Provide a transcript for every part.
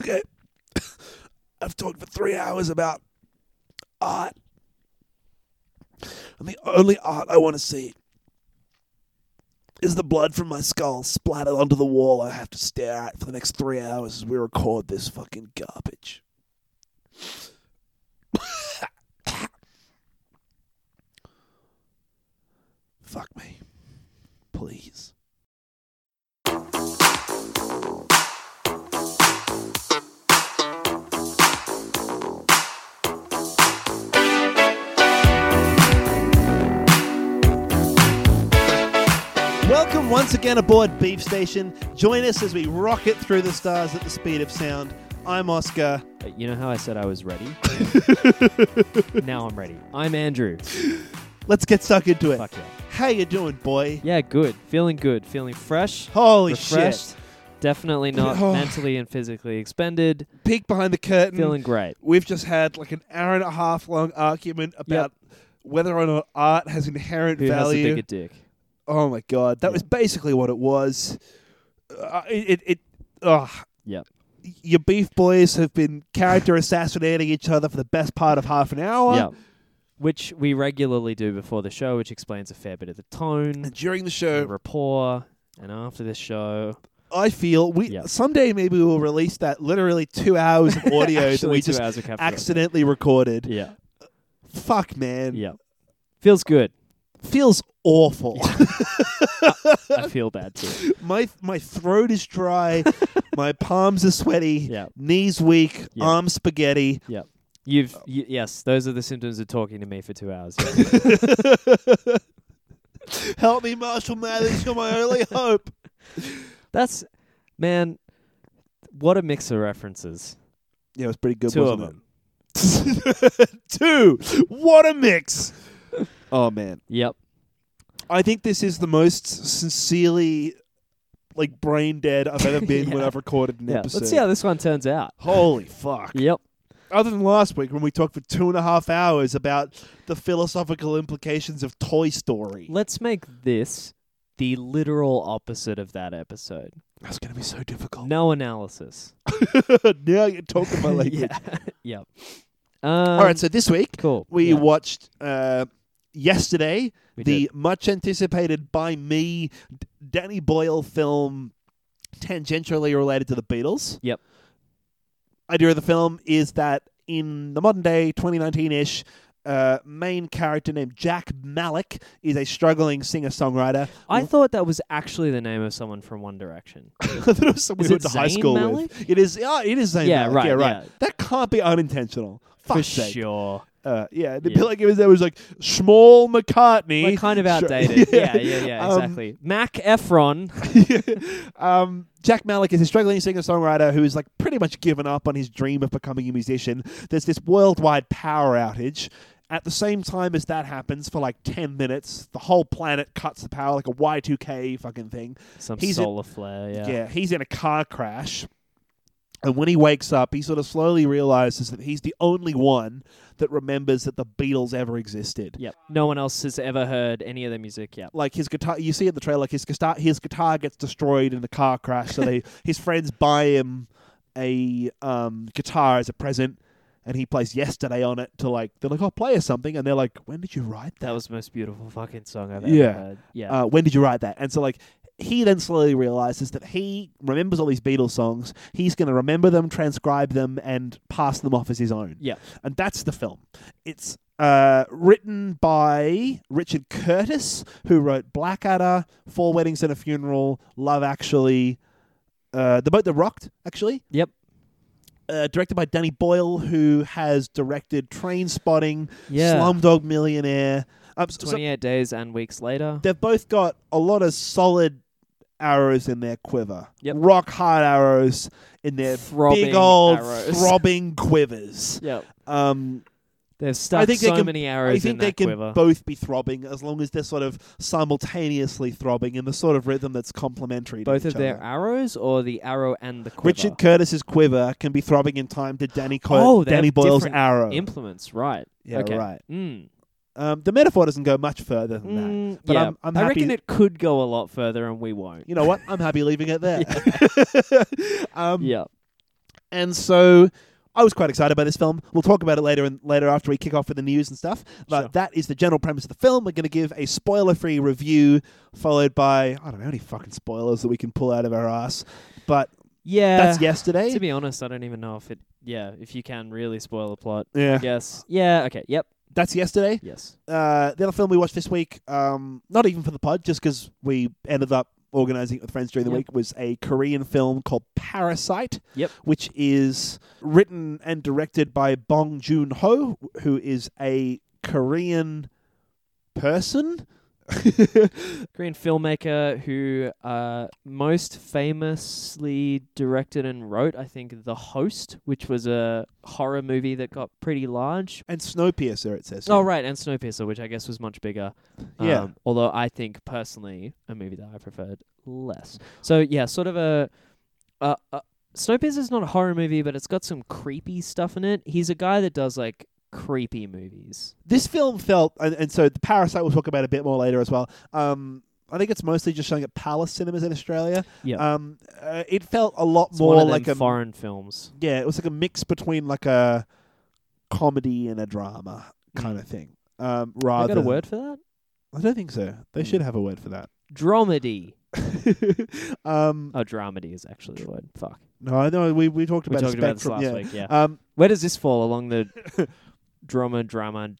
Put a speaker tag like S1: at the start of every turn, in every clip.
S1: Okay. I've talked for three hours about art. And the only art I want to see is the blood from my skull splattered onto the wall I have to stare at for the next three hours as we record this fucking garbage. Fuck me. Please.
S2: Welcome once again aboard Beef Station. Join us as we rocket through the stars at the speed of sound. I'm Oscar.
S3: Uh, You know how I said I was ready? now I'm ready. I'm Andrew.
S2: Let's get stuck into it.
S3: Fuck yeah.
S2: How you doing, boy?
S3: Yeah, good. Feeling good. Feeling fresh.
S2: Holy
S3: refreshed.
S2: shit.
S3: Definitely not
S2: Oh. Mm.
S3: mentally and physically expended.
S2: Peek behind the curtain.
S3: Feeling great.
S2: We've just had like an hour and a half long argument about whether or not art has inherent
S3: Who has a
S2: value.
S3: bigger dick?
S2: oh my god, that
S3: Yeah.
S2: was basically what it was. Uh, it it, it ugh.
S3: Yep.
S2: Your beef boys have been character assassinating each other for the best part of half an hour.
S3: yeah. Which we regularly do before the show, which explains a fair bit of the tone,
S2: And during the
S3: the
S2: show,
S3: rapport, and after the show.
S2: I feel we
S3: Yeah.
S2: someday maybe we'll release that literally two hours of audio that
S3: Actually,
S2: we
S3: two
S2: just
S3: hours of capture.
S2: accidentally recorded.
S3: Yeah.
S2: Fuck man,
S3: Yeah. Feels good.
S2: feels awful.
S3: I feel bad too.
S2: my my throat is dry, my palms are sweaty,
S3: Yeah.
S2: knees weak,
S3: Yeah.
S2: arms spaghetti.
S3: You've
S2: Oh.
S3: y- yes, those are the symptoms of talking to me for two hours.
S2: Help me, Marshall Mathers, you're my only hope.
S3: That's man, what a mix of references.
S2: Yeah, it was pretty good.
S3: Two of
S2: wasn't it? Two. What a mix. Oh man.
S3: Yep.
S2: I think this is the most sincerely like brain dead I've ever been when
S3: Yeah.
S2: I've recorded an
S3: Yeah.
S2: episode.
S3: Let's see how this one turns out.
S2: Holy fuck.
S3: Yep.
S2: Other than last week when we talked for two and a half hours about the philosophical implications of Toy Story.
S3: Let's make this the literal opposite of that episode.
S2: That's gonna be so difficult.
S3: No analysis.
S2: now you're talking my language.
S3: yeah. yep. Um,
S2: All right, so this week
S3: cool.
S2: we
S3: Yeah,
S2: watched uh, yesterday
S3: we
S2: the
S3: did.
S2: much anticipated by me D- Danny Boyle film tangentially related to the Beatles.
S3: Yep.
S2: Idea of the film is that in the modern day 2019-ish uh, main character named Jack Malik is a struggling singer-songwriter.
S3: I thought that was actually the name of someone from One Direction.
S2: I thought it was someone we
S3: it
S2: went to high
S3: Zayn
S2: school with.
S3: Malik?
S2: It is. Oh, it is Zayn
S3: Yeah,
S2: Malik.
S3: right,
S2: Yeah, right.
S3: yeah.
S2: That can't be unintentional.
S3: for
S2: Fuck's sake.
S3: sure.
S2: Uh, yeah, it'd be
S3: Yeah.
S2: like it was, it was like Small McCartney.
S3: Like kind of
S2: Sure.
S3: outdated. yeah, yeah, yeah,
S2: Um,
S3: exactly. Mac Efron.
S2: um, Jack Malik is a struggling singer songwriter who is like pretty much given up on his dream of becoming a musician. There's this worldwide power outage. At the same time as that happens, for like 10 minutes, the whole planet cuts the power like a Y2K fucking thing.
S3: Some
S2: He's in-
S3: solar flare, yeah.
S2: he's in a car crash. And when he wakes up, he sort of slowly realizes that he's the only one that remembers that the Beatles ever existed.
S3: Yep. No one else has ever heard any of their music. Yep.
S2: like his guitar you see in the trailer like his guitar his guitar gets destroyed in the car crash so they his friends buy him a um, guitar as a present and he plays yesterday on it to like they're like oh play us something and they're like when did you write that
S3: That was the most beautiful fucking song I've
S2: Yeah.
S3: ever heard. Yeah.
S2: uh, when did you write that and so like he then slowly realizes that he remembers all these Beatles songs he's going to remember them transcribe them and pass them off as his own
S3: yeah.
S2: and that's the film. It's uh, written by Richard Curtis, who wrote Blackadder, Four Weddings and a Funeral, Love Actually, uh, The Boat That Rocked, actually.
S3: Yep.
S2: Uh, directed by Danny Boyle, who has directed Train Spotting,
S3: Yeah.
S2: Slumdog Millionaire. Um, so- so
S3: 28 days and weeks later.
S2: they've both got a lot of solid arrows in their quiver,
S3: Yep.
S2: rock hard arrows in their
S3: Throbbing
S2: big old
S3: arrows.
S2: throbbing quivers.
S3: Yep.
S2: Um,
S3: They've stuck
S2: I think they
S3: so
S2: can-
S3: many
S2: I
S3: arrows
S2: think
S3: in
S2: they
S3: that
S2: can
S3: quiver.
S2: both be throbbing as long as they're sort of simultaneously throbbing in the sort of rhythm that's complementary. to
S3: both
S2: each
S3: of their
S2: other.
S3: arrows or the arrow and the quiver?
S2: Richard Curtis's quiver can be throbbing in time to Danny Co-
S3: Oh, they
S2: Danny
S3: have
S2: Boyle's
S3: different
S2: arrow.
S3: Implements, right.
S2: yeah,
S3: okay.
S2: right.
S3: Mm.
S2: Um, the metaphor doesn't go much further than that.
S3: Mm,
S2: But
S3: yeah.
S2: I'm- I'm
S3: I
S2: happy-
S3: reckon it could go a lot further and we won't.
S2: You know what? I'm happy leaving it there. um,
S3: Yeah.
S2: And so I was quite excited by this film. We'll talk about it later and later after we kick off with the news and stuff. But
S3: Sure.
S2: that is the general premise of the film. We're going to give a spoiler-free review, followed by I don't know any fucking spoilers that we can pull out of our ass. But
S3: Yeah.
S2: that's yesterday.
S3: Uh, To be honest, I don't even know if it. Yeah, if you can really spoil the plot.
S2: yeah,
S3: Yes. Yeah. Okay. Yep.
S2: that's yesterday.
S3: Yes.
S2: Uh, the other film we watched this week, um, not even for the pod, just because we ended up organizing it with friends during the
S3: Yep.
S2: week, was a Korean film called Parasite.
S3: Yep.
S2: Which is written and directed by Bong Joon Ho, who is a Korean person.
S3: Korean filmmaker who uh, most famously directed and wrote, I think, The Host, which was a horror movie that got pretty large.
S2: and Snowpiercer, it says.
S3: Oh, right, and Snowpiercer, which I guess was much bigger.
S2: Yeah.
S3: Um, although I think personally, a movie that I preferred less. So yeah, sort of a. Uh, uh, Snowpiercer's not a horror movie, but it's got some creepy stuff in it. He's a guy that does like creepy movies.
S2: This film felt, and, and so the Parasite we'll talk about a bit more later as well. Um, I think it's mostly just showing at Palace cinemas in Australia.
S3: Yeah.
S2: Um, uh, it felt a lot
S3: It's
S2: more
S3: one of them
S2: like a
S3: foreign films.
S2: yeah, it was like a mix between like a comedy and a drama kind of thing. Um,
S3: I
S2: rather,
S3: Mm. got a word Mm. for that?
S2: I don't think so. They should have a word for that.
S3: Dramedy.
S2: um,
S3: Oh, dramedy is actually the word. Fuck.
S2: no, I know we we talked
S3: We
S2: about a
S3: talked about this
S2: spectrum,
S3: last
S2: yeah.
S3: week. Yeah.
S2: Um,
S3: Where does this fall along the drama, drama,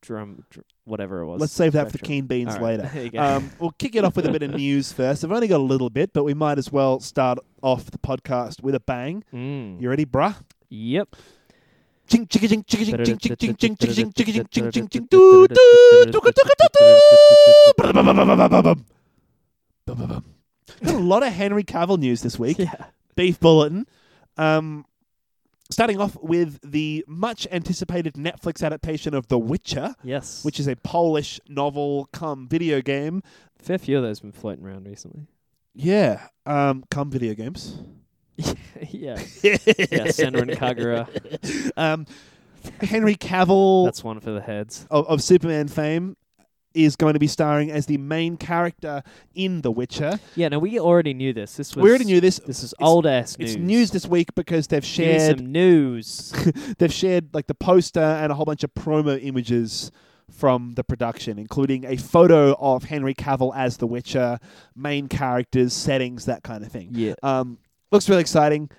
S3: drum, dr- whatever it was?
S2: let's save that for the
S3: spectrum?
S2: keen beans
S3: All right,
S2: later.
S3: there you go.
S2: Um, we'll kick it off with a bit of news first. I've only got a little bit, but we might as well start off the podcast with a bang.
S3: Mm.
S2: You ready, bruh?
S3: Yep.
S2: Ching chicka ching chicka ching ching ching ching ching ching ching ching ching ching ching doo doo dooka dooka doo doo. Ba-da-ba-ba-ba-ba-ba-bum. Ba-ba-bum. Got a lot of Henry Cavill news this week.
S3: Yeah.
S2: Beef Bulletin. Um, starting off with the much anticipated Netflix adaptation of The Witcher,
S3: Yes.
S2: which is a Polish novel come video game.
S3: fair few of those been floating around recently.
S2: Yeah, um, come video games.
S3: yeah. Yeah. Senran Kagura.
S2: Um, Henry Cavill.
S3: That's one for the heads.
S2: of, of Superman fame is going to be starring as the main character in The Witcher.
S3: Yeah. No, we already knew this. This was.
S2: We already knew this.
S3: This is old ass news.
S2: It's news this week because they've
S3: Give me
S2: shared
S3: some news.
S2: they've shared like the poster and a whole bunch of promo images from the production, including a photo of Henry Cavill as The Witcher, main characters, settings, that kind of thing.
S3: yeah.
S2: Um, looks really exciting.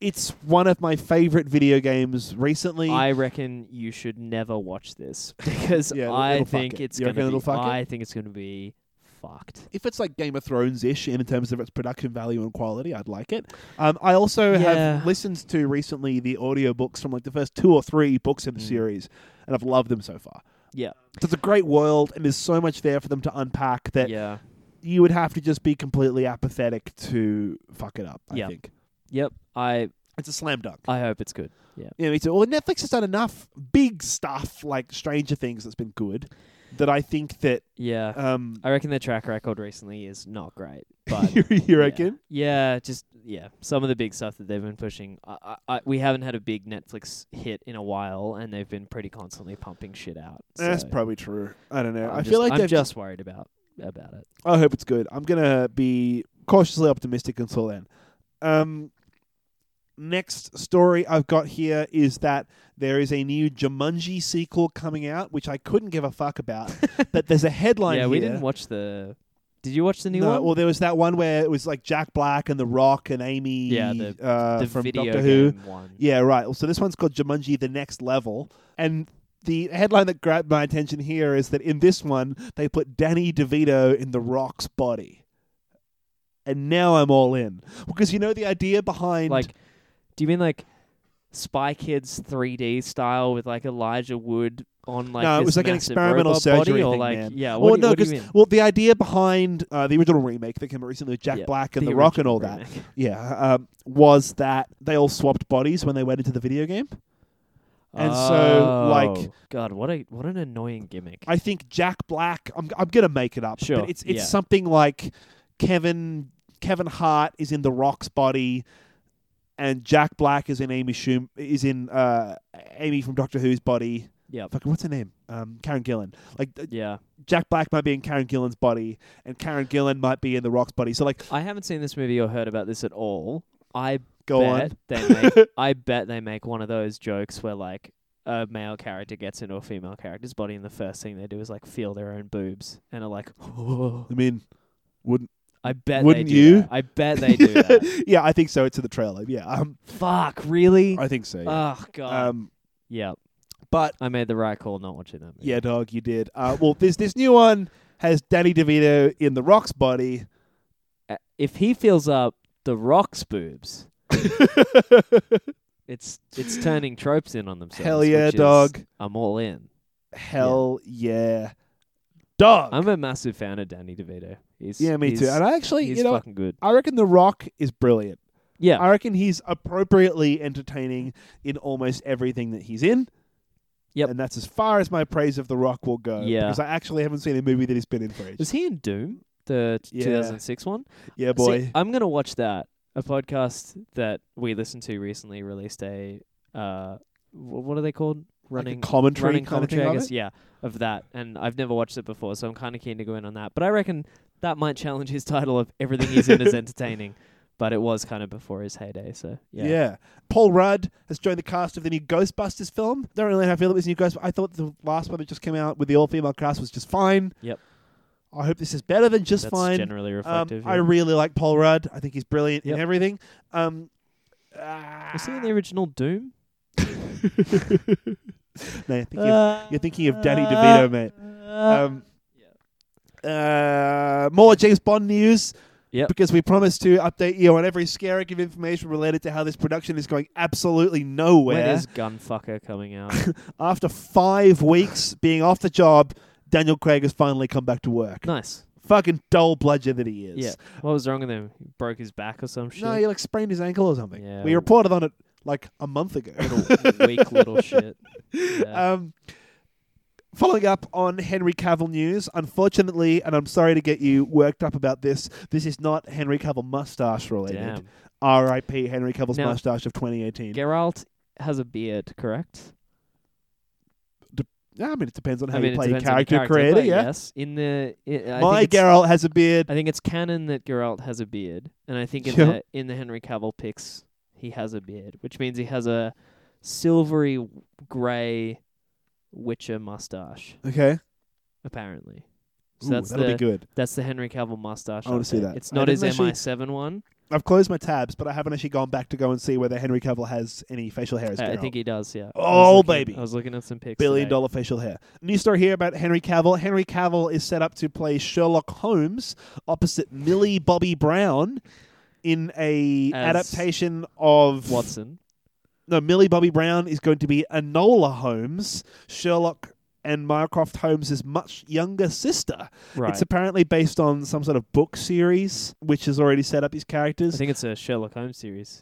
S2: It's one of my favorite video games recently.
S3: I reckon you should never watch this because
S2: Yeah, it'll-
S3: I
S2: it'll fuck
S3: think
S2: it.
S3: it's
S2: You
S3: gonna
S2: reckon it'll
S3: be.
S2: fuck it?
S3: I think it's gonna be fucked.
S2: if it's like Game of Thrones ish in terms of its production value and quality, I'd like it. Um, I also
S3: Yeah.
S2: have listened to recently the audiobooks from like the first two or three books in the
S3: Mm.
S2: series, and I've loved them so far.
S3: Yeah.
S2: So it's a great world, and there's so much there for them to unpack that
S3: yeah.
S2: you would have to just be completely apathetic to fuck it up, I
S3: Yeah.
S2: think.
S3: Yep. I
S2: It's a slam dunk.
S3: I hope it's good. Yeah.
S2: yeah, me too. Well, Netflix has done enough big stuff like Stranger Things that's been good that I think that.
S3: Yeah.
S2: Um,
S3: I reckon their track record recently is not great. But
S2: you, you
S3: yeah.
S2: reckon?
S3: Yeah. just yeah. Some of the big stuff that they've been pushing. I, I, I we haven't had a big Netflix hit in a while, and they've been pretty constantly pumping shit out.
S2: That's
S3: so
S2: Eh, probably true. I don't know.
S3: I'm
S2: I
S3: just,
S2: feel like
S3: I'm
S2: they've
S3: just worried about about it.
S2: I hope it's good. I'm gonna be cautiously optimistic until then. Um, next story I've got here is that there is a new Jumanji sequel coming out, which I couldn't give a fuck about. but there's a headline.
S3: yeah,
S2: here.
S3: we didn't watch the. Did you watch the new
S2: no,
S3: one?
S2: well, there was that one where it was like Jack Black and The Rock and Amy
S3: Yeah, the-
S2: uh,
S3: the
S2: from
S3: video
S2: Doctor Who.
S3: game one.
S2: Yeah, right. Well, So this one's called Jumanji: The Next Level, and the headline that grabbed my attention here is that in this one they put Danny DeVito in The Rock's body, and now I'm all in because you know the idea behind
S3: Like, do you mean like Spy Kids 3D style with like Elijah Wood on like?
S2: no, it
S3: this
S2: was like an
S3: massive
S2: experimental
S3: robot
S2: surgery
S3: body, or
S2: thing,
S3: like
S2: man.
S3: yeah.
S2: Well,
S3: uh, What, do,
S2: no,
S3: you- what do
S2: 'cause-
S3: you mean?
S2: well, the idea behind uh, the original remake that came out recently with Jack
S3: Yeah,
S2: Black and The, Rock and all that, yeah, um, was that they all swapped bodies when they went into the video game. And so, like-
S3: Oh. God, what a what an annoying gimmick.
S2: I think Jack Black. I'm I'm gonna make it up.
S3: Sure,
S2: But it's it's
S3: yeah.
S2: something like Kevin Kevin Hart is in The Rock's body, and Jack Black is in Amy Schum is in uh, Amy from Doctor Who's body.
S3: yeah,
S2: Fucking what's her name? Um, Karen Gillan. Like uh,
S3: yeah.
S2: Jack Black might be in Karen Gillan's body, and Karen Gillan might be in The Rock's body. So like
S3: I haven't seen this movie or heard about this at all. I
S2: Go
S3: bet
S2: on.
S3: they make, I bet they make one of those jokes where like a male character gets into a female character's body, and the first thing they do is like feel their own boobs, and are like,
S2: I mean, wouldn't
S3: I bet
S2: Wouldn't
S3: they do
S2: you?
S3: that. I bet they do that.
S2: yeah, I think so. It's in the trailer. Yeah, um,
S3: Fuck, really?
S2: I think so. yeah.
S3: Oh god.
S2: Um,
S3: yeah,
S2: but
S3: I made the right call not watching that movie.
S2: yeah, dog, you did. Uh, well, this this new one has Danny DeVito in The Rock's body.
S3: Uh, If he feels up the Rock's boobs, it's it's turning tropes in on themselves.
S2: Hell yeah,
S3: which is,
S2: dog.
S3: I'm all in.
S2: Hell yeah, dog.
S3: I'm a massive fan of Danny DeVito. He's
S2: yeah, me
S3: he's,
S2: too. And I actually,
S3: he's
S2: you know,
S3: fucking good.
S2: I reckon The Rock is brilliant.
S3: Yeah,
S2: I reckon he's appropriately entertaining in almost everything that he's in.
S3: Yep.
S2: And that's as far as my praise of The Rock will go.
S3: Yeah.
S2: Because I actually haven't seen a movie that he's been in for ages.
S3: was he in Doom, the t-
S2: Yeah.
S3: 2006 one?
S2: Yeah,
S3: See, uh,
S2: boy.
S3: I'm gonna watch that. A podcast that we listened to recently released a uh, wh- what are they called? Running
S2: like a commentary
S3: running
S2: kind of
S3: commentary,
S2: thing
S3: I
S2: of
S3: guess.
S2: it?
S3: Yeah, of that. And I've never watched it before, so I'm kind of keen to go in on that. But I reckon that might challenge his title of everything he's in is entertaining. But it was kind of before his heyday, so yeah.
S2: Paul Rudd has joined the cast of the new Ghostbusters film. Don't really know how I feel about this new Ghostbusters. I thought the last one that just came out with the all-female cast was just fine.
S3: Yep.
S2: I hope this is better than just
S3: That's
S2: fine.
S3: generally
S2: Um,
S3: reflective.
S2: I
S3: yeah.
S2: really like Paul Rudd. I think he's brilliant
S3: Yep.
S2: in everything. Um,
S3: Was he in the original Doom?
S2: ah, no, I think you've-
S3: Uh,
S2: Uh, you're thinking of Danny DeVito, mate. Um, uh, more James Bond news.
S3: Yep.
S2: Because we promised to update you on every skerrick of information related to how this production is going absolutely nowhere.
S3: when is Gunfucker coming out?
S2: After five weeks being off the job, Daniel Craig has finally come back to work.
S3: nice.
S2: Fucking dull bludgeon that he is.
S3: Yeah. What was wrong with him? He broke his back or some shit.
S2: No, he like sprained his ankle or something.
S3: Yeah.
S2: We reported on it like a month ago.
S3: Weak little shit. Yeah.
S2: Um, following up on Henry Cavill news, unfortunately, and I'm sorry to get you worked up about this, this is not Henry Cavill mustache related.
S3: Damn.
S2: R.I.P. Henry Cavill's
S3: Now-
S2: mustache of 2018.
S3: Geralt has a beard, correct?
S2: Yeah, I mean, it depends on how
S3: I mean,
S2: you
S3: it
S2: play your
S3: depends on the
S2: character,
S3: you
S2: creator.
S3: play,
S2: Yeah,
S3: Yes. In the i I
S2: my
S3: think it's-
S2: Geralt has a beard.
S3: I think it's canon that Geralt has a beard, and I think in
S2: Yeah.
S3: the in the Henry Cavill pics he has a beard, which means he has a silvery grey Witcher mustache,
S2: Okay,
S3: apparently. So
S2: Ooh,
S3: that's
S2: that'll
S3: the
S2: be good.
S3: that's the Henry Cavill mustache.
S2: I wanna
S3: update.
S2: see that.
S3: It's
S2: I
S3: not
S2: didn't
S3: his
S2: actually-
S3: MI7 one.
S2: I've closed my tabs, but I haven't actually gone back to go and see whether Henry Cavill has any facial hair. As
S3: Uh, I
S2: Geralt.
S3: think he does. Yeah. I was
S2: Oh,
S3: looking-
S2: baby.
S3: I was looking at some pics.
S2: billion
S3: today.
S2: dollar facial hair. New story here about Henry Cavill. Henry Cavill is set up to play Sherlock Holmes opposite Millie Bobby Brown in a
S3: As-
S2: adaptation of
S3: Watson.
S2: No, Millie Bobby Brown is going to be Enola Holmes, Sherlock and Mycroft Holmes' much younger sister.
S3: Right.
S2: It's apparently based on some sort of book series, which has already set up his
S3: I
S2: characters.
S3: think it's a Sherlock Holmes series.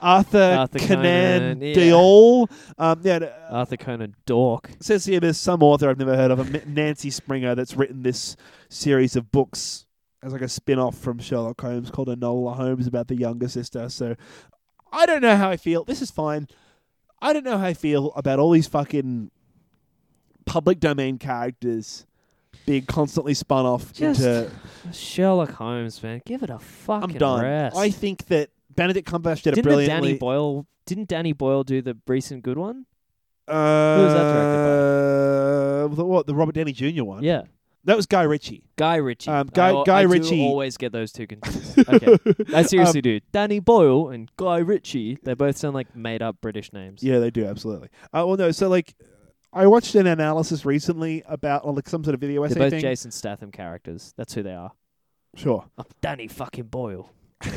S2: Arthur, Conan,
S3: Arthur Conan, yeah. Uh,
S2: Doyle. Um, yeah, no,
S3: Arthur Conan Dork.
S2: It says here there's some author I've never heard of, a M- Nancy Springer, that's written this series of books as like a spin off from Sherlock Holmes called Enola Holmes about the younger sister. So I don't know how I feel. This is fine. I don't know how I feel about all these fucking public domain characters being constantly spun off
S3: Just
S2: into.
S3: Sherlock Holmes, man, give it a
S2: I'm
S3: fucking
S2: done.
S3: rest.
S2: I think that Benedict Cumberbatch did
S3: didn't
S2: a
S3: the
S2: brilliantly.
S3: Danny Boyle didn't Danny Boyle do the recent good one?
S2: uh,
S3: was that
S2: uh, the, what the Robert Downey Jr. one?
S3: Yeah,
S2: that was Guy Ritchie.
S3: Guy Ritchie.
S2: Um, Guy-
S3: I, al-
S2: Guy
S3: I do
S2: Ritchie- Um,
S3: always get those two confused. okay, I seriously do. Danny Boyle and Guy Ritchie. They both sound like made up British names.
S2: Um, Yeah, they do absolutely. Uh, well, no, so like, I watched an analysis recently about or, like some sort of video
S3: They're
S2: essay
S3: both
S2: thing.
S3: Jason Statham characters. That's who they are.
S2: Sure.
S3: I'm Danny fucking Boyle.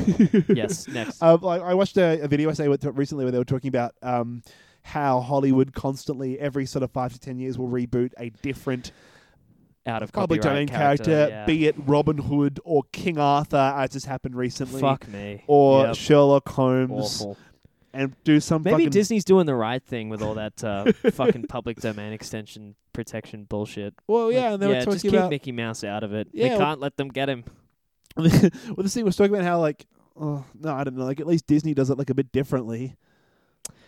S3: yes, next.
S2: Uh, like, I watched a, a video essay with, recently where they were talking about um, how Hollywood constantly, every sort of five to ten years, will reboot a different
S3: Out of
S2: public domain
S3: copyright
S2: character,
S3: yeah.
S2: be it Robin Hood or King Arthur, as has happened recently,
S3: Fuck me.
S2: or
S3: Yep.
S2: Sherlock Holmes,
S3: awful.
S2: and do some
S3: Maybe
S2: fucking
S3: Disney's doing the right thing with all that uh, fucking public domain extension protection bullshit.
S2: Well,
S3: Like,
S2: Oh, yeah, and they were
S3: just
S2: talking
S3: keep
S2: about
S3: Mickey Mouse out of it.
S2: Yeah,
S3: we
S2: well-
S3: can't let them get him.
S2: well, the thing was talking about how like, oh no, I don't know. Like at least Disney does it like a bit differently.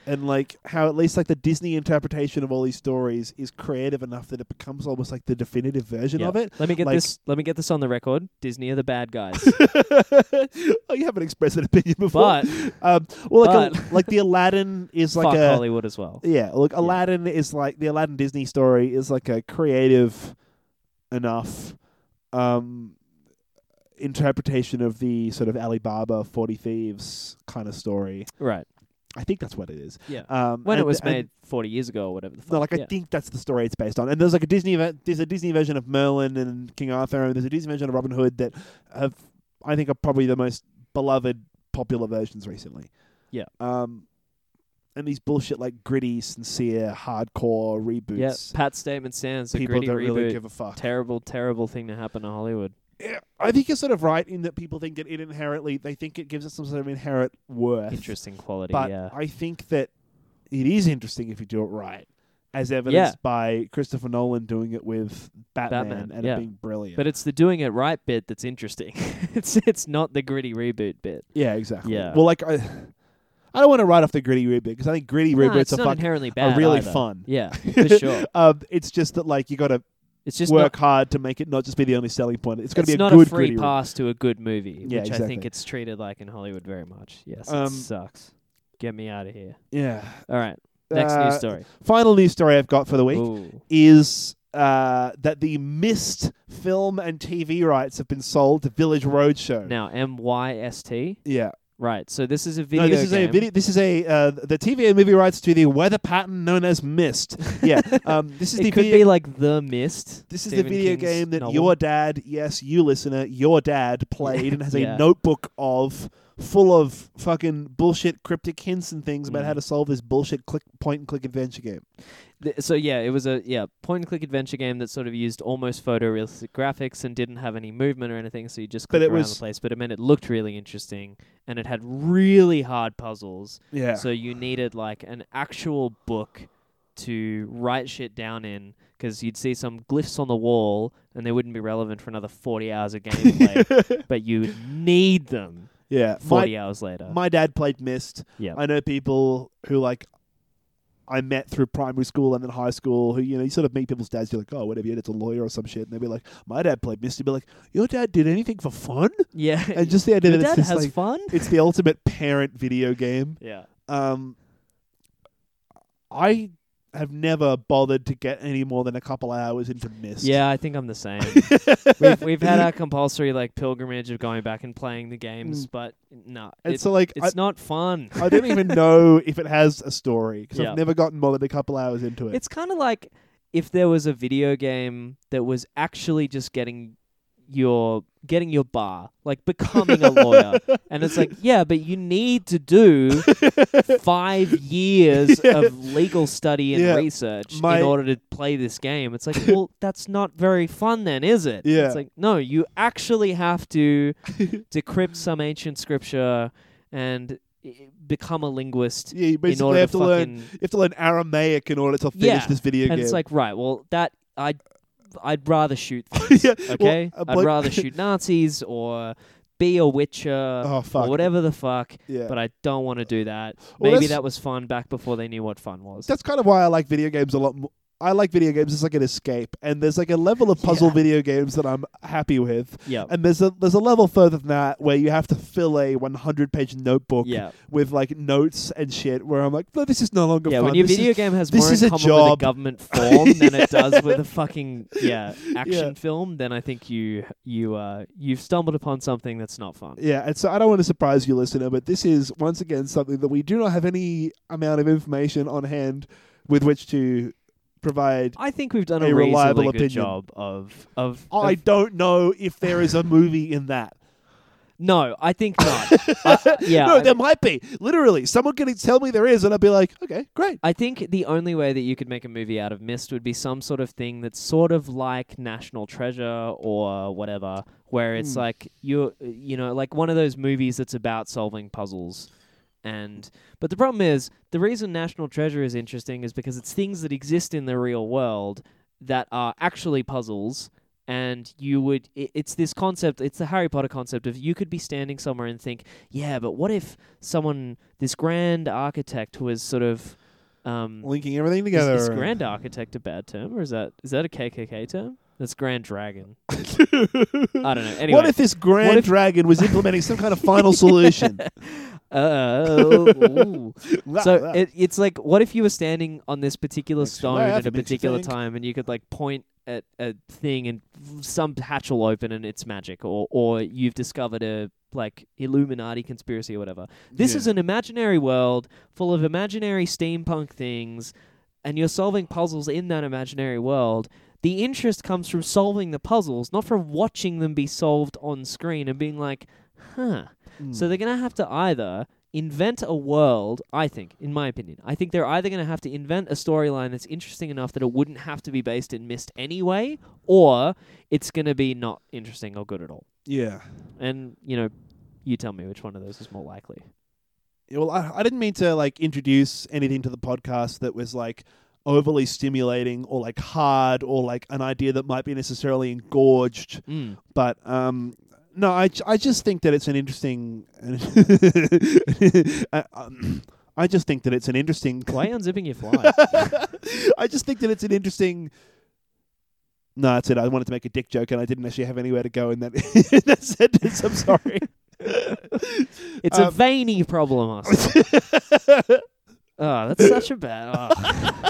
S2: and like how at least like the Disney interpretation of all these stories is creative enough that it becomes almost like the definitive version
S3: Yeah.
S2: of it.
S3: Let me get
S2: like-
S3: this. Let me get this on the record. Disney are the bad guys.
S2: oh, you haven't expressed an opinion before.
S3: But
S2: um, well, like,
S3: but-
S2: a, like the Aladdin is like
S3: fuck
S2: a
S3: Hollywood as well.
S2: yeah. Look, Aladdin is like the Aladdin Disney story is like a creative enough um, interpretation of the sort of Alibaba Forty Thieves kind of story.
S3: Right.
S2: I think that's what it is.
S3: Yeah.
S2: Um,
S3: When it
S2: and-
S3: was
S2: and-
S3: made 40 years ago or whatever the fuck.
S2: No, like I
S3: yeah.
S2: think that's the story it's based on. And there's like a Disney, ver- there's a Disney version of Merlin and King Arthur, and there's a Disney version of Robin Hood that have, I think, are probably the most beloved, popular versions recently.
S3: Yeah.
S2: Um, and these bullshit like gritty, sincere, hardcore
S3: Yeah,
S2: reboots.
S3: Pat statement stands a
S2: people
S3: gritty
S2: don't
S3: reboot.
S2: really give a fuck.
S3: terrible, terrible thing to happen to Hollywood.
S2: Yeah, I think you're sort of right in that people think that it inherently, they think it gives it some sort of inherent worth.
S3: Interesting quality.
S2: but
S3: yeah.
S2: I think that it is interesting if you do it right, as evidenced by Christopher Nolan doing it with Batman,
S3: Batman,
S2: and
S3: yeah.
S2: it being brilliant.
S3: But it's the doing it right bit that's interesting. it's it's not the gritty reboot bit.
S2: yeah, exactly.
S3: Yeah.
S2: Well, like I, I don't want to write off the gritty reboot because I think gritty
S3: Nah,
S2: reboots
S3: it's
S2: are
S3: not
S2: fuck,
S3: inherently bad.
S2: are really
S3: either.
S2: fun.
S3: Yeah, for sure.
S2: um, it's just that like you got to
S3: It's just
S2: work
S3: not,
S2: hard to make it not just be the only selling point. It's going to
S3: it's
S2: be
S3: not
S2: a good
S3: free
S2: gritty reboot.
S3: pass to a good movie,
S2: Yeah,
S3: which I think
S2: exactly.
S3: it's treated like in Hollywood very much. Yes,
S2: Um,
S3: it sucks. Get me out of here.
S2: Yeah.
S3: All right, next
S2: Uh,
S3: news story.
S2: Final news story I've got for the week.
S3: Ooh.
S2: is uh, that the missed film and TV rights have been sold to Village Roadshow.
S3: Now, M Y S T.
S2: yeah,
S3: Right. So this is a video.
S2: no, this is
S3: game.
S2: a video. This is a uh, the TV and movie rights to the weather pattern known as mist. Yeah, um, this is
S3: It
S2: the
S3: could
S2: video.
S3: be like The Mist.
S2: this is
S3: Stephen
S2: the video
S3: King's
S2: game that
S3: novel.
S2: your dad, yes, you listener, your dad played and has
S3: Yeah.
S2: a notebook of full of fucking bullshit cryptic hints and things about
S3: Mm.
S2: how to solve this bullshit click point and click adventure game.
S3: Th- so yeah, it was a yeah point and click adventure game that sort of used almost photorealistic graphics and didn't have any movement or anything, so you just
S2: But
S3: clicked
S2: it
S3: around
S2: was-
S3: the place. But it meant it looked really interesting, and it had really hard puzzles.
S2: Yeah.
S3: So you needed like an actual book to write shit down in because you'd see some glyphs on the wall and they wouldn't be relevant for another forty hours of gameplay, but you would need them
S2: yeah. My,
S3: forty hours later.
S2: my dad played Mist.
S3: yeah,
S2: I know people who like I met through primary school and then high school who, you know, you sort of meet people's dads, you're like, Oh, whatever, your dad's a lawyer or some shit and they'd be like, My dad played Mist, you'd be like, Your dad did anything for fun?
S3: yeah.
S2: And just the idea
S3: Your
S2: that
S3: dad
S2: it's just
S3: has
S2: like
S3: fun.
S2: it's the ultimate parent video game.
S3: Yeah.
S2: Um I have never bothered to get any more than a couple hours into Mist.
S3: Yeah, I think I'm the same. we've, we've had our compulsory like pilgrimage of going back and playing the games, but no,
S2: And
S3: it's
S2: so Mm. like I,
S3: it's not fun.
S2: I don't even know if it has a story because
S3: Yeah.
S2: I've never gotten more than a couple hours into it.
S3: It's kind of like if there was a video game that was actually just getting your getting your bar, like becoming a lawyer, and it's like, yeah, but you need to do five years of legal study and
S2: Yeah.
S3: research
S2: My-
S3: in order to play this game. It's like, well, that's not very fun, then, is it?
S2: Yeah.
S3: It's like, no, you actually have to decrypt some ancient scripture and i- become a linguist
S2: yeah, you
S3: in
S2: basically
S3: order
S2: have to learn
S3: fucking.
S2: You have to learn Aramaic in order to finish
S3: Yeah.
S2: this video
S3: and
S2: game.
S3: it's like, right, well, that I'd I'd rather shoot, things,
S2: Yeah, well,
S3: okay?
S2: a
S3: I'd
S2: bloke-
S3: rather shoot Nazis or be a witcher
S2: Oh
S3: or
S2: fuck!
S3: whatever the fuck.
S2: Yeah,
S3: But I don't want to do that.
S2: Well,
S3: Maybe
S2: that's-
S3: that was fun back before they knew what fun was.
S2: that's kind of why I like video games a lot. more. I like video games as like an escape, and there's like a level of puzzle
S3: Yeah.
S2: video games that I'm happy with,
S3: Yeah.
S2: and there's a there's a level further than that where you have to fill a 100 page notebook
S3: Yeah.
S2: with like notes and shit. Where I'm like, no, this is no longer
S3: Yeah,
S2: fun.
S3: when your
S2: This is-
S3: video game has
S2: this
S3: more
S2: is
S3: in
S2: a
S3: common with a
S2: job.
S3: government form than it does with a fucking yeah action film, then I think you you uh you've stumbled upon something that's not fun.
S2: Yeah, and so I don't want to surprise you, listener, but this is once again something that we do not have any amount of information on hand with which to provide
S3: I think we've done a,
S2: A reliable
S3: reasonably good
S2: opinion.
S3: job of of,
S2: I
S3: of-
S2: don't know if there is a movie in that.
S3: no, I think not. I- I- yeah,
S2: no,
S3: I,
S2: there might be. Literally, someone can tell me there is, and I'd be like, okay, great.
S3: I think the only way that you could make a movie out of Mist would be some sort of thing that's sort of like National Treasure or whatever, where it's
S2: Hmm.
S3: like you you know like one of those movies that's about solving puzzles. And but the problem is the reason National Treasure is interesting is because it's things that exist in the real world that are actually puzzles and you would it, it's this concept it's the harry potter concept of you could be standing somewhere and think yeah but what if someone this grand architect who is sort of um
S2: linking everything
S3: is,
S2: together.
S3: is grand architect a bad term or is that is that a kkk term that's grand dragon i don't know anyway
S2: What if this grand
S3: What if-
S2: dragon was implementing some kind of final solution?
S3: Uh, ooh. so
S2: Wow.
S3: it, it's like what if you were standing on this particular
S2: Makes you
S3: stone
S2: laugh,
S3: at a
S2: it makes you
S3: particular
S2: think.
S3: time and you could like point at a thing and some hatch will open and it's magic or or you've discovered a like illuminati conspiracy or whatever this
S2: Yeah.
S3: is an imaginary world full of imaginary steampunk things and you're solving puzzles in that imaginary world the interest comes from solving the puzzles not from watching them be solved on screen and being like huh
S2: Hmm.
S3: so
S2: Mm.
S3: they're going to have to either invent a world, I think, in my opinion. I think they're either going to have to invent a storyline that's interesting enough that it wouldn't have to be based in Mist anyway, or it's going to be not interesting or good at all.
S2: yeah.
S3: And, you know, you tell me which one of those is more likely.
S2: Yeah, Well, I, I didn't mean to like introduce anything to the podcast that was like overly stimulating or like hard or like an idea that might be necessarily engorged.
S3: Mm.
S2: But um, no, I, j- I just think that it's an interesting. I, um, I just think that it's an interesting.
S3: Why are you unzipping your fly?
S2: I just think that it's an interesting. No, that's it. I wanted to make a dick joke and I didn't actually have anywhere to go in that, in that sentence. I'm sorry.
S3: It's a
S2: Um,
S3: veiny problem, Austin. oh, that's such a bad. Oh.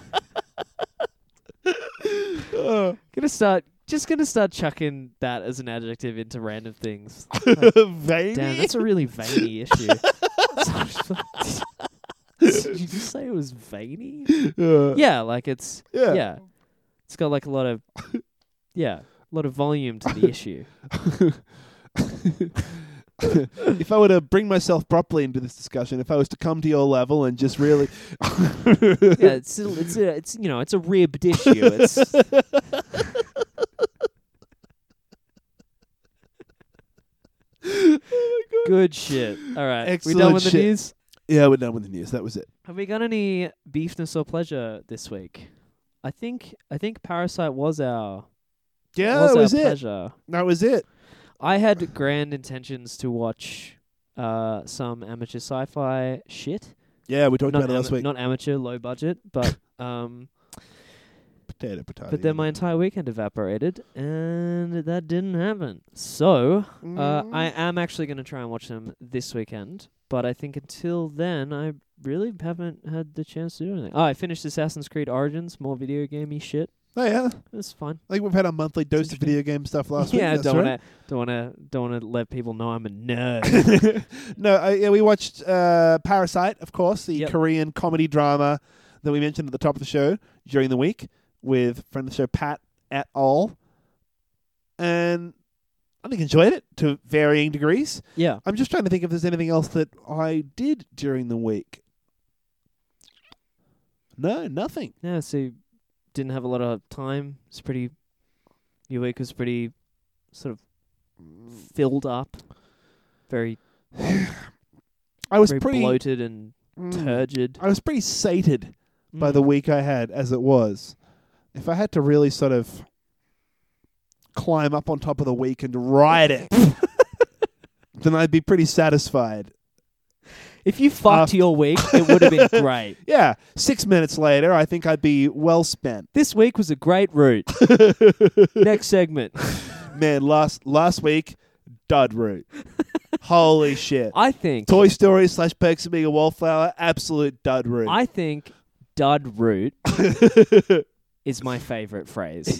S2: Uh,
S3: oh. gonna start. Just gonna start chucking that as an adjective into random things.
S2: veiny?
S3: Damn, that's a really veiny issue. Did you just say it was veiny?
S2: Uh,
S3: Yeah, like it's yeah.
S2: Yeah.
S3: It's got like a lot of yeah, a lot of volume to the issue.
S2: if I were to bring myself properly into this discussion, if I was to come to your level and just really,
S3: Yeah, it's a- it's a, it's you know, it's a ribbed issue. It's good shit. All right. we done
S2: Excellent
S3: with the
S2: shit.
S3: news?
S2: yeah, we're done with the news. That was it.
S3: Have we got any beefness or pleasure this week? I think I think Parasite was our
S2: Yeah,
S3: was
S2: that
S3: our
S2: was it.
S3: pleasure.
S2: That was it.
S3: I had grand intentions to watch uh, some amateur sci-fi shit.
S2: Yeah, we talked
S3: Not,
S2: about it last
S3: ama-
S2: week.
S3: not amateur, low budget, but um,
S2: potato, potato.
S3: but then my entire weekend evaporated, and that didn't happen. So uh, I
S2: Mm.
S3: am actually going to try and watch them this weekend, but I think until then I really haven't had the chance to do anything. Oh, I finished Assassin's Creed Origins, more video gamey shit.
S2: Oh yeah,
S3: It was fun.
S2: I think we've had our monthly dose of video game stuff last
S3: yeah,
S2: week. that's right.
S3: don't wanna don't wanna don't wanna let people know I'm a nerd.
S2: no, I, yeah, we watched uh, Parasite, of course, the
S3: Yep.
S2: Korean comedy drama that we mentioned at the top of the show during the week with friend of the show Pat et al. And I think enjoyed it to varying degrees.
S3: yeah.
S2: I'm just trying to think if there's anything else that I did during the week. No, nothing.
S3: Yeah, so didn't have a lot of time. It's pretty. Your week was pretty sort of
S2: Mm.
S3: filled up, very,
S2: I was
S3: very
S2: pretty
S3: bloated and
S2: Mm.
S3: turgid.
S2: I was pretty sated by
S3: Mm.
S2: the week I had as it was. If I had to really sort of climb up on top of the week and ride it, then I'd be pretty satisfied.
S3: if you fucked your week, it would have been great.
S2: Yeah, six minutes later, I think I'd be well spent.
S3: This week was a great route. Next segment.
S2: Man, last last week, dud route. Holy shit!
S3: I think.
S2: Toy Story slash Perks of Being a Wallflower, absolute dud route.
S3: I think. Dud route is my favorite phrase.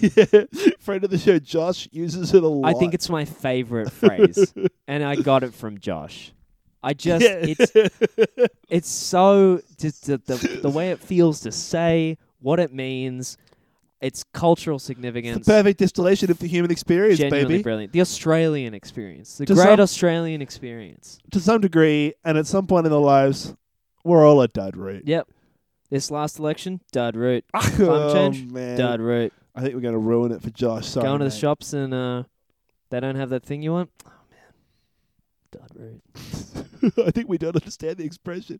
S2: Friend of the show, Josh uses it a lot.
S3: I think it's my favorite phrase, and I got it from Josh. I just it's it's so just the, the the way it feels to say what it means, its cultural
S2: the
S3: significance.
S2: perfect distillation of the human experience,
S3: genuinely
S2: baby.
S3: brilliant. The Australian experience, the
S2: To
S3: great
S2: some-
S3: Australian experience.
S2: to some degree, and at some point in their lives, we're all a dud route.
S3: Yep. This last election, dud route,
S2: oh,
S3: change,
S2: man.
S3: dud route.
S2: I think we're going to ruin it for Josh. Sorry,
S3: Going to the
S2: mate.
S3: shops and uh, they don't have that thing you want. Oh man, dud route.
S2: I think we don't understand the expression.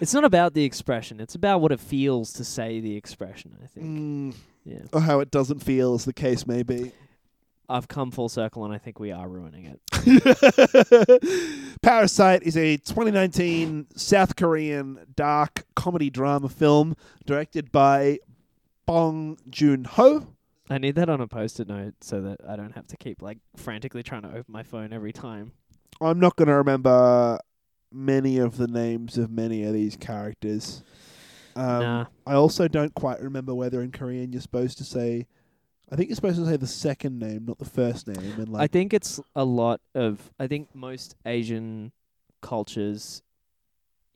S3: It's not about the expression. It's about what it feels to say the expression. I think.
S2: Mm,
S3: Yeah.
S2: or how it doesn't feel, as the case may be.
S3: I've come full circle, and I think we are ruining it.
S2: Parasite is a 2019 South Korean dark comedy drama film directed by Bong Joon Ho.
S3: I need that on a post-it note so that I don't have to keep like frantically trying to open my phone every time.
S2: I'm not going to remember many of the names of many of these characters. Um,
S3: nah,
S2: I also don't quite remember whether in Korean you're supposed to say. I think you're supposed to say the second name, not the first name. And like,
S3: I think it's a lot of. I think most Asian cultures,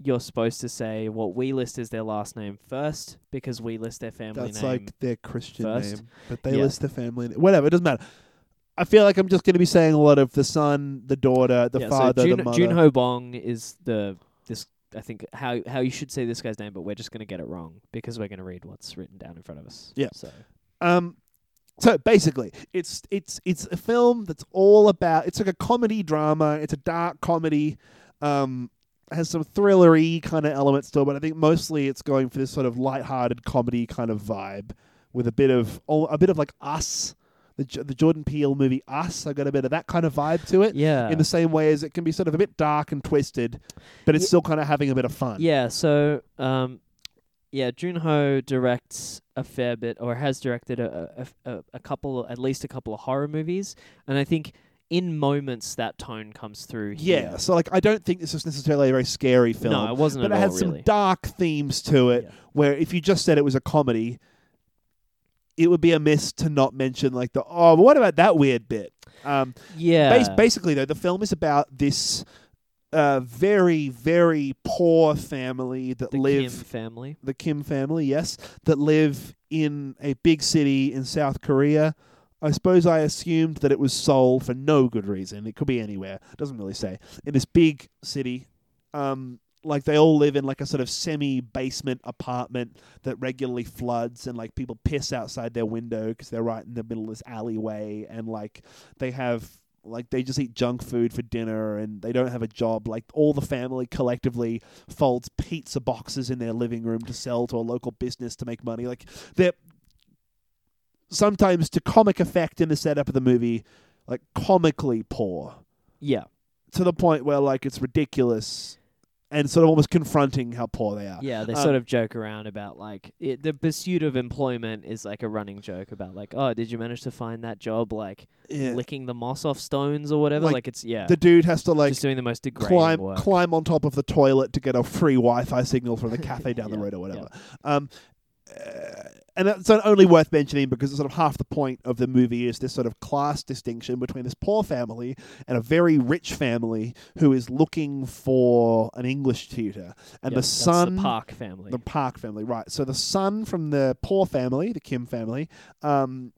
S3: you're supposed to say what we list as their last name first because we list their family
S2: That's
S3: name.
S2: like their Christian
S3: first.
S2: name, but they
S3: Yeah.
S2: list the family. na- Whatever, it doesn't matter. I feel like I'm just going to be saying a lot of the son, the daughter, the
S3: yeah,
S2: father,
S3: so Jun,
S2: the mother.
S3: Jun Ho Bong is the this. I think how how you should say this guy's name, but we're just gonna get it wrong because we're gonna read what's written down in front of us.
S2: Yeah.
S3: So
S2: Um, so basically, it's it's it's a film that's all about. It's like a comedy drama. It's a dark comedy. Um, has some thrillery kind of elements still, but I think mostly it's going for this sort of light-hearted comedy kind of vibe with a bit of oh, a bit of like Us, the J- the Jordan Peele movie Us. I got a bit of that kind of vibe to it.
S3: yeah.
S2: In the same way as it can be sort of a bit dark and twisted, but it's
S3: Ye-
S2: still kind of having a bit of fun.
S3: Yeah, so um, yeah, Junho directs a fair bit, or has directed a, a, a, a couple, at least a couple of horror movies, and I think in moments that tone comes through.
S2: Yeah,
S3: here.
S2: so like I don't think this is necessarily a very scary film.
S3: no, it wasn't
S2: but
S3: at
S2: it had
S3: all,
S2: some
S3: really.
S2: dark themes to it
S3: Yeah.
S2: where if you just said it was a comedy it would be amiss to not mention like the oh but what about that weird bit um
S3: yeah,
S2: bas- basically though the film is about this uh very very poor family that
S3: the
S2: live
S3: Kim family.
S2: the Kim family, yes, that live in a big city in South Korea. I suppose I assumed that it was Seoul for no good reason. It could be anywhere. Doesn't really say. In this big city, um, like they all live in like a sort of semi-basement apartment that regularly floods, and like people piss outside their window because they're right in the middle of this alleyway, and like they have like they just eat junk food for dinner and they don't have a job like all the family collectively folds pizza boxes in their living room to sell to a local business to make money. Like they're sometimes to comic effect in the setup of the movie, like comically poor
S3: Yeah,
S2: to the point where like it's ridiculous and sort of almost confronting how poor they are.
S3: yeah, they
S2: Um,
S3: sort of joke around about like it, the pursuit of employment is like a running joke about like, oh, did you manage to find that job like
S2: Yeah.
S3: licking the moss off stones or whatever?
S2: Like,
S3: Like, it's yeah,
S2: The dude has to like
S3: just doing the most degrading
S2: climb
S3: work.
S2: climb on top of the toilet to get a free Wi-Fi signal from the cafe down the
S3: Yeah,
S2: road or whatever. Um, uh, and it's only worth mentioning because it's sort of half the point of the movie is this sort of class distinction between this poor family and a very rich family who is looking for an English tutor. And
S3: Yeah,
S2: the
S3: that's
S2: son,
S3: the Park family.
S2: the Park family, right? So the son from the poor family, the Kim family, um,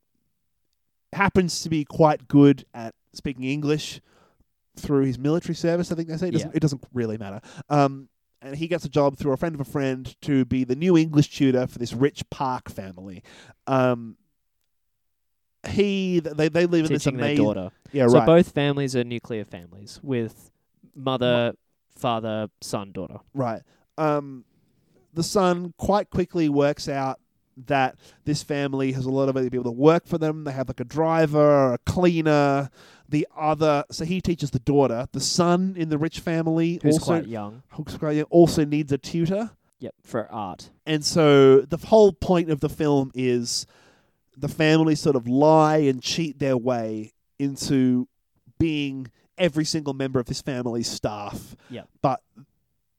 S2: happens to be quite good at speaking English through his military service. I think they say it doesn't,
S3: Yeah.
S2: it doesn't really matter. Um, and he gets a job through a friend of a friend to be the new English tutor for this rich Park family. Um, he they they live in this
S3: teaching their
S2: amazing
S3: daughter.
S2: yeah
S3: so
S2: right
S3: both families are nuclear families with mother, father, son, daughter.
S2: Right. Um, the son quite quickly works out that this family has a lot of other people that work for them. They have like a driver, a cleaner, the other. So he teaches the daughter. The son in the rich family
S3: Who's
S2: also
S3: quite young.
S2: who's quite young, also needs a tutor.
S3: Yep, for art.
S2: And so the whole point of the film is the family sort of lie and cheat their way into being every single member of this family's staff.
S3: Yeah.
S2: But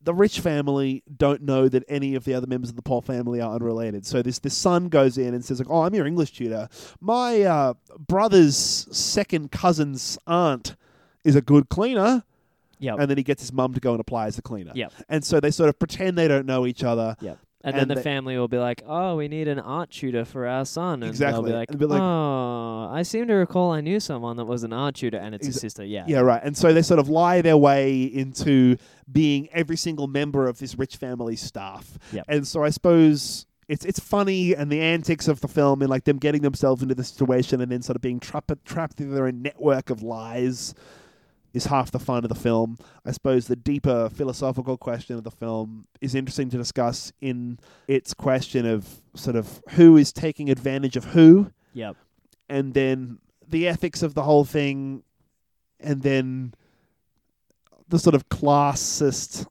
S2: the rich family don't know that any of the other members of the poor family are unrelated. So this the son goes in and says like, "Oh, I'm your English tutor. My uh, brother's second cousin's aunt is a good cleaner."
S3: Yep.
S2: And then he gets his mum to go and apply as the cleaner.
S3: Yep.
S2: And so they sort of pretend they don't know each other.
S3: And,
S2: and
S3: then the
S2: they-
S3: family will be like, "Oh, we need an art tutor for our son." And
S2: Exactly.
S3: They'll be like,
S2: And be like-
S3: "Oh, I seem to recall I knew someone that was an art tutor, and it's
S2: Exa-
S3: his sister." Yeah.
S2: Yeah, right. And so they sort of lie their way into being every single member of this rich family staff.
S3: Yep.
S2: And so I suppose it's it's funny and the antics of the film and like them getting themselves into the situation and then sort of being trapped trapped through their own network of lies is half the fun of the film. I suppose the deeper philosophical question of the film is interesting to discuss in its question of sort of who is taking advantage of who
S3: Yep.
S2: and then th- the ethics of the whole thing, and then the sort of classist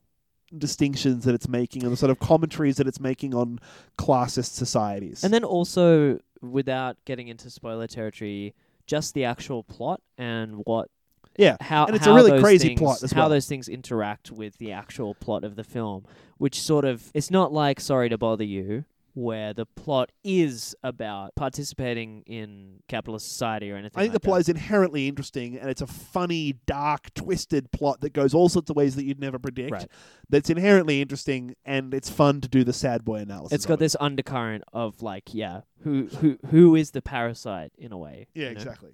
S2: distinctions that it's making, and the sort of commentaries that it's making on classist societies.
S3: And then also, without getting into spoiler territory, just the actual plot and what
S2: yeah,
S3: how
S2: And it's a
S3: how
S2: really
S3: those
S2: crazy
S3: things,
S2: plot as
S3: how
S2: well.
S3: those things interact with the actual plot of the film, which sort of it's not like Sorry to Bother You, where the plot is about participating in capitalist society or anything.
S2: I think the
S3: like
S2: plot
S3: that.
S2: is inherently interesting, and it's a funny, dark, twisted plot that goes all sorts of ways that you'd never predict.
S3: Right.
S2: That's inherently interesting, and it's fun to do the sad boy analysis.
S3: It's
S2: of
S3: got
S2: it.
S3: this undercurrent of like, yeah, who who who is the parasite in a way?
S2: Yeah,
S3: you know?
S2: exactly.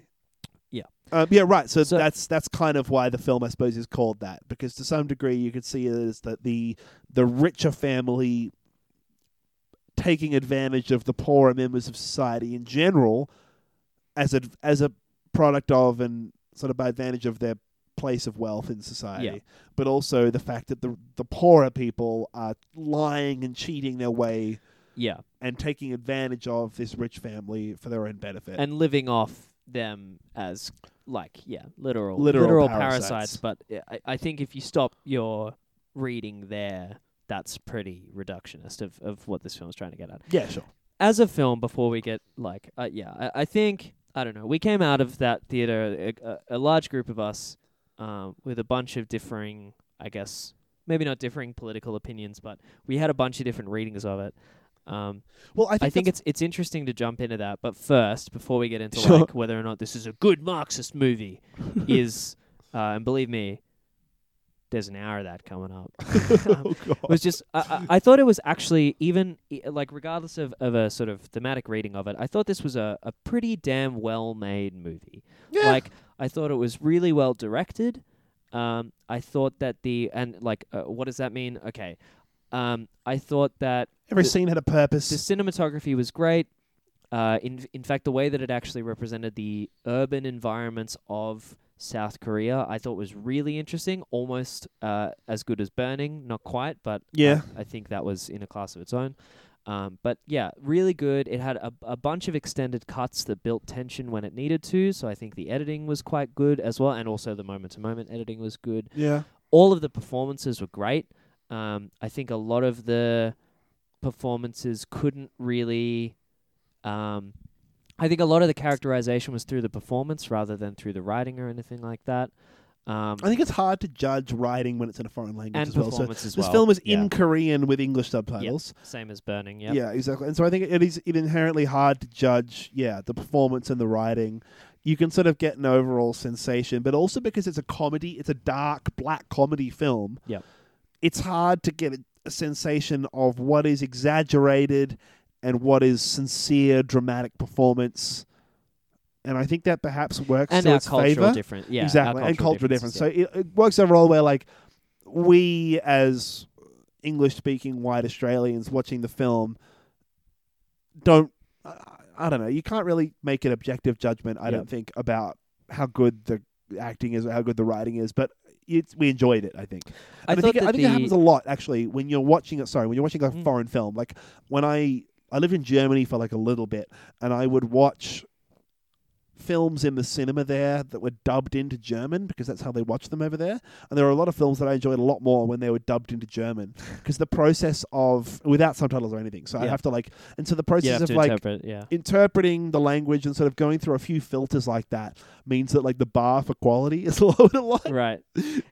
S3: Yeah.
S2: Um, yeah, right. So,
S3: So-
S2: that's that's kind of why the film, I suppose, is called that because to some degree you could see it as that the the richer family taking advantage of the poorer members of society in general as a as a product of and sort of by advantage of their place of wealth in society,
S3: Yeah.
S2: but also the fact that the the poorer people are lying and cheating their way
S3: Yeah,
S2: and taking advantage of this rich family for their own benefit.
S3: and living off them as like yeah, literal
S2: Literal
S3: parasites.
S2: parasites.
S3: But yeah, I, I think if you stop your reading there, that's pretty reductionist of of what this film's trying to get at.
S2: yeah, sure.
S3: as a film before we get like uh, yeah I, I think i don't know we came out of that theater a, a, a large group of us um, with a bunch of differing i guess maybe not differing political opinions but we had a bunch of different readings of it um,
S2: Well, I think,
S3: I,
S2: that's-
S3: think it's it's interesting to jump into that, but first, before we get into
S2: Sure.
S3: like whether or not this is a good Marxist movie, is uh, and believe me, there's an hour of that coming up. Um,
S2: oh god.
S3: was just I, I I thought it was actually even e- like regardless of, of a sort of thematic reading of it i thought this was a, a pretty damn well made movie like i thought it was really well directed um, i thought that the and like uh, what does that mean okay um, i thought that
S2: every scene had a purpose.
S3: the cinematography was great. Uh, in in fact, the way that it actually represented the urban environments of South Korea, I thought was really interesting. Almost uh, as good as Burning, not quite, but
S2: Yeah.
S3: I, I think that was in a class of its own. Um, but yeah, really good. It had a, a bunch of extended cuts that built tension when it needed to. So I think the editing was quite good as well, and also the moment to moment editing was good
S2: yeah,
S3: all of the performances were great. Um, I think a lot of the performances couldn't really. Um, I think a lot of the characterization was through the performance rather than through the writing or anything like that. Um,
S2: I think it's hard to judge writing when it's in a foreign language
S3: and
S2: as well. So
S3: performance as
S2: this
S3: well.
S2: film was
S3: Yeah.
S2: in Korean with English subtitles.
S3: Same as Burning, yeah.
S2: Yeah, exactly. And so I think it is it inherently hard to judge. Yeah, the performance and the writing. You can sort of get an overall sensation, but also because it's a comedy, it's a dark black comedy film.
S3: Yep.
S2: it's hard to get a- a sensation of what is exaggerated and what is sincere dramatic performance. And I think that perhaps works
S3: And
S2: to
S3: our
S2: its
S3: cultural
S2: favor.
S3: difference. Yeah, our
S2: exactly, and cultural difference.
S3: differences,
S2: So it, it works overall where like we as English speaking white Australians watching the film don't I, I don't know. You can't really make an objective judgment. I
S3: Yeah.
S2: don't think about how good the acting is or how good the writing is, but. It's, we enjoyed it, I think.
S3: yeah.
S2: And I,
S3: thought
S2: think, I
S3: that
S2: think
S3: the,
S2: it happens a lot actually when you're watching it. Sorry, when you're watching a
S3: Mm.
S2: foreign film, like when I I lived in Germany for like a little bit, and I would watch films in the cinema there that were dubbed into German because that's how they watch them over there. And there were a lot of films that I enjoyed a lot more when they were dubbed into German because the process of without subtitles or anything. So I
S3: Yeah.
S2: have to like, and so the
S3: you
S2: process
S3: have
S2: of
S3: to
S2: like
S3: interpret, yeah.
S2: interpreting the language and sort of going through a few filters like that means that like the bar for quality is lowered a lot.
S3: Right.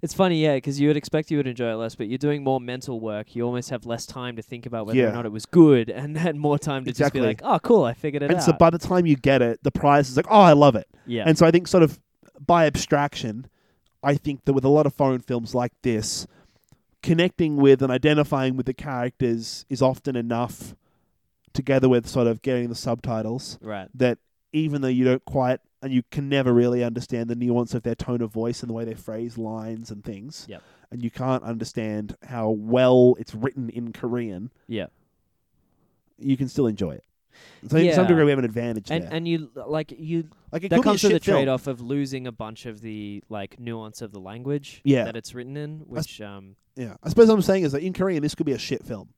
S3: It's funny, yeah, because you would expect you would enjoy it less, but you're doing more mental work. You almost have less time to think about whether
S2: Yeah.
S3: or not it was good, and then more time to
S2: Exactly.
S3: just be like, "Oh, cool, I figured it
S2: And
S3: out."
S2: so by the time you get it, the prize is like, oh, I love it.
S3: yeah,
S2: And so I think, sort of by abstraction, I think that with a lot of foreign films like this, connecting with and identifying with the characters is often enough, together with sort of getting the subtitles,
S3: right.
S2: that even though you don't quite and you can never really understand the nuance of their tone of voice and the way they phrase lines and things,
S3: Yep.
S2: and you can't understand how well it's written in Korean,
S3: Yeah.
S2: you can still enjoy it. So to some
S3: Yeah.
S2: degree, we have an advantage
S3: And
S2: there.
S3: and you like you
S2: like it
S3: that
S2: could be a
S3: comes with the
S2: shit film.
S3: trade off of losing a bunch of the like nuance of the language
S2: Yeah.
S3: that it's written in, which um
S2: Yeah, I suppose what I'm saying is that in Korean, this could be a shit film.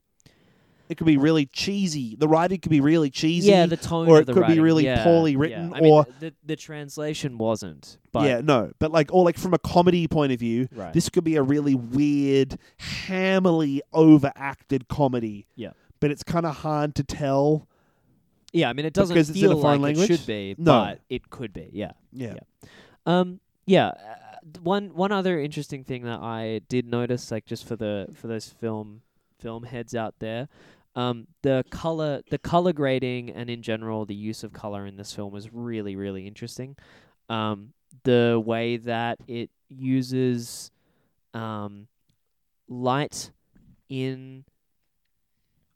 S2: It could be really cheesy. The writing could be really cheesy.
S3: yeah, the tone,
S2: or
S3: of
S2: it
S3: the
S2: could be
S3: writing.
S2: really
S3: Yeah,
S2: poorly
S3: yeah.
S2: written,
S3: I mean,
S2: or-
S3: the, the translation wasn't. But
S2: yeah, no, but like, or like from a comedy point of view,
S3: right.
S2: this could be a really weird, hamily overacted comedy.
S3: Yeah.
S2: but it's kind of hard to tell.
S3: yeah, I mean, it doesn't
S2: because it's in
S3: feel
S2: a foreign
S3: like it
S2: language?
S3: should be,
S2: No.
S3: but it could be. Yeah.
S2: Yeah,
S3: Yeah. Um. Yeah. Uh, one one other interesting thing that I did notice, like just for the for those film film heads out there, um, the color the color grading and in general the use of color in this film was really really interesting. Um, the way that it uses um, light in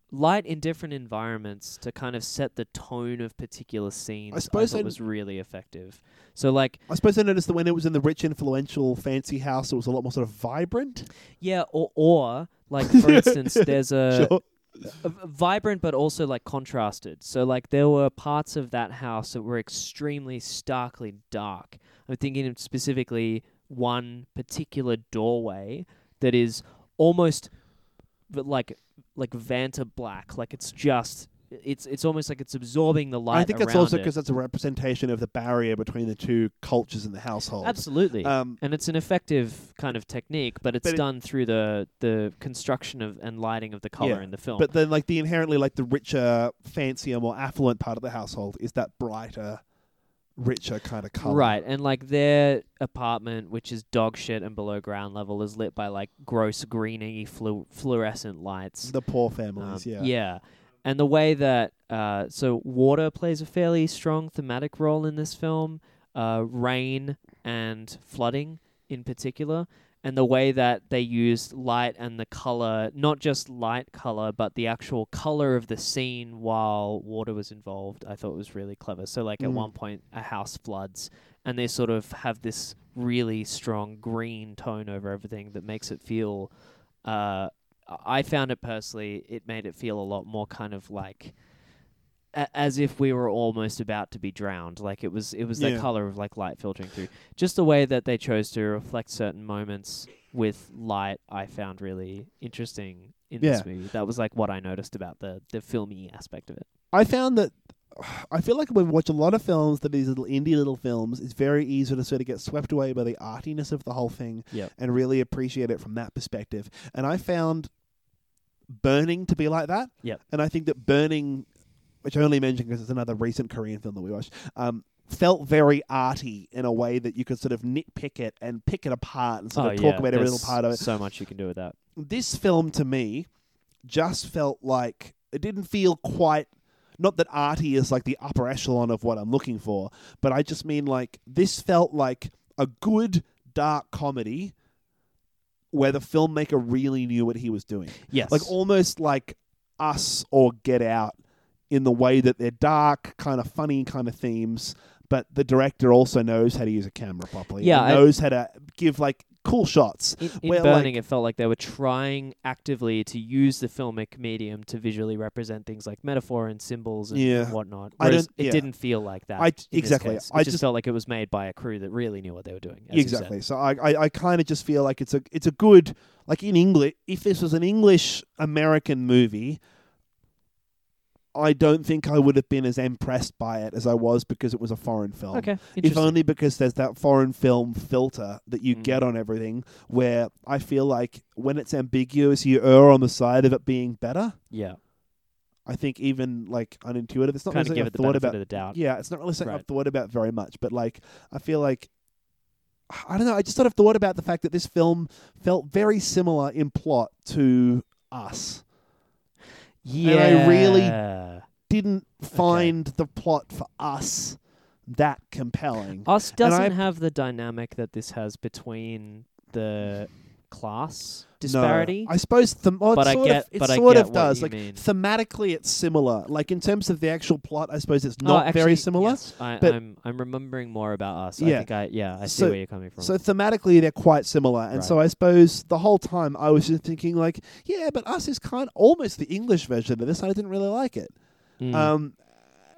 S3: light in different environments to kind of set the tone of particular scenes
S2: suppose
S3: thought
S2: I-
S3: was really effective. So like
S2: I suppose I noticed that when it was in the rich, influential, fancy house, it was a lot more sort of vibrant.
S3: Yeah, or or like for instance, there's a,
S2: sure.
S3: a v- vibrant but also like contrasted. So like there were parts of that house that were extremely starkly dark. I'm thinking of specifically one particular doorway that is almost v- like like Vanta black. Like it's just it's it's almost like it's absorbing the light.
S2: I think that's
S3: around
S2: also
S3: it.
S2: because that's a representation of the barrier between the two cultures in the household.
S3: absolutely.
S2: Um,
S3: and it's an effective kind of technique, but it's
S2: But it-
S3: done through the the construction of and lighting of the color
S2: Yeah,
S3: in the film.
S2: but then, like the inherently like the richer, fancier, more affluent part of the household is that brighter, richer kind of color.
S3: Right, and like their apartment, which is dog shit and below ground level, is lit by like gross greeny flu- fluorescent lights.
S2: The poor
S3: Um,
S2: families. yeah.
S3: And the way that uh, so water plays a fairly strong thematic role in this film, uh, rain and flooding in particular, and the way that they used light and the color, not just light color, but the actual color of the scene while water was involved, I thought was really clever. So like at
S2: Mm.
S3: one point a house floods and they sort of have this really strong green tone over everything that makes it feel uh, I found it personally, it made it feel a lot more kind of like a- as if we were almost about to be drowned. Like it was, it was the
S2: Yeah.
S3: color of like light filtering through. Just the way that they chose to reflect certain moments with light, I found really interesting in this movie. That was like what I noticed about the the filmy aspect of it.
S2: I found that I feel like when we watch a lot of films that are these little indie little films, it's very easy to sort of get swept away by the artiness of the whole thing
S3: Yep.
S2: and really appreciate it from that perspective. And I found Burning to be like that.
S3: Yep.
S2: And I think that Burning, which I only mentioned because it's another recent Korean film that we watched, um, felt very arty in a way that you could sort of nitpick it and pick it apart and sort of talk about every
S3: Oh, there's
S2: little part of it
S3: So much you can do with that.
S2: this film to me just felt like it didn't feel quite not that arty is like the upper echelon of what I'm looking for, but I just mean like this felt like a good dark comedy where the filmmaker really knew what he was doing.
S3: Yes,
S2: Like almost like us or Get Out in the way that they're dark, kind of funny kind of themes, but the director also knows how to use a camera properly.
S3: Yeah,
S2: and
S3: I-
S2: knows how to give like cool shots.
S3: In, in
S2: Where,
S3: Burning, it felt like they were trying actively to use the filmic medium to visually represent things like metaphor and symbols and,
S2: Yeah.
S3: whatnot.
S2: I
S3: Whereas
S2: don't- yeah.
S3: it didn't feel like that.
S2: I-
S3: in this
S2: exactly.
S3: case. It
S2: I
S3: just
S2: just-
S3: felt like it was made by a crew that really knew what they were doing. as you said.
S2: exactly. Um, So I, I, I kind of just feel like it's a it's a good like in English. If this was an English American movie, I don't think I would have been as impressed by it as I was because it was a foreign film.
S3: Okay.
S2: If
S3: Interesting.
S2: only because there's that foreign film filter that you
S3: Mm.
S2: get on everything, where I feel like when it's ambiguous, you err on the side of it being better.
S3: yeah.
S2: I think even like unintuitive, it's not
S3: Kind of
S2: really something
S3: give it
S2: I've
S3: the
S2: thought
S3: benefit
S2: about
S3: of the doubt.
S2: yeah, it's not really something I've
S3: Right.
S2: thought about very much, but like I feel like I don't know. I just sort of thought about the fact that this film felt very similar in plot to Us.
S3: Yeah.
S2: I really-
S3: really.
S2: Didn't find the plot for Us that compelling.
S3: Us doesn't
S2: I-
S3: have the dynamic that this has between the class disparity.
S2: No, I suppose them- oh, it
S3: But I
S2: sort
S3: get-
S2: of, it
S3: but I
S2: sort
S3: get
S2: of
S3: what
S2: does.
S3: you
S2: like
S3: mean.
S2: thematically, it's similar. Like in terms of the actual plot, I suppose it's
S3: Oh,
S2: not very
S3: actually,
S2: similar.
S3: yes, I,
S2: but-
S3: I'm I'm remembering more about us. I
S2: Yeah.
S3: think I yeah I see
S2: So-
S3: where you're coming from.
S2: So thematically, they're quite similar, and so I suppose the whole time I was just thinking like, yeah, but Us is kind almost the English version of this, and I didn't really like it.
S3: Mm.
S2: Um,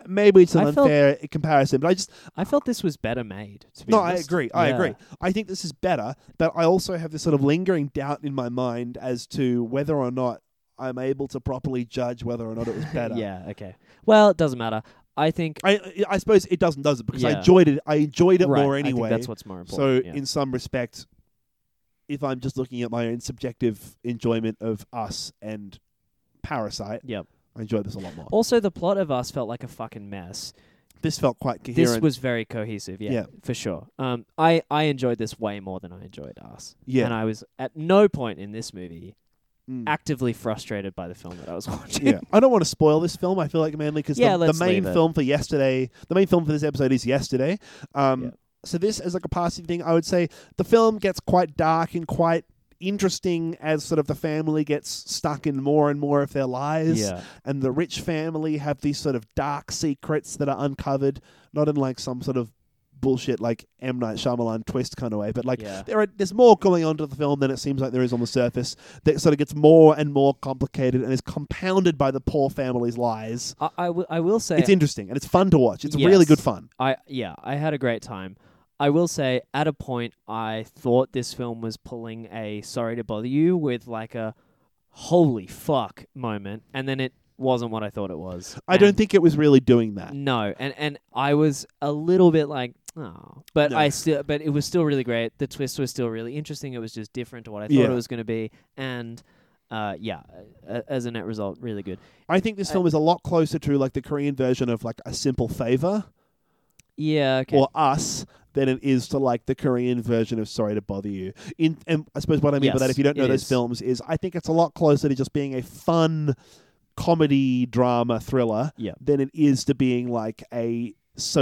S2: maybe it's an
S3: I felt-
S2: unfair comparison, but I just
S3: I felt this was better made. To be
S2: no,
S3: honest.
S2: I agree, I
S3: Yeah.
S2: agree. I think this is better, but I also have this sort of lingering doubt in my mind as to whether or not I'm able to properly judge whether or not it was better.
S3: yeah, okay. Well, it doesn't matter. I think
S2: I I suppose it doesn't, does it? Because I
S3: Yeah.
S2: enjoyed it. I enjoyed it
S3: right,
S2: more
S3: I think
S2: anyway.
S3: that's what's more
S2: so
S3: important. yeah.
S2: in some respect, if I'm just looking at my own subjective enjoyment of us and Parasite,
S3: Yep.
S2: I enjoyed this a lot more.
S3: Also, the plot of us felt like a fucking mess.
S2: This felt quite coherent.
S3: This was very cohesive, yeah,
S2: Yeah.
S3: for sure. Um, I I enjoyed this way more than I enjoyed Us,
S2: yeah.
S3: and I was at no point in this movie
S2: Mm.
S3: actively frustrated by the film that I was watching.
S2: yeah. I don't want to spoil this film. I feel like mainly because
S3: Yeah,
S2: the, the
S3: let's
S2: main
S3: leave it.
S2: film for yesterday, the main film for this episode is yesterday. Um,
S3: Yeah.
S2: So this is like a passing thing. I would say the film gets quite dark and quite interesting as sort of the family gets stuck in more and more of their lives
S3: yeah,
S2: and the rich family have these sort of dark secrets that are uncovered not in like some sort of bullshit like M Night Shyamalan twist kind of way but like
S3: yeah.
S2: there are, there's more going on to the film than it seems like there is on the surface. That sort of gets more and more complicated and is compounded by the poor family's lies.
S3: I I, w- I will say
S2: It's interesting and it's fun to watch. It's
S3: Yes.
S2: really good fun.
S3: I yeah, I had a great time. I will say, at a point, I thought this film was pulling a "Sorry to bother you" with like a "Holy fuck" moment, and then it wasn't what I thought it was.
S2: I don't
S3: And Mm.
S2: think it was really doing that.
S3: no, and and I was a little bit like, oh, but
S2: No.
S3: I still, but it was still really great. The twist was still really interesting. It was just different to what I thought
S2: Yeah.
S3: it was going to be, and uh, yeah, a- as a net result, really good.
S2: I think this
S3: I-
S2: film is a lot closer to like the Korean version of like a simple favor
S3: Yeah, okay,
S2: or us than it is to like the Korean version of Sorry to Bother You. In and I suppose what I mean by that,
S3: Yes,
S2: if you don't know
S3: it
S2: those
S3: is.
S2: films, is I think it's a lot closer to just being a fun comedy drama thriller
S3: Yeah.
S2: than it is to being like a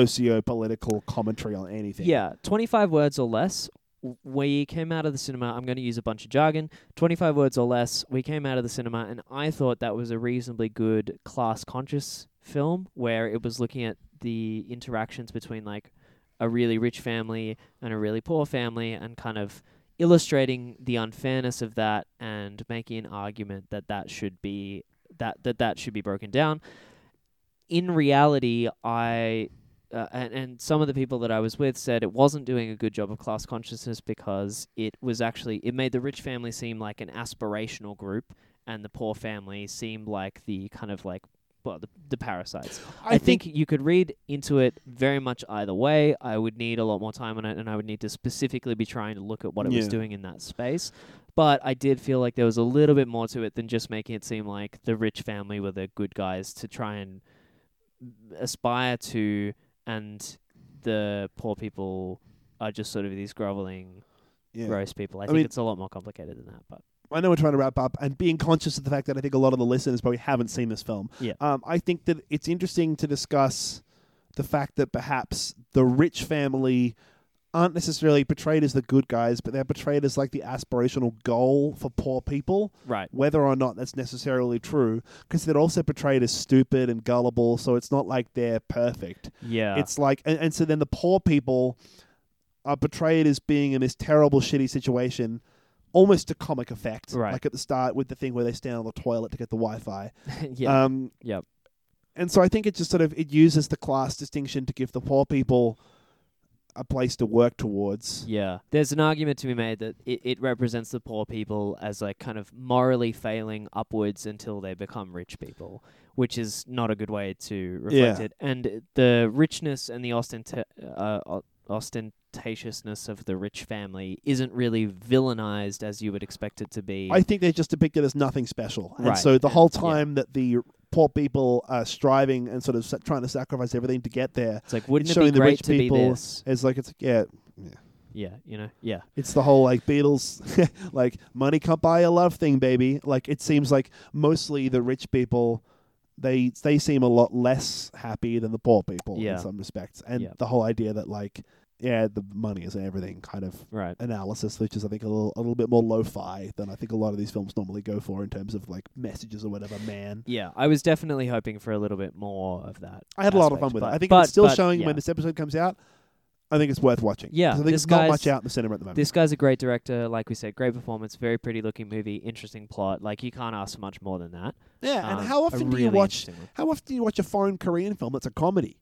S2: socio-political commentary on anything.
S3: yeah, twenty five words or less. W- We came out of the cinema. I'm going to use a bunch of jargon. 25 words or less. We came out of the cinema, and I thought that was a reasonably good class conscious film where it was looking at the interactions between like a really rich family and a really poor family and kind of illustrating the unfairness of that and making an argument that that should be that that, that should be broken down in reality i uh, and, and some of the people that I was with said it wasn't doing a good job of class consciousness because it was actually it made the rich family seem like an aspirational group and the poor family seemed like the kind of like well the, the parasites I, think, you could read into it very much either way. I would need a lot more time on it, and I would need to specifically be trying to look at what it was
S2: Yeah.
S3: doing in that space. But I did feel like there was a little bit more to it than just making it seem like the rich family were the good guys to try and aspire to, and the poor people are just sort of these groveling,
S2: Yeah.
S3: gross people. I, think
S2: mean-
S3: it's a lot more complicated than that. But
S2: I know we're trying to wrap up and being conscious of the fact that I think a lot of the listeners probably haven't seen this film.
S3: Yeah.
S2: Um, I think that it's interesting to discuss the fact that perhaps the rich family aren't necessarily portrayed as the good guys, but they're portrayed as like the aspirational goal for poor people,
S3: right,
S2: whether or not that's necessarily true, because they're also portrayed as stupid and gullible, so it's not like they're perfect.
S3: yeah,
S2: It's like, and, and so then the poor people are portrayed as being in this terrible, shitty situation, almost to comic effect.
S3: Right.
S2: Like at the start with the thing where they stand on the toilet to get the Wi Fi.
S3: yeah,
S2: Um,
S3: Yep.
S2: And so I think it just sort of it uses the class distinction to give the poor people a place to work towards.
S3: Yeah. There's an argument to be made that it, it represents the poor people as like kind of morally failing upwards until they become rich people, which is not a good way to reflect
S2: Yeah.
S3: it. And the richness and the ostenta- uh, o- ostentatiousness of the rich family isn't really villainized as you would expect it to be.
S2: I think they're just depicted as nothing special. And
S3: Right.
S2: so the
S3: And-
S2: whole
S3: yeah.
S2: time that the poor people are striving and sort of sa- trying to sacrifice everything to get there,
S3: it's like, wouldn't
S2: it's
S3: it be
S2: showing the
S3: great
S2: rich
S3: to be
S2: people-
S3: this?
S2: it's like it's yeah,
S3: Yeah, you know? Yeah.
S2: It's the whole like Beatles, like money can't buy a love thing, baby. Like it seems like mostly the rich people, they they seem a lot less happy than the poor people
S3: Yeah.
S2: in some respects, and
S3: Yeah.
S2: the whole idea that like yeah, the money is everything kind of
S3: Right.
S2: analysis, which is I think a little a little bit more lo-fi than I think a lot of these films normally go for in terms of like messages or whatever. Man,
S3: Yeah, I was definitely hoping for a little bit more of that.
S2: I had a lot of
S3: aspect,
S2: fun with
S3: but-
S2: it. I think
S3: but-
S2: if it's still
S3: but,
S2: showing
S3: yeah.
S2: when this episode comes out. I think it's worth watching.
S3: Yeah,
S2: 'Cause I think
S3: this
S2: there's not
S3: guy's-
S2: much out in the cinema at the moment.
S3: This guy's a great director, like we said, great performance, very pretty looking movie, interesting plot. Like you can't ask for much more than that.
S2: yeah, and
S3: Um,
S2: how
S3: a
S2: often do
S3: really
S2: you watch?
S3: interesting one.
S2: How often do you watch a foreign Korean film that's a comedy?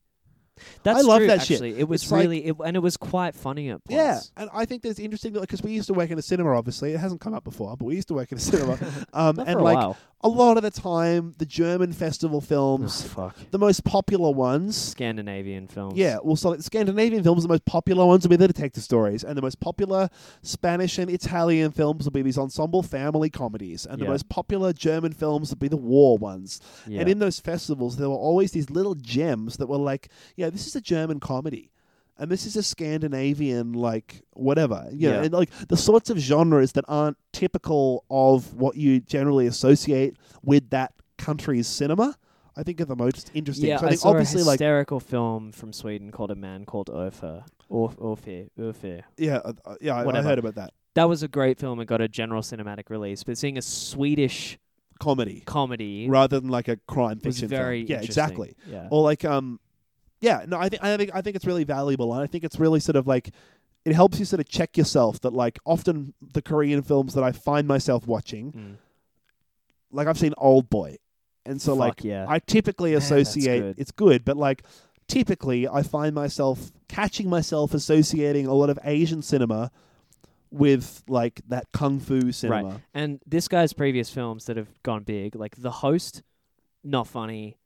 S3: That's
S2: love
S3: true,
S2: that shit.
S3: actually. It was
S2: It's like-
S3: really, it, and it was quite funny at points.
S2: Yeah, and I think that's interesting because we used to work in a cinema. Obviously, it hasn't come up before, but we used to work in a cinema. um,
S3: Not
S2: and
S3: for a
S2: like,
S3: while.
S2: a lot of the time, the German festival films,
S3: fuck.
S2: the most popular ones,
S3: Scandinavian films.
S2: yeah, well, so like, Scandinavian films, the most popular ones will be the detective stories, and the most popular Spanish and Italian films will be these ensemble family comedies, and the
S3: Yeah.
S2: most popular German films will be the war ones.
S3: Yeah.
S2: And in those festivals, there were always these little gems that were like, yeah, this is a German comedy. And this is a Scandinavian, like, whatever. You know,
S3: Yeah.
S2: and like the sorts of genres that aren't typical of what you generally associate with that country's cinema, I think are the most interesting.
S3: yeah,
S2: so I,
S3: I,
S2: think
S3: saw
S2: obviously,
S3: a
S2: like,
S3: hysterical film from Sweden called A Man Called Orfer. Orf, Orfir, Orfir.
S2: yeah, uh, uh, yeah, I- I,
S3: Whatever.
S2: heard about that.
S3: That was a great film. It got a general cinematic release, but seeing a Swedish
S2: Comedy
S3: comedy
S2: rather than like a crime
S3: was
S2: fiction.
S3: very
S2: film. Yeah,
S3: interesting.
S2: exactly.
S3: Yeah.
S2: or like um yeah no i think i think i think it's really valuable and i think it's really sort of like it helps you sort of check yourself that like often the korean films that i find myself watching
S3: Mm.
S2: like i've seen old boy and so
S3: Fuck
S2: like
S3: yeah.
S2: i typically
S3: that's
S2: associate
S3: good.
S2: it's good but like typically i find myself catching myself associating a lot of asian cinema with like that kung fu cinema
S3: And this guy's previous films that have gone big, like The Host, not funny,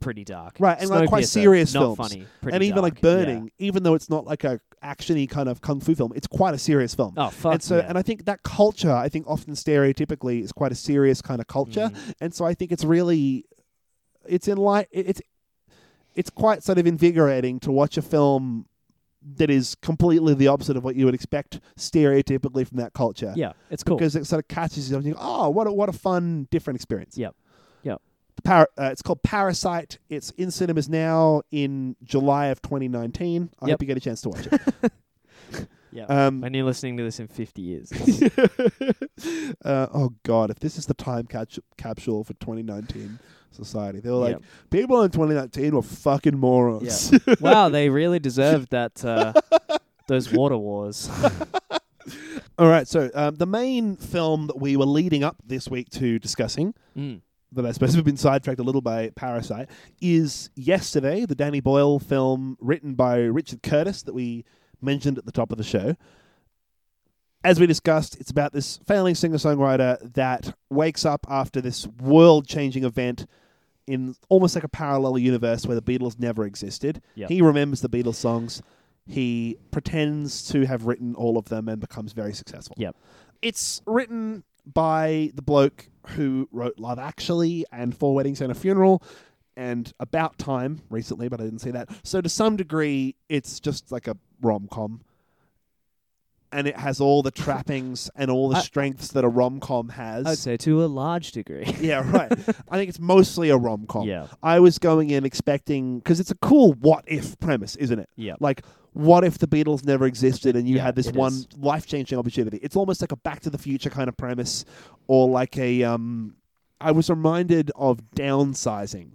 S3: pretty dark.
S2: Right, and, like, quite
S3: Snowpiercer,
S2: serious
S3: not
S2: films.
S3: funny, pretty
S2: and even
S3: dark.
S2: like burning even though it's not like a actiony kind of kung fu film it's quite a serious film
S3: Yeah. Oh fuck.
S2: and so
S3: yeah.
S2: and I think that culture, I think often stereotypically is quite a serious kind of culture,
S3: Mm.
S2: and so I think it's really it's in light it- it's it's quite sort of invigorating to watch a film that is completely the opposite of what you would expect stereotypically from that culture.
S3: yeah, it's cool.
S2: Because it sort of catches you and you go, oh, what a, what a fun, different experience.
S3: Yep. Yep.
S2: The Par- uh, it's called Parasite. It's in cinemas now in July of 2019. I
S3: Yep.
S2: hope you get a chance to watch it.
S3: yeah.
S2: Um,
S3: when you're listening to this in 50 years, it's-
S2: uh, oh god, if this is the time capt- capsule for 2019 society, they were like,
S3: Yep.
S2: people in 2019 were fucking morons.
S3: wow, they really deserved that. Uh, those water wars.
S2: All right, so um, the main film that we were leading up this week to discussing.
S3: Mm.
S2: That I suppose we've been sidetracked a little by Parasite is yesterday the Danny Boyle film written by Richard Curtis that we mentioned at the top of the show. as we discussed, it's about this failing singer songwriter that wakes up after this world changing event in almost like a parallel universe where the Beatles never existed.
S3: Yep.
S2: He remembers the Beatles songs. He pretends to have written all of them and becomes very successful.
S3: Yep.
S2: It's written by the bloke who wrote Love Actually and Four Weddings and a Funeral and About Time recently, but I didn't see that. So to some degree, it's just like a rom com and it has all the trappings and all the
S3: I-
S2: strengths that a rom com has.
S3: I'd say to a large degree.
S2: yeah, right. I think it's mostly a rom com.
S3: yeah.
S2: I was going in expecting because it's a cool what if premise, isn't it?
S3: Yeah.
S2: Like, what if the Beatles never existed and you
S3: Yeah,
S2: had this
S3: it
S2: one
S3: is.
S2: life changing opportunity? It's almost like a Back to the Future kind of premise, or like a. Um, I was reminded of downsizing.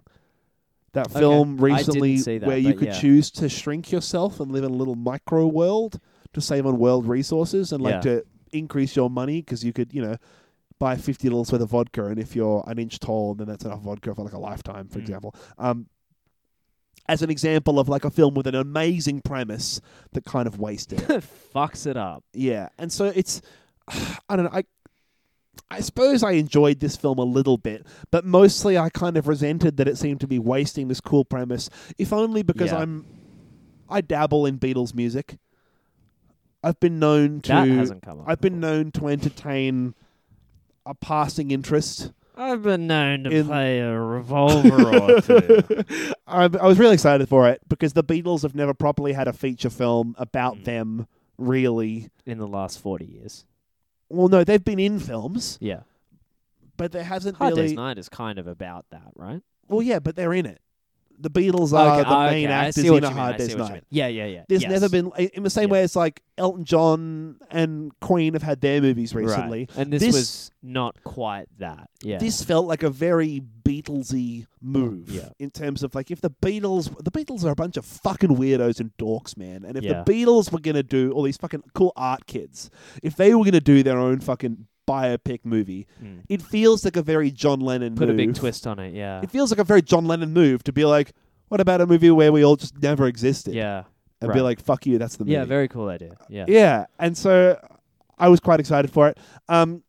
S2: That
S3: Okay.
S2: film
S3: I didn't
S2: recently
S3: see that,
S2: where you
S3: but
S2: could
S3: yeah.
S2: choose to shrink yourself and live in a little micro world to save on world resources and like
S3: Yeah.
S2: to increase your money because you could, you know, buy 50 littles worth of vodka and if you're an inch tall then that's enough vodka for like a lifetime for
S3: Mm.
S2: example um, as an example of like a film with an amazing premise that kind of wasted it.
S3: Fucks it up.
S2: yeah and so it's i don't know i i suppose i enjoyed this film a little bit but mostly i kind of resented that it seemed to be wasting this cool premise if only because
S3: Yeah.
S2: i'm i dabble in beatles music i've been known to
S3: that hasn't come up.
S2: I've been
S3: before.
S2: known to entertain a passing interest.
S3: I've been known to
S2: in-
S3: play a revolver or two.
S2: I, I was really excited for it because the Beatles have never properly had a feature film about
S3: Mm.
S2: them, really.
S3: in the last 40 years.
S2: Well, no, they've been in films,
S3: Yeah.
S2: but there hasn't
S3: Hard Day's
S2: really.
S3: Night is kind of about that, right?
S2: Well, yeah, but they're in it. The Beatles are
S3: okay,
S2: the
S3: Uh, okay,
S2: main
S3: I
S2: actors
S3: see
S2: in
S3: what you
S2: A
S3: mean, I
S2: Hard
S3: see
S2: Day's
S3: what you
S2: Night.
S3: mean. Yeah, yeah, yeah.
S2: There's
S3: yes.
S2: never been in the same
S3: Yeah.
S2: way as like Elton John and Queen have had their movies
S3: Right.
S2: recently.
S3: And this,
S2: This-
S3: was not quite that. Yeah.
S2: this felt like a very Beatlesy move
S3: Yeah.
S2: in terms of like if the Beatles the Beatles are a bunch of fucking weirdos and dorks, man. And if
S3: Yeah.
S2: the Beatles were gonna do all these fucking cool art kids, if they were gonna do their own fucking biopic movie,
S3: Mm.
S2: it feels like a very John Lennon
S3: Put a
S2: move.
S3: big twist on it, yeah.
S2: It feels like a very John Lennon move to be like, what about a movie where we all just never existed?
S3: Yeah.
S2: And be
S3: right.
S2: like, fuck you, that's the movie.
S3: Yeah, very cool idea. Yeah.
S2: Yeah, and so I was quite excited for it. Um,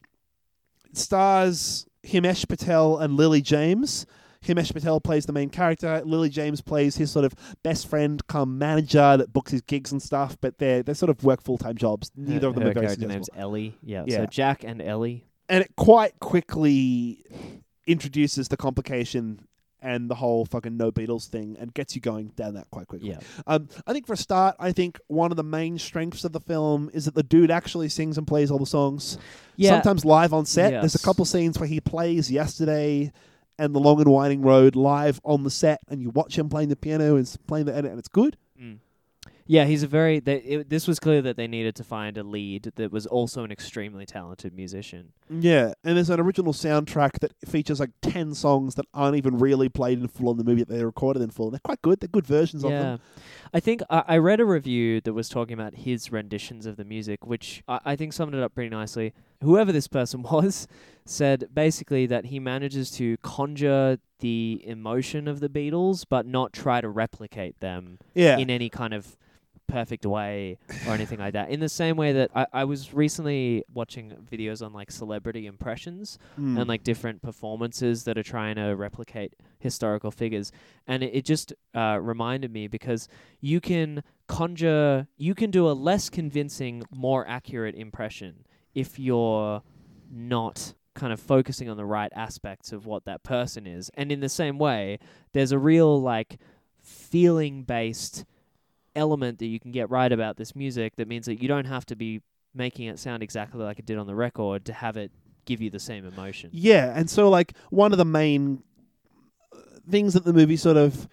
S2: it stars Himesh Patel and Lily James. Himesh Patel plays the main character. Lily James plays his sort of best friend, come manager that books his gigs and stuff. But they they sort of work full time jobs. Neither of them
S3: Her
S2: are very
S3: character
S2: successful
S3: name's Ellie. Yeah,
S2: Yeah.
S3: So Jack and Ellie.
S2: and it quite quickly introduces the complication and the whole fucking no Beatles thing and gets you going down that quite quickly.
S3: Yeah.
S2: Um, I think for a start, I think one of the main strengths of the film is that the dude actually sings and plays all the songs.
S3: Yeah.
S2: Sometimes live on set. There's a
S3: Yes.
S2: couple scenes where he plays yesterday and the long and winding road live on the set and you watch him playing the piano and s- playing the edit and it's good.
S3: Hmm. Mm. Yeah, he's a very. They, it, this was clear that they needed to find a lead that was also an extremely talented musician.
S2: Yeah, and there's an original soundtrack that features like 10 songs that aren't even really played in full in the movie that they recorded in full. They're quite good. They're good versions of them.
S3: I think I, I read a review that was talking about his renditions of the music, which I, I think summed it up pretty nicely. Whoever this person was said basically that he manages to conjure the emotion of the Beatles, but not try to replicate them
S2: Yeah.
S3: in any kind of perfect way or anything like that. In the same way that I, I was recently watching videos on like celebrity impressions
S2: Mm.
S3: and like different performances that are trying to replicate historical figures. And it, it just uh, reminded me because you can conjure, you can do a less convincing, more accurate impression if you're not kind of focusing on the right aspects of what that person is. And in the same way, there's a real like feeling based element that you can get right about this music that means that you don't have to be making it sound exactly like it did on the record to have it give you the same emotion.
S2: Yeah, and so like one of the main uh, things that the movie sort of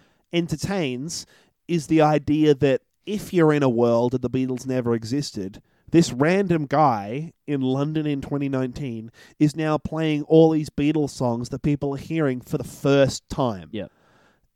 S2: entertains is the idea that if you're in a world that the Beatles never existed, this random guy in London in 2019 is now playing all these Beatles songs that people are hearing for the first time.
S3: Yeah.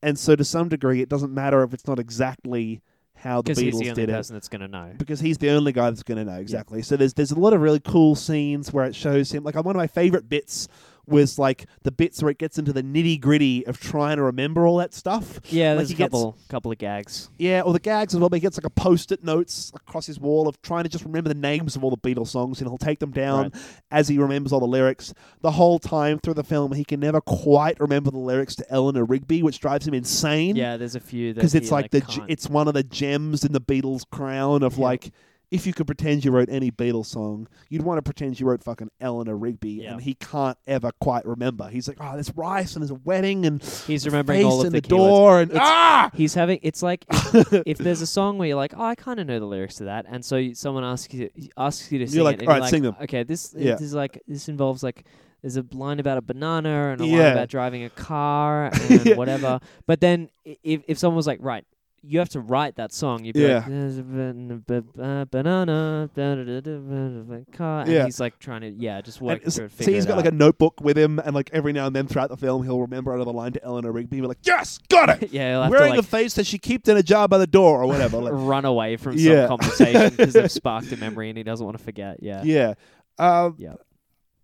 S2: And so to some degree it doesn't matter if it's not exactly how the
S3: Because
S2: Beatles
S3: he's the only
S2: did it
S3: person that's going to know.
S2: because he's the only guy that's going to know exactly. So there's there's a lot of really cool scenes where it shows him. Like one of my favorite bits was like the bits where it gets into the nitty gritty of trying to remember all that stuff.
S3: Yeah,
S2: Like,
S3: there's
S2: he
S3: a
S2: gets-
S3: couple couple of gags.
S2: Yeah, or the gags as well. But he gets like a post-it notes across his wall of trying to just remember the names of all the Beatles songs, and he'll take them down as he remembers all the lyrics. The whole time through the film, he can never quite remember the lyrics to Eleanor Rigby, which drives him insane.
S3: Yeah, there's a few that
S2: because
S3: he,
S2: it's like, the
S3: can't-
S2: g- it's one of the gems in the Beatles crown of
S3: Yeah.
S2: like if you could pretend you wrote any Beatles song, you'd want to pretend you wrote fucking Eleanor Rigby,
S3: Yeah.
S2: and he can't ever quite remember. He's like, oh, there's rice and there's a wedding and
S3: he's
S2: the
S3: remembering all
S2: face
S3: of
S2: and
S3: the,
S2: the
S3: keywords.
S2: door and
S3: It's-
S2: ah.
S3: He's having it's like if, if there's a song where you're like, oh, I kind of know the lyrics to that, and so you, someone asks you asks you to sing
S2: like,
S3: it, and
S2: "Alright,
S3: you're like,
S2: sing them."
S3: Okay, this
S2: Yeah.
S3: this is like this involves like there's a line about a banana and a
S2: Yeah.
S3: line about driving a car and
S2: Yeah.
S3: whatever. But then i- if if someone was like, right. You have to write that song. You'd be
S2: Yeah.
S3: like, "There's a ban- ba- ba- banana, da- da- da- da- da- da- da- car, and
S2: Yeah.
S3: he's like trying to, yeah, just
S2: And
S3: work
S2: it's-
S3: through it.
S2: so
S3: figure
S2: he's
S3: it
S2: got like
S3: out.
S2: a notebook with him, and like every now and then throughout the film, he'll remember another line to Eleanor Rigby. We're like, yes, got it.
S3: yeah, he'll have to,
S2: Wearing
S3: like,
S2: a face that she kept in a jar by the door or whatever. Like,
S3: run away from
S2: Yeah.
S3: some conversation because they've sparked a memory and he doesn't want to forget. Yeah.
S2: Yeah. Um,
S3: Yep.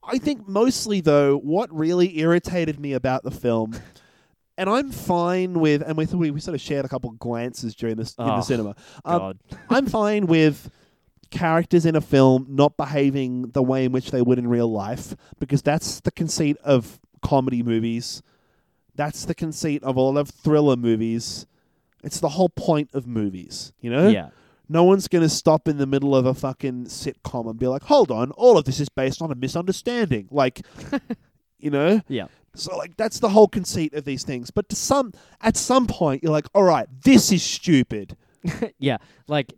S2: I think mostly, though, what really irritated me about the film, and I'm fine with, and we, we, we sort of shared a couple glances during this in the
S3: Oh,
S2: cinema. Um,
S3: God.
S2: I'm fine with characters in a film not behaving the way in which they would in real life because that's the conceit of comedy movies. That's the conceit of all of thriller movies. It's the whole point of movies, you know?
S3: yeah.
S2: No one's going to stop in the middle of a fucking sitcom and be like, hold on, all of this is based on a misunderstanding. Like, you know?
S3: Yeah.
S2: So, like, that's the whole conceit of these things. But to some, at some point, you're like, all right, this is stupid.
S3: Yeah. Like,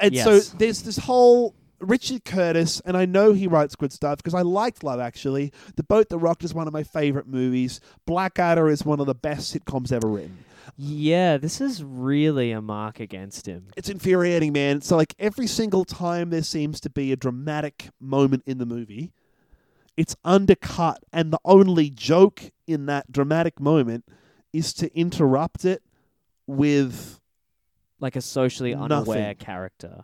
S2: And
S3: Yes.
S2: so there's this whole Richard Curtis, and I know he writes good stuff because I liked Love Actually. The Boat that Rocked is one of my favorite movies. Blackadder is one of the best sitcoms ever written.
S3: yeah, this is really a mark against him.
S2: it's infuriating, man. So like every single time there seems to be a dramatic moment in the movie, it's undercut, and the only joke in that dramatic moment is to interrupt it with
S3: Like a socially unaware character,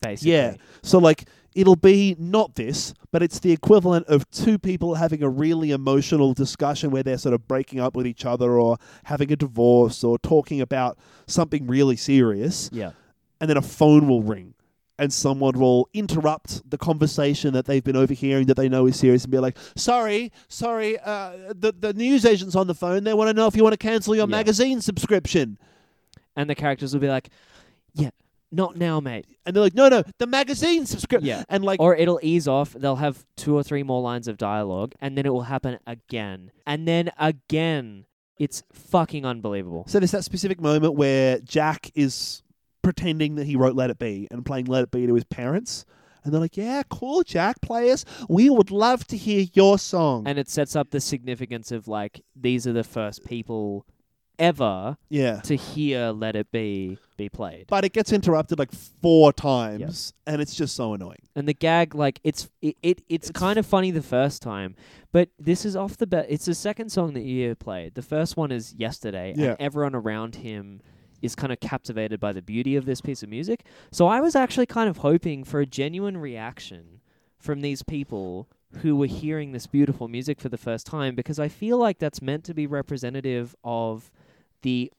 S3: basically.
S2: Yeah. so like it'll be not this, but it's the equivalent of two people having a really emotional discussion where they're sort of breaking up with each other or having a divorce or talking about something really serious.
S3: Yeah.
S2: and then a phone will ring and someone will interrupt the conversation that they've been overhearing that they know is serious and be like, "Sorry, sorry, uh, the the news agent's on the phone. They want to know if you want to cancel your
S3: Yeah.
S2: magazine subscription."
S3: and the characters will be like, "Yeah, not now, mate."
S2: And they're like, "No, no, the magazine subscription."
S3: Yeah.
S2: and like,
S3: Or it'll ease off. They'll have two or three more lines of dialogue, and then it will happen again, and then again. It's fucking unbelievable.
S2: so there's that specific moment where Jack is pretending that he wrote "Let It Be" and playing "Let It Be" to his parents. And they're like, yeah, cool, Jack, play us. We would love to hear your song.
S3: and it sets up the significance of like these are the first people ever
S2: yeah.
S3: to hear "Let It Be" be played,
S2: but it gets interrupted like four times, and it's just so annoying.
S3: and the gag like it's it, it it's,
S2: It's-
S3: kind of funny the first time, but this is off the bat. It's the second song that you hear played. The first one is "Yesterday,"
S2: Yeah.
S3: and everyone around him is kind of captivated by the beauty of this piece of music. So I was actually kind of hoping for a genuine reaction from these people who were hearing this beautiful music for the first time because I feel like that's meant to be representative of the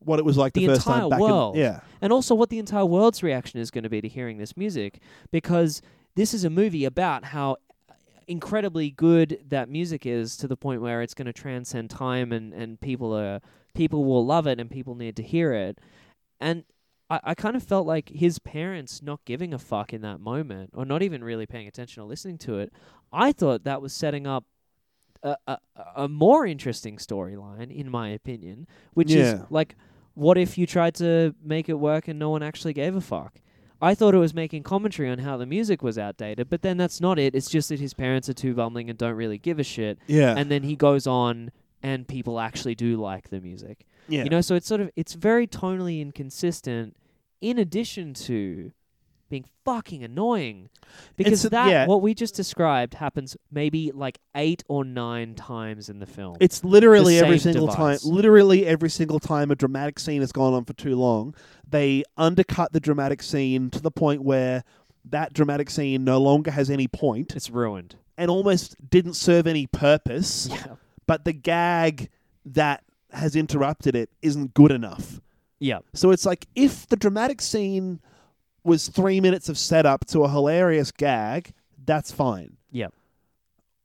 S2: What it was like the,
S3: The
S2: first time
S3: entire
S2: back
S3: world.
S2: in yeah,
S3: and also what the entire world's reaction is going to be to hearing this music because this is a movie about how uh, incredibly good that music is to the point where it's going to transcend time and, and people are people will love it and people need to hear it and I, I kind of felt like his parents not giving a fuck in that moment or not even really paying attention or listening to it i thought that was setting up a, a, a more interesting storyline in my opinion which is
S2: Yeah.
S3: like what if you tried to make it work and no one actually gave a fuck? I thought it was making commentary on how the music was outdated, but then that's not it. It's just that his parents are too bumbling and don't really give a shit.
S2: yeah,
S3: And then he goes on and people actually do like the music.
S2: yeah.
S3: You know, so it's sort of it's very tonally inconsistent in addition to being fucking annoying. Because
S2: It's a-
S3: that
S2: yeah.
S3: what we just described happens maybe like 8 or 9 times in the film.
S2: it's literally
S3: the
S2: every
S3: same
S2: single
S3: device.
S2: time. Literally every single time a dramatic scene has gone on for too long, they undercut the dramatic scene to the point where that dramatic scene no longer has any point
S3: it's ruined.
S2: and almost didn't serve any purpose.
S3: Yeah.
S2: But the gag that has interrupted it isn't good enough.
S3: Yeah.
S2: So it's like if the dramatic scene was three minutes of setup to a hilarious gag, that's fine.
S3: Yep.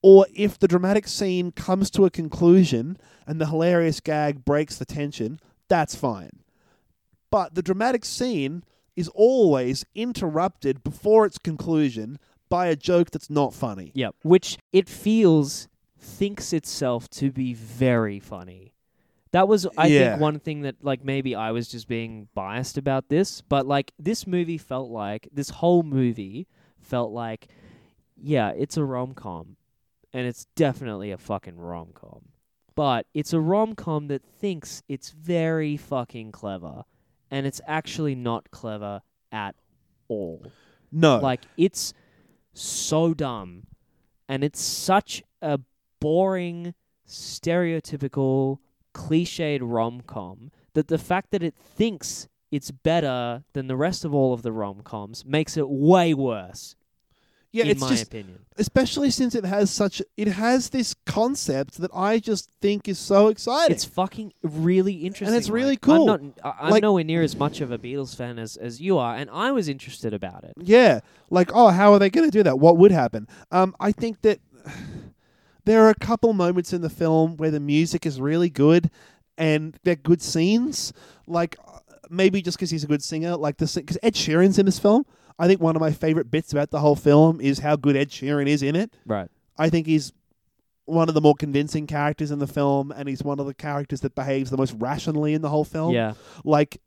S2: Or if the dramatic scene comes to a conclusion and the hilarious gag breaks the tension, that's fine. But the dramatic scene is always interrupted before its conclusion by a joke that's not funny.
S3: Yep. Which it feels thinks itself to be very funny. That was I
S2: Yeah.
S3: think one thing that like maybe I was just being biased about this, but like this movie felt like this whole movie felt like yeah, it's a rom-com and it's definitely a fucking rom-com. But it's a rom-com that thinks it's very fucking clever and it's actually not clever at all.
S2: No.
S3: Like it's so dumb, and it's such a boring, stereotypical, cliched rom com that the fact that it thinks it's better than the rest of all of the rom coms makes it way worse,
S2: yeah,
S3: in
S2: it's
S3: my
S2: just
S3: opinion.
S2: especially since it has such it has this concept that I just think is so exciting.
S3: It's fucking really interesting,
S2: it's really
S3: like,
S2: cool.
S3: I'm, not, I- I'm
S2: Like-
S3: nowhere near as much of a Beatles fan as as you are, and I was interested about it.
S2: Yeah. Like, oh, how are they going to do that? What would happen? Um, I think that there are a couple moments in the film where the music is really good and they're good scenes. Like, uh, maybe just because he's a good singer, like the because Ed Sheeran's in this film. I think one of my favorite bits about the whole film is how good Ed Sheeran is in it.
S3: Right.
S2: I think he's one of the more convincing characters in the film, and he's one of the characters that behaves the most rationally in the whole film.
S3: Yeah.
S2: Like,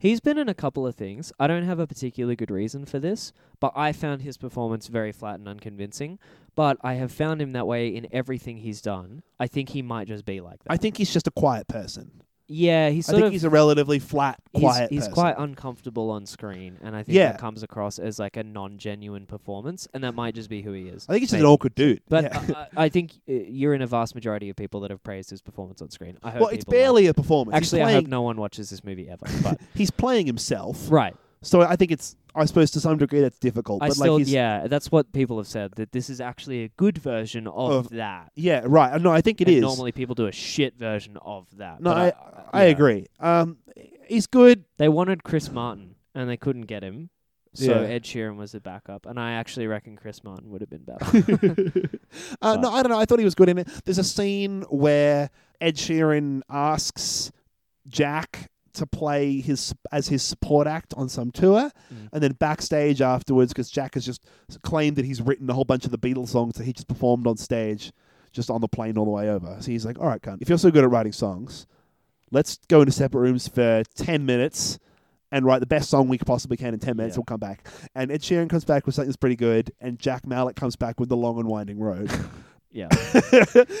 S3: He's been in a couple of things. I don't have a particularly good reason for this, but I found his performance very flat and unconvincing. But I have found him that way in everything he's done. I think he might just be like that.
S2: I think he's just a quiet person.
S3: yeah, he's
S2: I
S3: sort
S2: think
S3: of
S2: he's a relatively flat,
S3: he's-
S2: quiet
S3: He's,
S2: person.
S3: quite uncomfortable on screen, and I think
S2: Yeah.
S3: that comes across as like a non-genuine performance, and that might just be who he is.
S2: I think he's just
S3: Maybe.
S2: an awkward dude.
S3: But
S2: Uh, Yeah.
S3: I, I I think uh, you're in a vast majority of people that have praised his performance on screen. I hope
S2: well, it's
S3: people are.
S2: barely a performance.
S3: Actually,
S2: he's
S3: I
S2: playing,
S3: hope no one watches this movie ever. But
S2: he's playing himself.
S3: right.
S2: So I think it's, I suppose, to some degree, that's difficult.
S3: I
S2: but
S3: still,
S2: like, he's,
S3: yeah, that's what people have said that this is actually a good version of,
S2: Of-
S3: that.
S2: yeah, right. Uh, No, I think it
S3: And
S2: is.
S3: Normally, people do a shit version of that.
S2: no,
S3: but
S2: I, I,
S3: yeah.
S2: agree. Um, he's good.
S3: They wanted Chris Martin and they couldn't get him, So
S2: Yeah.
S3: Ed Sheeran was the backup, and I actually reckon Chris Martin would have been better.
S2: uh, no, I don't know. I thought he was good in it. There's a scene where Ed Sheeran asks Jack to play his as his support act on some tour,
S3: Mm.
S2: and then backstage afterwards, because Jack has just claimed that he's written a whole bunch of the Beatles songs that he just performed on stage, just on the plane all the way over. So he's like, "All right, cunt, if you're so good at writing songs, let's go into separate rooms for ten minutes." And write the best song we possibly can in 10 minutes.
S3: Yeah.
S2: We'll come back. And Ed Sheeran comes back with something that's pretty good. And Jack Malik comes back with The Long and Winding Road.
S3: yeah,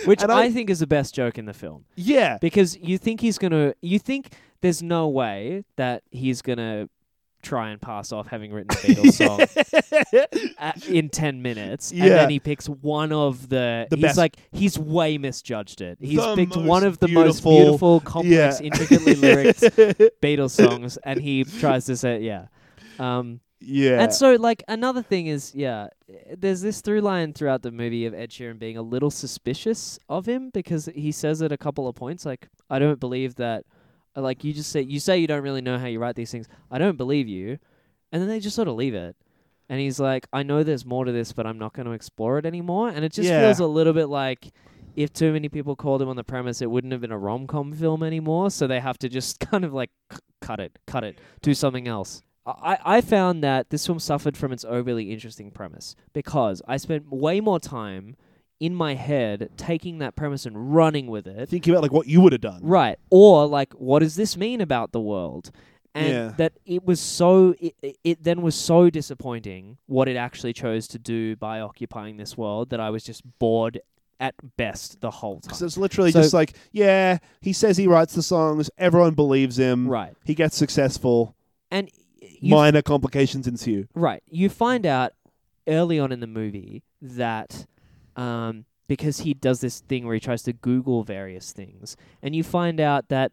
S3: which
S2: And
S3: I,
S2: I-
S3: think is the best joke in the film
S2: Yeah.
S3: because you think he's gonna, you think there's no way that he's gonna try and pass off having written a Beatles song uh, in 10 minutes and
S2: Yeah.
S3: then he picks one of the,
S2: The
S3: he's
S2: best.
S3: like he's way misjudged it he's
S2: The
S3: picked
S2: most
S3: one of the most
S2: beautiful-
S3: beautiful complex
S2: yeah.
S3: intricately lyricked beatles songs and he tries to say yeah um,
S2: yeah.
S3: and so like another thing is yeah there's this through line throughout the movie of ed sheeran being a little suspicious of him because he says at a couple of points like i don't believe that uh, like you just say you say you don't really know how you write these things i don't believe you and then they just sort of leave it and he's like i know there's more to this but i'm not going to explore it anymore and it just
S2: Yeah.
S3: feels a little bit like if too many people called him on the premise it wouldn't have been a rom-com film anymore so they have to just kind of like c- cut it cut it do something else I, I found that this film suffered from its overly interesting premise because I spent way more time in my head taking that premise and running with it
S2: Thinking about like what you would have done.
S3: Right. Or like, what does this mean about the world? And
S2: Yeah.
S3: that it was so it, it- it then was so disappointing what it actually chose to do by occupying this world that I was just bored at best the whole
S2: Because
S3: time.
S2: it's literally
S3: So-
S2: just like, yeah, he says he writes the songs, everyone believes him.
S3: Right.
S2: He gets successful.
S3: And you
S2: Minor complications ensue.
S3: Right. You find out early on in the movie that um, because he does this thing where he tries to Google various things, and you find out that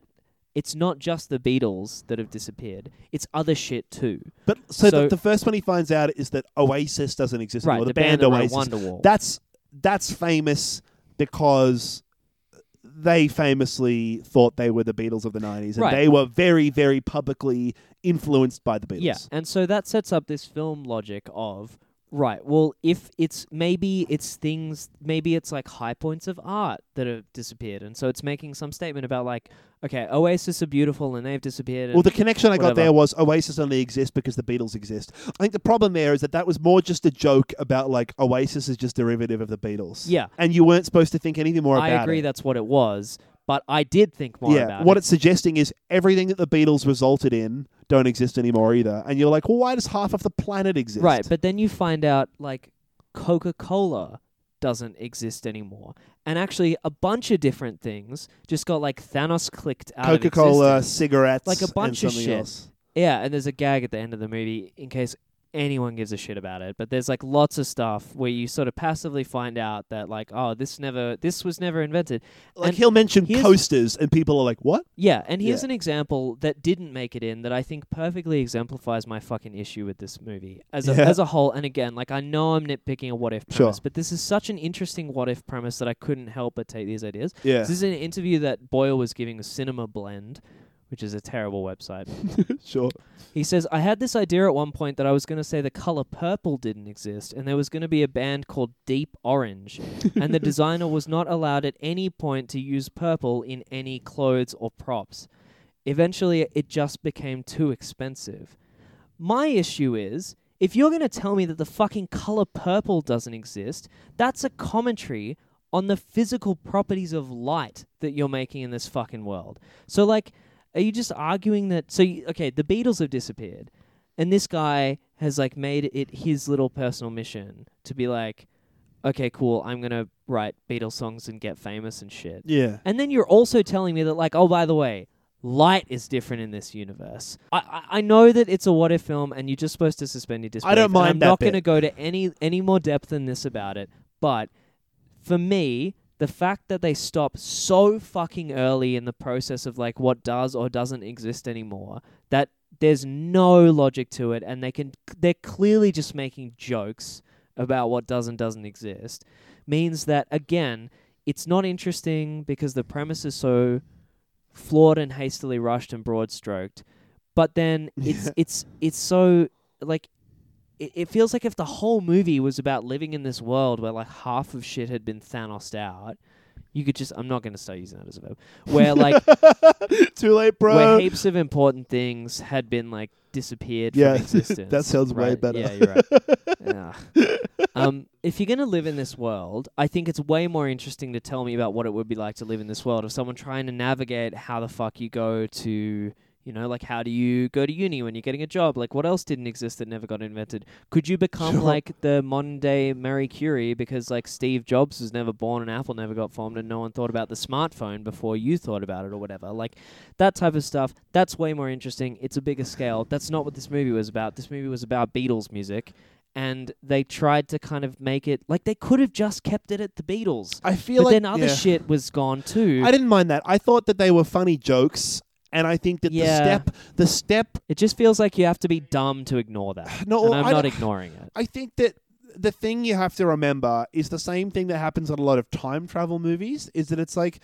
S3: it's not just the Beatles that have disappeared, it's other shit too.
S2: But so,
S3: So-
S2: the, the first one he finds out is that Oasis doesn't exist
S3: right.
S2: anymore.
S3: The,
S2: The, band,
S3: that wrote
S2: Oasis.
S3: Wonderwall.
S2: That's that's famous because they famously thought they were the Beatles of the 90s and
S3: Right.
S2: they were very very publicly influenced by the Beatles.
S3: Yeah, and so that sets up this film logic of right. Well, if it's maybe it's things, maybe it's like high points of art that have disappeared, and so it's making some statement about like, okay, Oasis are beautiful and they've disappeared.
S2: Well,
S3: and-
S2: the connection I got
S3: whatever.
S2: there was Oasis only exists because the Beatles exist. I think the problem there is that that was more just a joke about like Oasis is just derivative of the Beatles.
S3: yeah,
S2: And you weren't supposed to think anything more
S3: I
S2: about
S3: agree
S2: it.
S3: that's what it was, but I did think more
S2: yeah.
S3: about
S2: what
S3: it.
S2: it's suggesting is everything that the Beatles resulted in don't exist anymore either. And you're like, well, why does half of the planet exist?
S3: Right, but then you find out like Coca Cola doesn't exist anymore, and actually a bunch of different things just got like Thanos clicked out. of
S2: Coca Cola,
S3: existence.
S2: cigarettes,
S3: Like a bunch of
S2: and something
S3: shit.
S2: Else.
S3: Yeah, and there's a gag at the end of the movie in case anyone gives a shit about it. But there's like lots of stuff where you sort of passively find out that like, oh, this never, this was never invented.
S2: Like
S3: And
S2: he'll mention
S3: here's-
S2: coasters, and people are like, what?
S3: Yeah, and here's
S2: Yeah.
S3: an example that didn't make it in that I think perfectly exemplifies my fucking issue with this movie as a,
S2: Yeah.
S3: as a whole. And again, like I know I'm nitpicking a what if
S2: Sure.
S3: premise, but this is such an interesting what if premise that I couldn't help but take these ideas.
S2: Yeah.
S3: This is an interview that Boyle was giving with Cinema Blend, which is a terrible website.
S2: sure.
S3: He says, I had this idea at one point that I was going to say the color purple didn't exist and there was going to be a band called Deep Orange, and the designer was not allowed at any point to use purple in any clothes or props. Eventually, it just became too expensive. My issue is if you're going to tell me that the fucking color purple doesn't exist, that's a commentary on the physical properties of light that you're making in this fucking world. So, like, are you just arguing that? So, you, okay, the Beatles have disappeared, and this guy has like made it his little personal mission to be like, okay, cool, I'm gonna write Beatles songs and get famous and shit.
S2: Yeah.
S3: And then you're also telling me that, like, oh, by the way, light is different in this universe. I, I, I know that it's a what if film, and you're just supposed to suspend your disbelief.
S2: I don't
S3: and
S2: mind
S3: I'm
S2: that
S3: not going to
S2: bit.
S3: go to any any more depth than this about it. But for me, the fact that they stop so fucking early in the process of like what does or doesn't exist anymore, that there's no logic to it, and they can they're clearly just making jokes about what does and doesn't exist means that again it's not interesting because the premise is so flawed and hastily rushed and broad stroked but then it's
S2: Yeah.
S3: it's it's so like it, it feels like if the whole movie was about living in this world where like half of shit had been Thanosed out, you could just I'm not going to start using that as a verb. Where like
S2: Too late,
S3: where
S2: bro.
S3: heaps of important things had been like disappeared
S2: Yeah,
S3: from existence.
S2: that sounds way
S3: right?
S2: better.
S3: Yeah, you're right. Ugh. um, if you're going to live in this world, I think it's way more interesting to tell me about what it would be like to live in this world of someone trying to navigate how the fuck you go to. You know, like how do you go to uni when you're getting a job? Like, what else didn't exist that never got invented? Could you become
S2: Sure.
S3: like the modern day Marie Curie because like Steve Jobs was never born and Apple never got formed and no one thought about the smartphone before you thought about it or whatever? Like, that type of stuff. That's way more interesting. It's a bigger scale. That's not what this movie was about. This movie was about Beatles music, and they tried to kind of make it like they could have just kept it at the Beatles,
S2: I feel
S3: but
S2: like
S3: then other
S2: yeah.
S3: shit was gone too.
S2: I didn't mind that. I thought that they were funny jokes, and I think that
S3: Yeah.
S2: the step, the step.
S3: it just feels like you have to be dumb to ignore that,
S2: No,
S3: and I'm
S2: I
S3: not
S2: don't-
S3: ignoring it.
S2: I think that the thing you have to remember is the same thing that happens on a lot of time travel movies is that it's like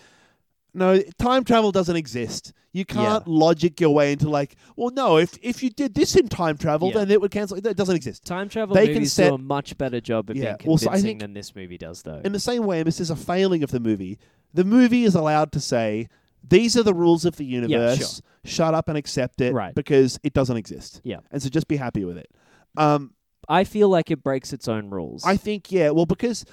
S2: no time travel doesn't exist you can't logic your way into like well no if if you did this in time travel
S3: Yeah.
S2: then it would cancel it doesn't exist
S3: Time travel
S2: They can
S3: movies
S2: set-
S3: do a much better job of
S2: Yeah,
S3: being
S2: also,
S3: convincing
S2: I think-
S3: than this movie does, though.
S2: in the same way and this is a failing of the movie the movie is allowed to say these are the rules of the universe shut up and accept it
S3: Right.
S2: because it doesn't exist
S3: Yeah.
S2: and so just be happy with it um
S3: I feel like it breaks its own rules.
S2: I think yeah. Well, because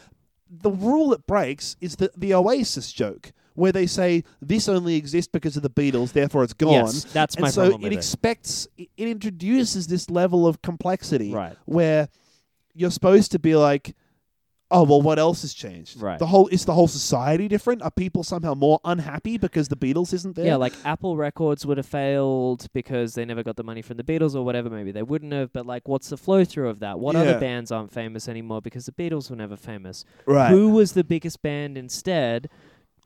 S2: the rule it breaks is the the Oasis joke, where they say this only exists because of the Beatles, therefore it's gone.
S3: yes, that's
S2: and
S3: my
S2: so
S3: problem
S2: it
S3: with it.
S2: expects it it introduces this level of complexity
S3: Right.
S2: where you're supposed to be like. Oh well, what else has changed?
S3: Right.
S2: The whole is the whole society different? Are people somehow more unhappy because the Beatles isn't there?
S3: Yeah, like Apple Records would have failed because they never got the money from the Beatles or whatever. Maybe they wouldn't have, but like, what's the flow through of that? What
S2: Yeah.
S3: other bands aren't famous anymore because the Beatles were never famous?
S2: right.
S3: Who was the biggest band instead?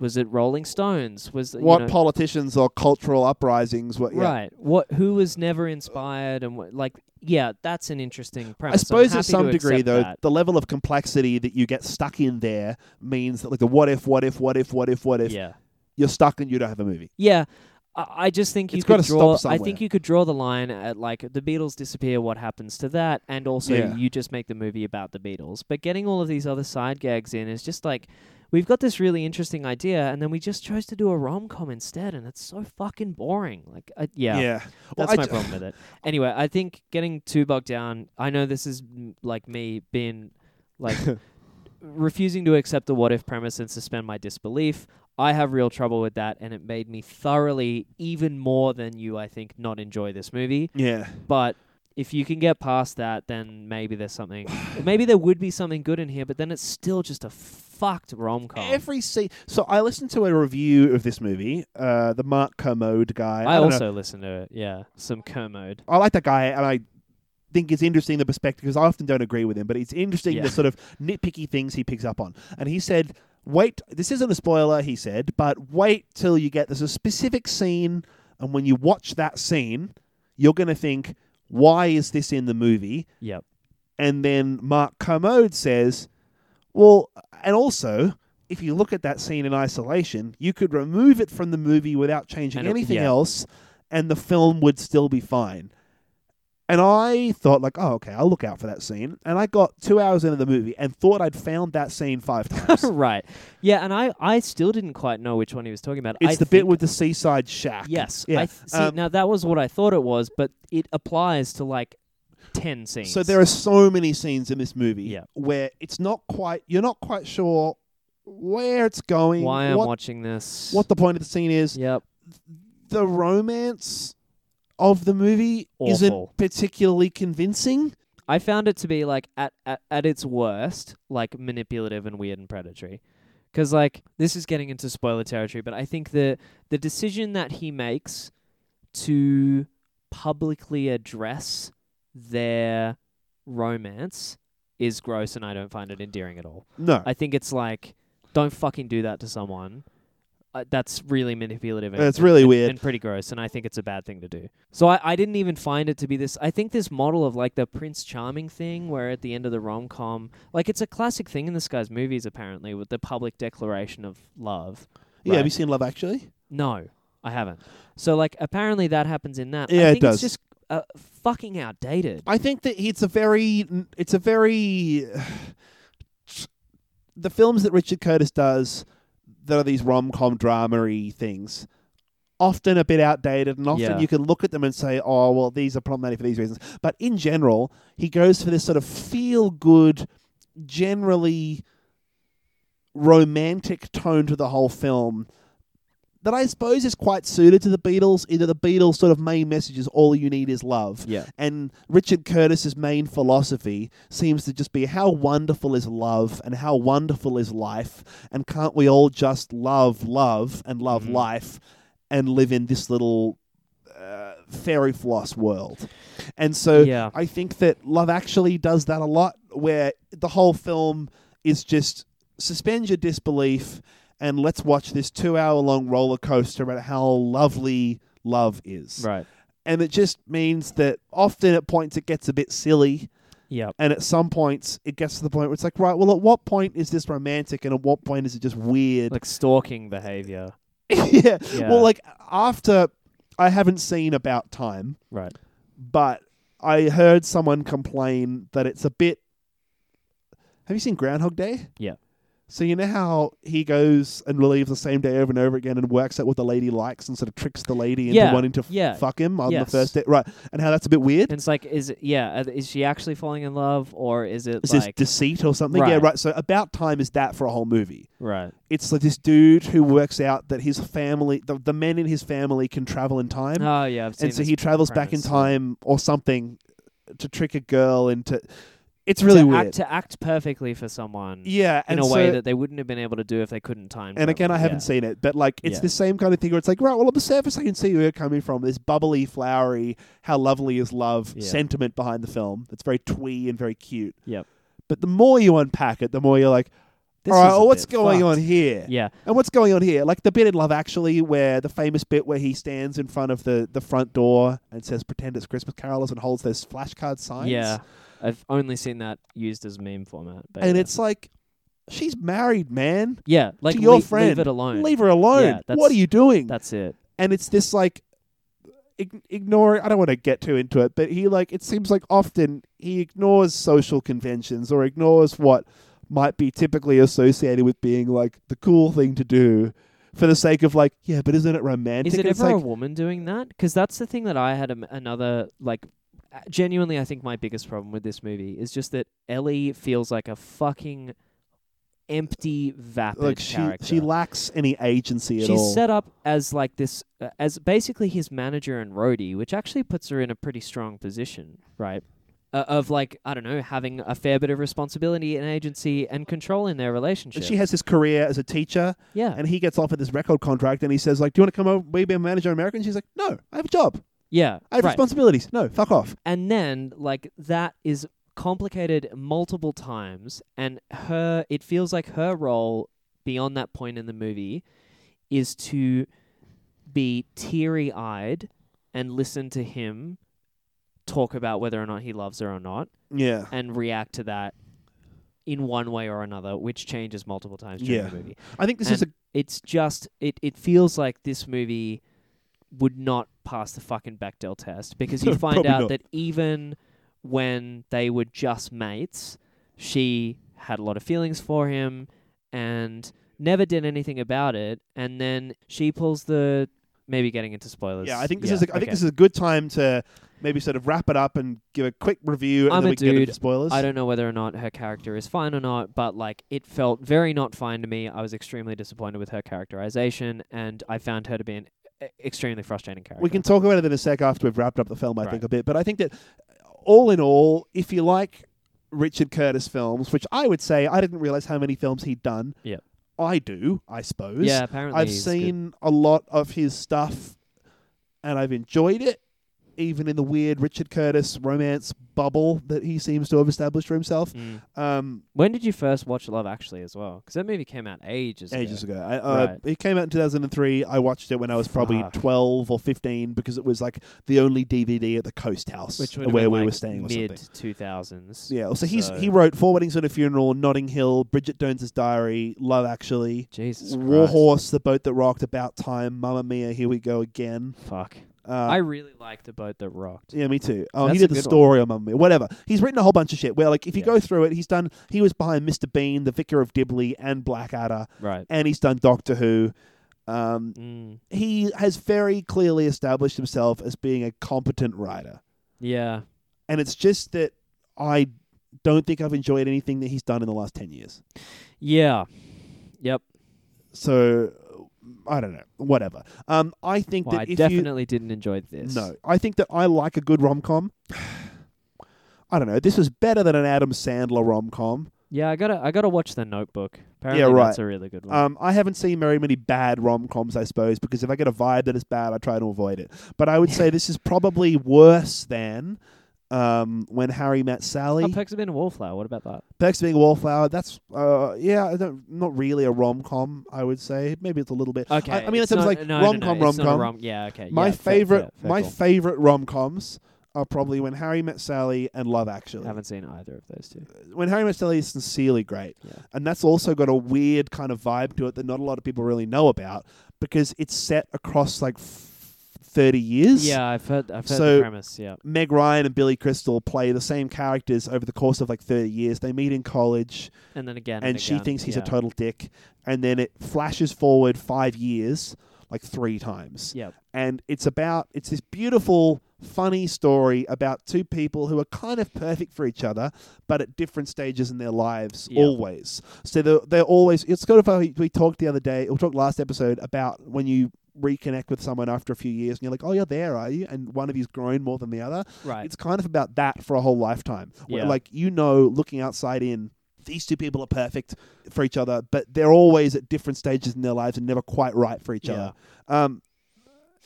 S3: Was it Rolling Stones? Was
S2: what
S3: you know,
S2: politicians or cultural uprisings? What? yeah.
S3: right? What who was never inspired and what like yeah, that's an interesting
S2: I
S3: premise. I'm
S2: suppose to
S3: happy
S2: some degree,
S3: accept
S2: though,
S3: that.
S2: the level of complexity that you get stuck in there means that, like, the what if, what if, what if, what if, what if,
S3: yeah,
S2: you're stuck and you don't have a movie.
S3: Yeah, I, I just think you
S2: It's gotta
S3: could
S2: stop
S3: draw. I
S2: somewhere.
S3: think you could draw the line at like the Beatles disappear. What happens to that? And also,
S2: Yeah.
S3: you just make the movie about the Beatles. But getting all of these other side gags in is just like we've got this really interesting idea, and then we just chose to do a rom com instead, and it's so fucking boring. Like, I yeah.
S2: Well,
S3: That's
S2: I
S3: my
S2: ju-
S3: problem with it. Anyway, I think getting too bogged down. I know this is mm, like me being like refusing to accept the what if premise and suspend my disbelief. I have real trouble with that, and it made me thoroughly, even more than you, I think, not enjoy this movie.
S2: Yeah.
S3: But if you can get past that, then maybe there's something. maybe there would be something good in here, but then it's still just a fucked rom com.
S2: Every scene. So I listened to a review of this movie, uh, the Mark Kermode guy.
S3: I,
S2: don't know.
S3: also listen to it. Yeah, some Kermode.
S2: I like that guy, and I think it's interesting the perspective because I often don't agree with him, but it's interesting
S3: Yeah.
S2: the sort of nitpicky things he picks up on. And he said, "Wait, this isn't a spoiler," he said, "but wait till you get there's a specific scene, and when you watch that scene, you're going to think, why is this in the movie?"
S3: Yep.
S2: And then Mark Kermode says, "Well, and also." If you look at that scene in isolation, you could remove it from the movie without changing
S3: And it-
S2: anything
S3: yeah.
S2: else, and the film would still be fine. And I thought, like, oh, okay, I'll look out for that scene. And I got two hours into the movie and thought I'd found that scene five times.
S3: right. Yeah, and I, I still didn't quite know which one he was talking about.
S2: it's
S3: I
S2: the bit
S3: think-
S2: with the seaside shack.
S3: Yes.
S2: Yeah.
S3: I th- see,
S2: Um,
S3: now that was what I thought it was, but it applies to like 10 scenes.
S2: so there are so many scenes in this movie
S3: Yeah.
S2: where it's not quite, you're not quite sure where it's going,
S3: why I'm
S2: what,
S3: watching this.
S2: what the point of the scene is.
S3: Yep.
S2: The romance of the movie
S3: Awful.
S2: isn't particularly convincing.
S3: I found it to be like at, at, at its worst, like manipulative and weird and predatory. Because like this is getting into spoiler territory, but I think the the decision that he makes to publicly address their romance is gross, and I don't find it endearing at all.
S2: No.
S3: I think it's like, don't fucking do that to someone. Uh, that's really manipulative. And,
S2: It's really
S3: and-
S2: weird.
S3: and pretty gross. And I think it's a bad thing to do. So I, I didn't even find it to be this. I think this model of like the Prince Charming thing, where at the end of the rom com, like it's a classic thing in this guy's movies, apparently, with the public declaration of love.
S2: yeah, have
S3: Right.
S2: you seen Love Actually?
S3: No, I haven't. So like apparently that happens in that.
S2: Yeah,
S3: I
S2: it
S3: think
S2: does.
S3: It's just uh, fucking outdated.
S2: I think that it's a very, it's a very, the films that Richard Curtis does that are these rom com dramery things, often a bit outdated, and often
S3: Yeah.
S2: you can look at them and say, oh well, these are problematic for these reasons. But in general, he goes for this sort of feel good, generally romantic tone to the whole film. That I suppose is quite suited to the Beatles, in that the Beatles' sort of main message is all you need is love
S3: Yeah.
S2: and Richard Curtis's main philosophy seems to just be how wonderful is love and how wonderful is life and can't we all just love love and love
S3: Mhm.
S2: life and live in this little uh, fairy floss world and so
S3: Yeah.
S2: I think that Love Actually does that a lot, where the whole film is just suspend your disbelief and let's watch this two hour long roller coaster about how lovely love is.
S3: Right.
S2: And it just means that often at points it gets a bit silly,
S3: Yeah.
S2: and at some points it gets to the point where it's like, right, well, at what point is this romantic and at what point is it just weird?
S3: Like stalking behavior.
S2: yeah.
S3: Yeah.
S2: Well, like after I haven't seen About Time,
S3: Right.
S2: but I heard someone complain that it's a bit. Have you seen Groundhog Day?
S3: Yeah.
S2: So you know how he goes and relieves the same day over and over again and works out what the lady likes and sort of tricks the lady into
S3: Yeah,
S2: wanting to f-
S3: yeah,
S2: fuck him on
S3: yes.
S2: the first day, right? And how that's a bit weird.
S3: And it's like, is it, yeah, uh, is she actually falling in love or is it
S2: Is
S3: like,
S2: this deceit or something?
S3: Right.
S2: Yeah, right. So about time is that for a whole movie.
S3: right?
S2: It's like this dude who works out that his family, the, the men in his family, can travel in time.
S3: Oh yeah, I've seen.
S2: and so
S3: this
S2: he travels back in
S3: premise.
S2: time or something to trick a girl into. It's really
S3: to
S2: weird.
S3: Act, to act perfectly for someone
S2: yeah,
S3: in
S2: and
S3: a
S2: so-
S3: way that they wouldn't have been able to do if they couldn't time.
S2: And again,
S3: travel.
S2: I haven't
S3: Yeah.
S2: seen it, but like it's
S3: Yeah.
S2: the same kind of thing where it's like, right, well, on the surface, I can see where you're coming from. This bubbly, flowery, how lovely is love
S3: Yeah.
S2: sentiment behind the film. It's very twee and very cute.
S3: Yep.
S2: But the more you unpack it, the more you're like,
S3: This
S2: all right,
S3: is a
S2: well, what's
S3: bit
S2: going
S3: fucked.
S2: on here?
S3: Yeah,
S2: And what's going on here? Like the bit in Love Actually, where the famous bit where he stands in front of the, the front door and says, pretend it's Christmas carolers and holds those flashcard signs.
S3: yeah. I've only seen that used as meme format. But
S2: And
S3: yeah.
S2: it's like, she's married, man.
S3: yeah, like
S2: to your
S3: lea- leave
S2: friend,
S3: it alone.
S2: Leave her alone.
S3: Yeah, that's-
S2: what are you doing?
S3: That's it.
S2: and it's this like ig- ignore i don't want to get too into it but he like it seems like often he ignores social conventions or ignores what might be typically associated with being like the cool thing to do for the sake of like yeah but isn't it romantic
S3: Is it
S2: it's
S3: ever a
S2: like
S3: woman doing that? Because that's the thing that I had am- another like. uh, Genuinely, I think my biggest problem with this movie is just that Ellie feels like a fucking empty, vapid
S2: like she
S3: character.
S2: she lacks any agency at
S3: She's
S2: all
S3: set up as like this, uh, as basically his manager and roadie, which actually puts her in a pretty strong position, right? Uh, of like, I don't know, having a fair bit of responsibility and agency and control in their relationship.
S2: and she has this career as a teacher
S3: yeah,
S2: and he gets offered this record contract and he says like do you want to come over will you be a manager in america and she's like no i have a job
S3: yeah,
S2: i have
S3: right.
S2: responsibilities no fuck off
S3: and then like that is complicated multiple times, and her, it feels like her role beyond that point in the movie is to be teary eyed and listen to him talk about whether or not he loves her or not
S2: yeah
S3: and react to that in one way or another, which changes multiple times during
S2: Yeah.
S3: the movie.
S2: i think this is a
S3: And It's just it, it feels like this movie would not pass the fucking Bechdel test because you find
S2: Probably
S3: out
S2: not.
S3: that even when they were just mates, she had a lot of feelings for him and never did anything about it. And then she pulls the maybe getting into spoilers.
S2: Yeah, I think this
S3: Yeah,
S2: is. A, I
S3: okay.
S2: think this is a good time to maybe sort of wrap it up and give a quick review, and
S3: I'm
S2: then
S3: a
S2: we can get into
S3: dude.
S2: the spoilers.
S3: I don't know whether or not her character is fine or not, but like it felt very not fine to me. I was extremely disappointed with her characterization, and I found her to be an e- extremely frustrating character.
S2: we can talk about it in a sec after we've wrapped up the film. I
S3: Right.
S2: think a bit, but I think that all in all, if you like Richard Curtis films, which I would say I didn't realize how many films he'd done.
S3: Yep.
S2: I do. I suppose.
S3: yeah, apparently
S2: I've
S3: he's good.
S2: seen a lot of his stuff, and I've enjoyed it. Even in the weird Richard Curtis romance bubble that he seems to have established for himself,
S3: Mm.
S2: um,
S3: When did you first watch Love Actually as well? Because that movie came out ages,
S2: ages
S3: ago.
S2: ago. I, uh,
S3: Right.
S2: It came out in 2003. I watched it when I was probably
S3: Fuck.
S2: 12 or 15 because it was like the only DVD at the coast house
S3: which would have
S2: where
S3: been,
S2: we
S3: like
S2: were staying or
S3: mid
S2: something.
S3: two thousands.
S2: Yeah. So he's
S3: So-
S2: he wrote Four Weddings and a Funeral, Notting Hill, Bridget Jones's Diary, Love Actually,
S3: Jesus
S2: War
S3: Christ.
S2: Horse, The Boat That Rocked, About Time, Mamma Mia, Here We Go Again.
S3: Fuck.
S2: Uh,
S3: I really like the boat that rocked.
S2: yeah, me too. Oh, he
S3: That's
S2: did
S3: a
S2: the
S3: good
S2: story on Mamma Mia, whatever. He's written a whole bunch of shit. Where like, if you
S3: Yeah.
S2: go through it, he's done. He was behind Mr. Bean, The Vicar of Dibley, and Blackadder,
S3: Right.
S2: and he's done Doctor Who. Um,
S3: Mm,
S2: he has very clearly established himself as being a competent writer.
S3: yeah.
S2: and it's just that I don't think I've enjoyed anything that he's done in the last ten years.
S3: Yeah. Yep.
S2: So I don't know, whatever. Um, I think
S3: Well, I
S2: that if
S3: definitely didn't enjoy
S2: you
S3: this.
S2: no, I think that I like a good rom com. I don't know. This was better than an Adam Sandler rom com.
S3: Yeah, I gotta I gotta watch the Notebook. Apparently
S2: right.
S3: that's a really good one.
S2: Um, I haven't seen very many bad rom coms, I suppose, because if I get a vibe that is bad, I try to avoid it. But I would say this is probably worse than um, when Harry met Sally.
S3: oh, Perks of Being a Wallflower. What about that?
S2: Perks of Being a Wallflower. That's uh, yeah, I don't, not really a rom com. I would say maybe it's a little bit.
S3: Okay.
S2: I, I mean,
S3: it's
S2: it's
S3: not,
S2: like
S3: no,
S2: rom
S3: no,
S2: com,
S3: no,
S2: rom
S3: it's not a
S2: com.
S3: rom. Yeah. Okay.
S2: My
S3: yeah, fair-
S2: favorite,
S3: fair- fair
S2: my
S3: call.
S2: favorite rom coms are probably When Harry Met Sally and Love Actually.
S3: haven't seen either of those two.
S2: When Harry Met Sally is sincerely great,
S3: Yeah.
S2: and that's also got a weird kind of vibe to it that not a lot of people really know about because it's set across like f- thirty years.
S3: Yeah, I've heard. I've heard
S2: So-
S3: the premise. Yeah.
S2: Meg Ryan and Billy Crystal play the same characters over the course of like 30 years. They meet in college.
S3: And then again.
S2: and, she
S3: again,
S2: thinks he's
S3: yeah.
S2: a total dick. And then it flashes forward five years, like three times.
S3: Yep.
S2: And it's about it's this beautiful, funny story about two people who are kind of perfect for each other, but at different stages in their lives.
S3: Yep.
S2: Always, so they're, they're always. It's kind of how we we talked the other day. We talked last episode about when you reconnect with someone after a few years, and you're like, "Oh, you're there, are you?" And one of you's grown more than the other.
S3: Right.
S2: It's kind of about that for a whole lifetime. Where,
S3: Yeah.
S2: like you know, looking outside in, these two people are perfect for each other, but they're always at different stages in their lives and never quite right for each
S3: Yeah.
S2: other. Um,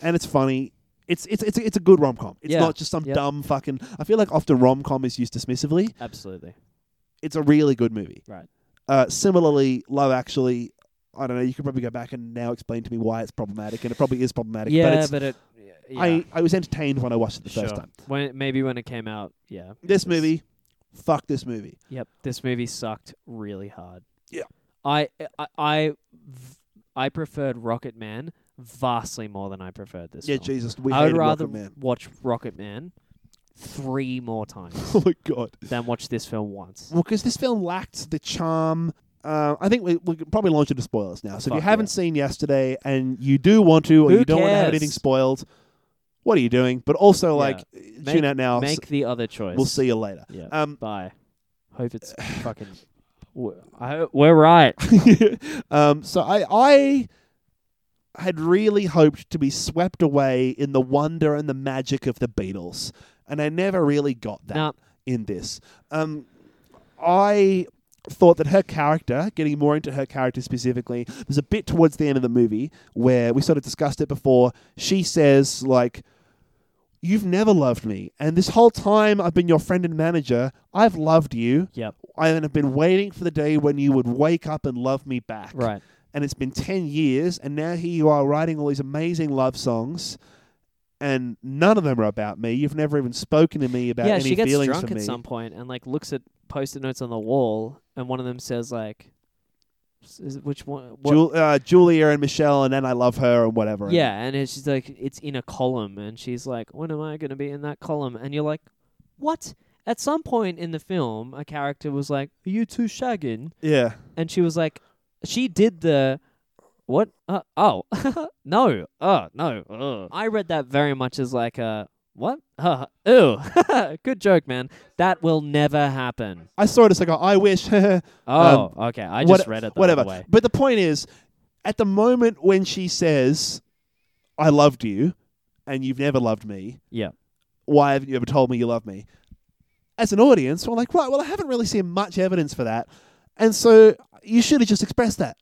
S2: and it's funny. It's it's it's it's a good rom com. It's
S3: Yeah.
S2: not just some
S3: Yep.
S2: dumb fucking. I feel like often rom com is used dismissively.
S3: Absolutely.
S2: It's a really good movie.
S3: Right.
S2: Uh, similarly, Love Actually. I don't know. You could probably go back and now explain to me why it's problematic, and it probably is problematic. but,
S3: Yeah,
S2: it's,
S3: but it. Yeah.
S2: I I was entertained when I watched it the
S3: sure.
S2: first time.
S3: When maybe when it came out. Yeah.
S2: This
S3: It's-
S2: movie, fuck this movie.
S3: Yep, this movie sucked really hard.
S2: Yeah.
S3: I I I, v- I preferred Rocket Man vastly more than I preferred this.
S2: Yeah,
S3: film.
S2: Jesus, we
S3: I would
S2: hated
S3: rather
S2: Rocket Man.
S3: watch Rocket Man three more times
S2: Oh my god.
S3: than watch this film once.
S2: Well, because this film lacked the charm. Uh, I think we, we could probably launch into spoilers now. So if
S3: Fuck
S2: you haven't
S3: yeah.
S2: seen yesterday and you do want to, or
S3: Who
S2: you don't want to have
S3: cares?
S2: anything spoiled, what are you doing? But also, like,
S3: Make-
S2: tune out now.
S3: Make
S2: S-
S3: the other choice.
S2: we'll see you later.
S3: Yeah.
S2: Um,
S3: Bye. Hope it's fucking. w- I hope Uh, we're right.
S2: um, so I, I had really hoped to be swept away in the wonder and the magic of the Beatles, and I never really got that.
S3: Now,
S2: in this. Um, I thought that her character, getting more into her character specifically, there's a bit towards the end of the movie where we sort of discussed it before. She says, like, You've never loved me. And this whole time I've been your friend and manager, I've loved you.
S3: yep.
S2: I have been waiting for the day when you would wake up and love me back.
S3: Right.
S2: And it's been 10 years, and now here you are writing all these amazing love songs. And none of them are about me. You've never even spoken to me about
S3: yeah,
S2: any
S3: she gets
S2: feelings
S3: drunk
S2: for
S3: at
S2: me.
S3: some point and like looks at post-it notes on the wall, and one of them says like, s- is it- "Which one? What,
S2: Jul- uh, Julia and Michelle, and then I love her and whatever.
S3: Yeah, and it's, she's like, it's in a column, and she's like, when am I going to be in that column? And you're like, what? At some point in the film, a character was like, are you two shagging?
S2: yeah.
S3: And she was like, she did the, what? Uh, oh, no, uh, no. Uh. I read that very much as like a, what? Uh, ew. Good joke, man. That will never happen.
S2: I saw it as like, a, I wish,
S3: Oh, okay. I just
S2: Um, what-
S3: read it that
S2: whatever.
S3: way.
S2: But the point is, at the moment when she says, "I loved you," and you've never loved me,
S3: Yeah.
S2: why haven't you ever told me you love me? As an audience, we're like, right, well, I haven't really seen much evidence for that, and so you should have just expressed that.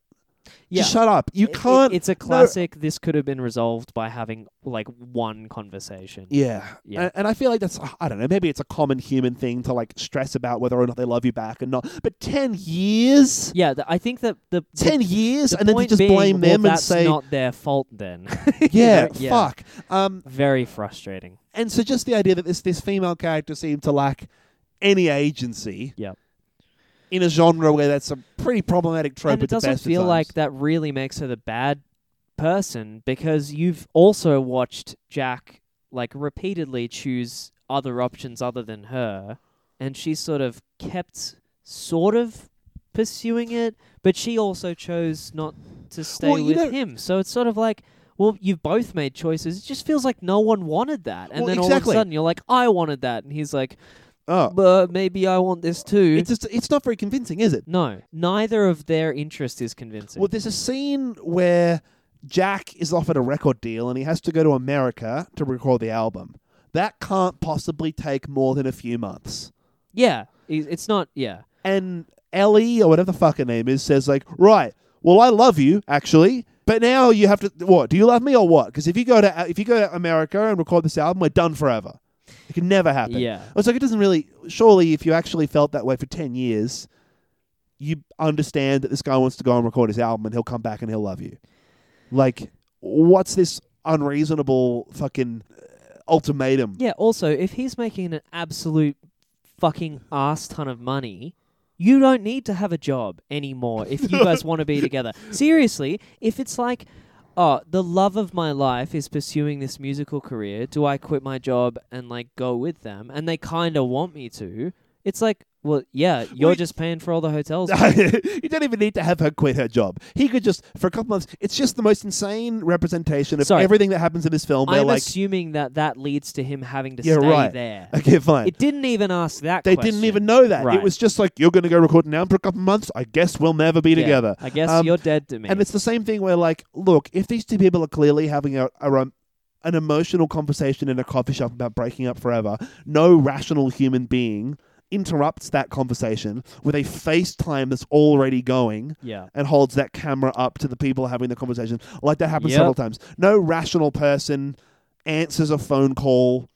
S3: Yeah.
S2: Just shut up. You
S3: It- it-
S2: can't.
S3: it's a classic. This could have been resolved by having like one conversation.
S2: Yeah.
S3: Yeah.
S2: And, and I feel like that's, I don't know, maybe it's a common human thing to like stress about whether or not they love you back or not. But 10 years?
S3: Yeah, th- I think that the, the
S2: 10 years?
S3: the
S2: and then to
S3: point
S2: just
S3: being,
S2: blame
S3: well,
S2: them and
S3: that's
S2: say,
S3: not their fault. Then,
S2: yeah,
S3: yeah.
S2: fuck. Um,
S3: very frustrating.
S2: and so just the idea that this, this female character seemed to lack any agency
S3: Yep.
S2: in a genre where that's a pretty problematic trope
S3: and
S2: at
S3: it
S2: the
S3: doesn't
S2: best of
S3: feel
S2: times.
S3: like that really makes her the bad person because you've also watched Jack like repeatedly choose other options other than her, and she sort of kept sort of pursuing it, but she also chose not to stay
S2: Well, you
S3: with
S2: know-
S3: him. So it's sort of like. Well, you've both made choices. It just feels like no one wanted that, and
S2: Well,
S3: then all of a
S2: exactly.
S3: sudden you're like, "I wanted that," and he's like,
S2: Oh,
S3: "But maybe I want this too."
S2: it's just it's not very convincing, is it?
S3: No, neither of their interest is convincing.
S2: Well, there's a scene where Jack is offered a record deal and he has to go to America to record the album. That can't possibly take more than a few months.
S3: yeah, i- it's not. Yeah,
S2: And Ellie or whatever the fuck her name is says like, "Right, well I love you actually, but now you have to what? Do you love me or what? Because if you go to if you go to America and record this album, we're done forever. It can never happen."
S3: yeah.
S2: I was like, Oh, it doesn't really. Surely, if you actually felt that way for ten years, you understand that this guy wants to go and record his album, and he'll come back and he'll love you. Like, what's this unreasonable fucking uh, ultimatum?
S3: Yeah, also, if he's making an absolute fucking ass ton of money, you don't need to have a job anymore if you guys want to be together. Seriously, if it's like, oh, the love of my life is pursuing this musical career, do I quit my job and like go with them? And they kind of want me to. It's like, well, yeah, you're
S2: Well,
S3: just paying for all the hotels.
S2: you don't even need to have her quit her job. He could just for a couple months. It's just the most insane representation of
S3: Sorry.
S2: everything that happens in this film. They're
S3: I'm
S2: like,
S3: assuming that that leads to him having to
S2: Yeah,
S3: stay
S2: right.
S3: there.
S2: okay, fine.
S3: It didn't even ask that.
S2: they
S3: question.
S2: didn't even know that.
S3: Right.
S2: It was just like you're going to go record an album for a couple months. I guess we'll never be
S3: Yeah,
S2: together.
S3: I guess
S2: Um,
S3: you're dead to me.
S2: And it's the same thing where, like, look, if these two people are clearly having a, a rom- an emotional conversation in a coffee shop about breaking up forever, no rational human being interrupts that conversation with a FaceTime that's already going
S3: yeah.
S2: and holds that camera up to the people having the conversation. Like that happens
S3: Yep.
S2: several times. No rational person answers a phone call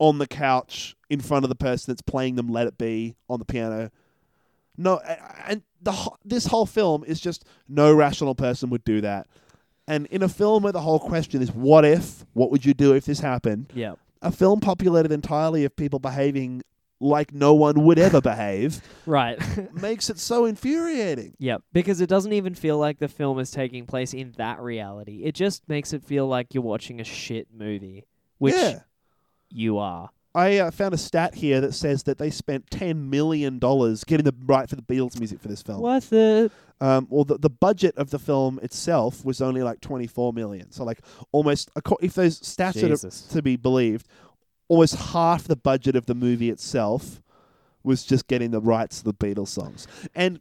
S2: on the couch in front of the person that's playing them "Let It Be" on the piano. No, a- and the ho- this whole film is just no rational person would do that. And in a film where the whole question is "What if? What would you do if this happened?"
S3: Yeah.
S2: A film populated entirely of people behaving like no one would ever behave
S3: Right.
S2: makes it so infuriating.
S3: yeah. Because it doesn't even feel like the film is taking place in that reality. It just makes it feel like you're watching a shit movie, which
S2: yeah.
S3: you are.
S2: I uh, found a stat here that says that they spent ten million dollars getting the right for the Beatles music for this film.
S3: Worth it.
S2: Um, well, the, the budget of the film itself was only like twenty four million. So, like almost acco- if those stats are to,
S3: Jesus.
S2: to be believed, almost half the budget of the movie itself was just getting the rights to the Beatles songs. And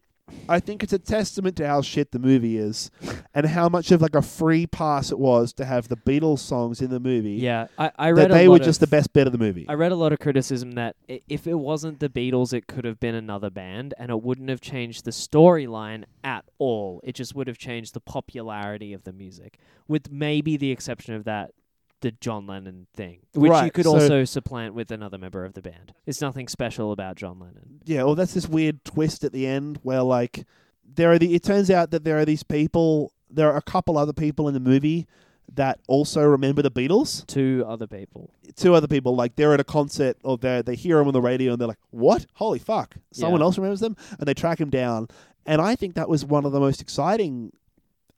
S2: I think it's a testament to how shit the movie is, and how much of like a free pass it was to have the Beatles songs in the movie.
S3: Yeah. I, I
S2: That
S3: read
S2: they
S3: a lot
S2: were
S3: of,
S2: just the best bit of the movie.
S3: I read a lot of criticism that i- if it wasn't the Beatles, it could have been another band, and it wouldn't have changed the storyline at all. It just would have changed the popularity of the music, with maybe the exception of that, the John Lennon thing, which you
S2: Right,
S3: could
S2: so-
S3: also supplant with another member of the band. It's nothing special about John Lennon.
S2: yeah, well, that's this weird twist at the end where like there are the. It turns out that there are these people. There are a couple other people in the movie that also remember the Beatles.
S3: Two other people.
S2: Two other people like they're at a concert or they they hear him on the radio and they're like, "What? Holy fuck! Someone
S3: Yeah.
S2: else remembers them," and they track him down. And I think that was one of the most exciting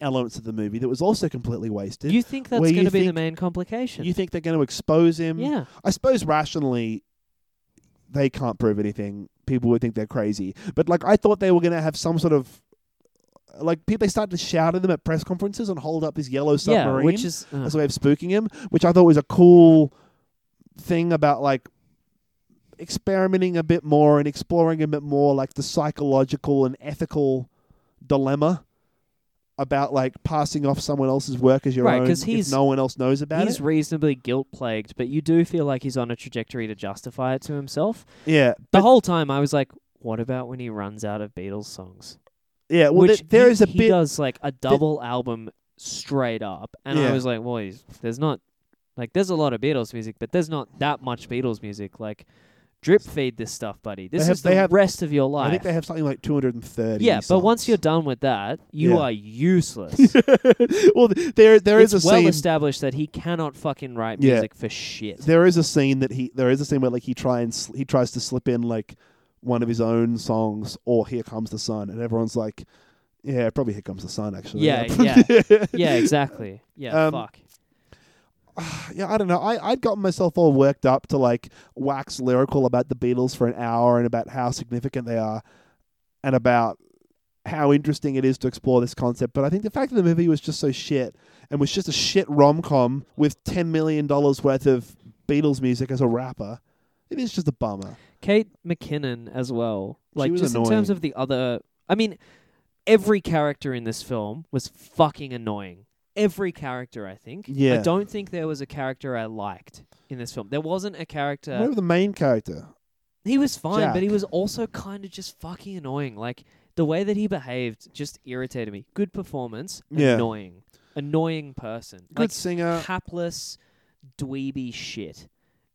S2: elements of the movie that was also completely wasted.
S3: you think that's
S2: where you
S3: going to be the
S2: think-
S3: main complication?
S2: You think they're going to expose him?
S3: yeah.
S2: I suppose rationally, they can't prove anything. People would think they're crazy. But like, I thought they were going to have some sort of like people. They started to shout at them at press conferences and hold up this yellow
S3: Yeah,
S2: submarine
S3: which is uh,
S2: as a way of spooking him, which I thought was a cool thing about like experimenting a bit more and exploring a bit more like the psychological and ethical dilemma about like passing off someone else's work as your
S3: Right,
S2: own
S3: 'cause
S2: if
S3: he's-
S2: no one else knows about
S3: he's
S2: it.
S3: reasonably guilt plagued, but you do feel like he's on a trajectory to justify it to himself.
S2: Yeah,
S3: the
S2: but-
S3: whole time I was like, what about when he runs out of Beatles songs?
S2: yeah. Well,
S3: Which
S2: there- there
S3: he,
S2: is a
S3: he
S2: bit.
S3: does like a double album straight up, and I
S2: Yeah.
S3: was like, well, he's, there's not like there's a lot of Beatles music, but there's not that much Beatles music. Like, drip feed this stuff, buddy. This
S2: have-
S3: is the
S2: they have-
S3: rest of your life.
S2: I think they have something like 230.
S3: yeah, but once you're
S2: songs.
S3: done with that, you
S2: Yeah.
S3: are useless.
S2: well, th- there there is
S3: it's
S2: a
S3: well
S2: scene.
S3: established that he cannot fucking write
S2: Yeah.
S3: music for shit.
S2: There is a scene that he there is a scene where like he try and sl- he tries to slip in like one of his own songs or "Here Comes the Sun," and everyone's like, "Yeah, probably Here Comes the Sun." Actually,
S3: Yeah,
S2: yeah,
S3: yeah, exactly. Yeah,
S2: Um,
S3: fuck.
S2: yeah, I don't know. I, I'd gotten myself all worked up to like wax lyrical about the Beatles for an hour and about how significant they are and about how interesting it is to explore this concept. But I think the fact that the movie was just so shit and was just a shit rom com with $10 million worth of Beatles music as a rapper, it is just a bummer.
S3: Kate McKinnon as well.
S2: She
S3: Like
S2: was
S3: just in terms
S2: annoying.
S3: of the other I mean, every character in this film was fucking annoying. Every character, I think. I
S2: Yeah.
S3: don't think there was a character I liked in this film. There wasn't a character
S2: What about the main character?
S3: He was fine, but he
S2: Jack.
S3: was also kind of just fucking annoying. Like the way that he behaved just irritated me. Good performance,
S2: Yeah.
S3: annoying. Annoying person.
S2: Good
S3: like
S2: singer.
S3: hapless dweeby shit.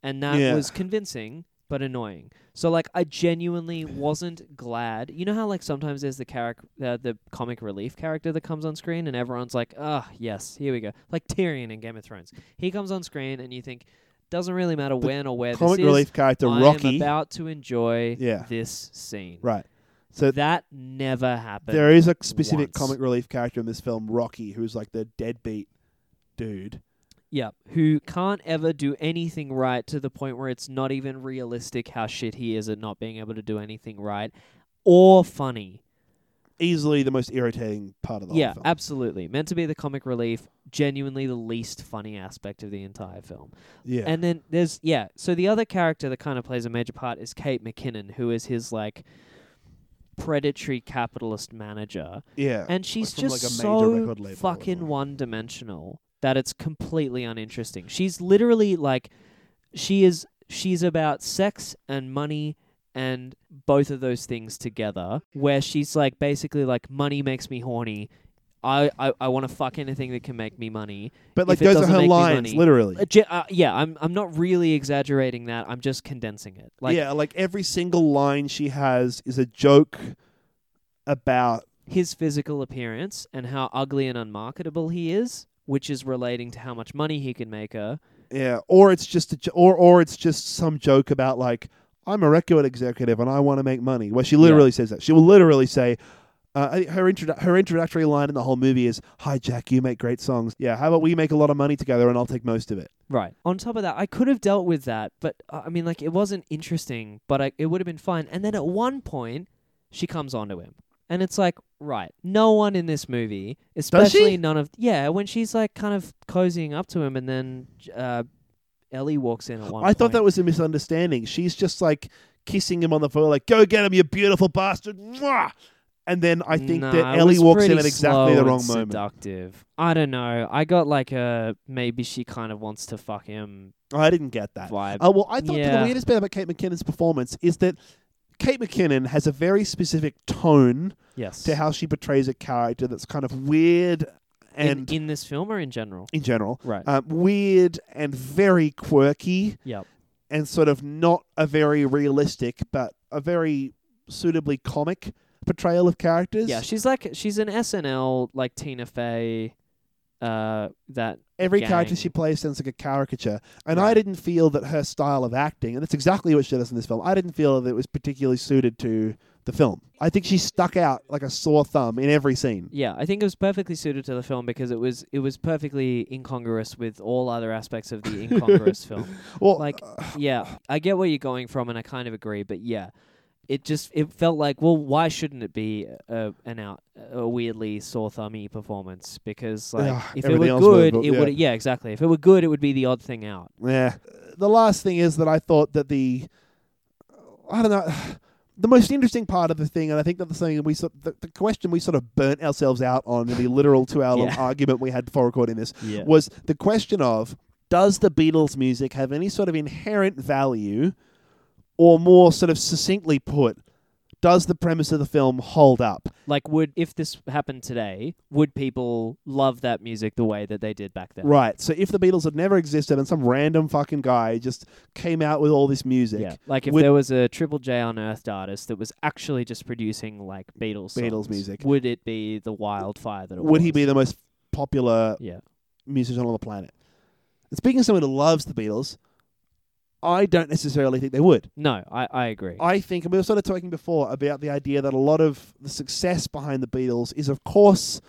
S3: And that
S2: Yeah.
S3: was convincing but annoying. So like I genuinely wasn't glad. You know how like sometimes there's the character uh, the comic relief character that comes on screen and everyone's like, "Ah, yes, here we go." Like Tyrion in Game of Thrones. He comes on screen and you think doesn't really matter when or where
S2: Comic
S3: this is.
S2: relief character,
S3: I am
S2: Rocky.
S3: about to enjoy
S2: Yeah.
S3: this scene.
S2: Right. So
S3: That never happened.
S2: there is a specific
S3: once.
S2: comic relief character in this film, Rocky, who's like the deadbeat dude.
S3: yeah, who can't ever do anything right to the point where it's not even realistic how shit he is at not being able to do anything right or funny.
S2: Easily the most irritating part of the
S3: yeah,
S2: whole film.
S3: absolutely. Meant to be the comic relief, genuinely the least funny aspect of the entire film.
S2: yeah.
S3: And then there's yeah, so the other character that kind of plays a major part is Kate McKinnon, who is his like predatory capitalist manager.
S2: yeah.
S3: and she's
S2: from, like,
S3: just
S2: a major
S3: so
S2: record label or
S3: fucking
S2: whatever.
S3: one dimensional that it's completely uninteresting. She's literally like she is she's about sex and money and both of those things together where she's like basically like money makes me horny. I, I, I want to fuck anything that can make me money.
S2: but like
S3: if it
S2: those are
S3: doesn't
S2: her
S3: make me
S2: lines,
S3: money-
S2: literally.
S3: Uh, ge- uh, yeah, I'm I'm not really exaggerating that. I'm just condensing it. Like
S2: yeah, like every single line she has is a joke about
S3: his physical appearance and how ugly and unmarketable he is, which is relating to how much money he can make her.
S2: yeah, or it's just a, jo- or or it's just some joke about like I'm a record executive and I want to make money. Where she literally says that she will literally say. Uh, I think her introdu- her introductory line in the whole movie is "Hi Jack, you make great songs. Yeah, how about we make a lot of money together and I'll take most of it."
S3: Right. On top of that, I could have dealt with that, but uh, I mean, like, it wasn't interesting, but I, it would have been fine. And then at one point, she comes onto him. And it's like, right, no one in this movie, especially none of. Yeah, when she's like kind of cozying up to him, and then uh, Ellie walks in at one
S2: I thought that
S3: point.
S2: was a misunderstanding. She's just like kissing him on the forehead, like "Go get him, you beautiful bastard!" Mwah! And then I think
S3: Nah,
S2: that
S3: it
S2: Ellie
S3: was
S2: walks in
S3: pretty
S2: at exactly
S3: slow
S2: the
S3: and
S2: wrong moment.
S3: Seductive. I don't know. I got like a maybe she kind of wants to fuck him
S2: Oh, I didn't get that.
S3: vibe.
S2: Oh well, I thought that
S3: Yeah.
S2: the weirdest bit about Kate McKinnon's performance is that Kate McKinnon has a very specific tone
S3: yes.
S2: to how she portrays a character that's kind of weird and
S3: in, in this film or in general?
S2: in general,
S3: Right.
S2: um, weird and very quirky
S3: yep.
S2: and sort of not a very realistic but a very suitably comic portrayal of characters.
S3: Yeah, she's like she's an SNL like Tina Fey. Uh, that
S2: Every character
S3: gang.
S2: she plays sounds like a caricature, and I
S3: Right.
S2: didn't feel that her style of acting, and that's exactly what she does in this film. I didn't feel that it was particularly suited to the film. I think she stuck out like a sore thumb in every scene.
S3: yeah, I think it was perfectly suited to the film because it was it was perfectly incongruous with all other aspects of the incongruous film.
S2: Well,
S3: Like, yeah, I get where you're going from, and I kind of agree, but yeah, it just it felt like well, why shouldn't it be a, an out a weirdly sore thummy performance? Because like
S2: Yeah,
S3: if it
S2: everything
S3: were
S2: else would've
S3: good,
S2: been-
S3: it
S2: yeah.
S3: would yeah exactly. If it were good, it would be the odd thing out.
S2: yeah. The last thing is that I thought that the, I don't know, the most interesting part of the thing, and I think that the thing we sort the, the question we sort of burnt ourselves out on in the literal two-hour-long
S3: Yeah.
S2: argument we had before recording this
S3: Yeah,
S2: was the question of does the Beatles music have any sort of inherent value, or more sort of succinctly put, does the premise of the film hold up?
S3: Like, would if this happened today, would people love that music the way that they did back then?
S2: Right. So if the Beatles had never existed and some random fucking guy just came out with all this music,
S3: Yeah. Like, if
S2: Would-
S3: there was a Triple J unearthed artist that was actually just producing like Beatles songs,
S2: Beatles music.
S3: would it be the wildfire that it
S2: would he
S3: was?
S2: be the most popular
S3: Yeah.
S2: musician on the planet? And speaking of someone who loves the Beatles, I don't necessarily think they would.
S3: No, I I agree.
S2: I think, and we were sort of talking before about the idea that a lot of the success behind the Beatles is, of course,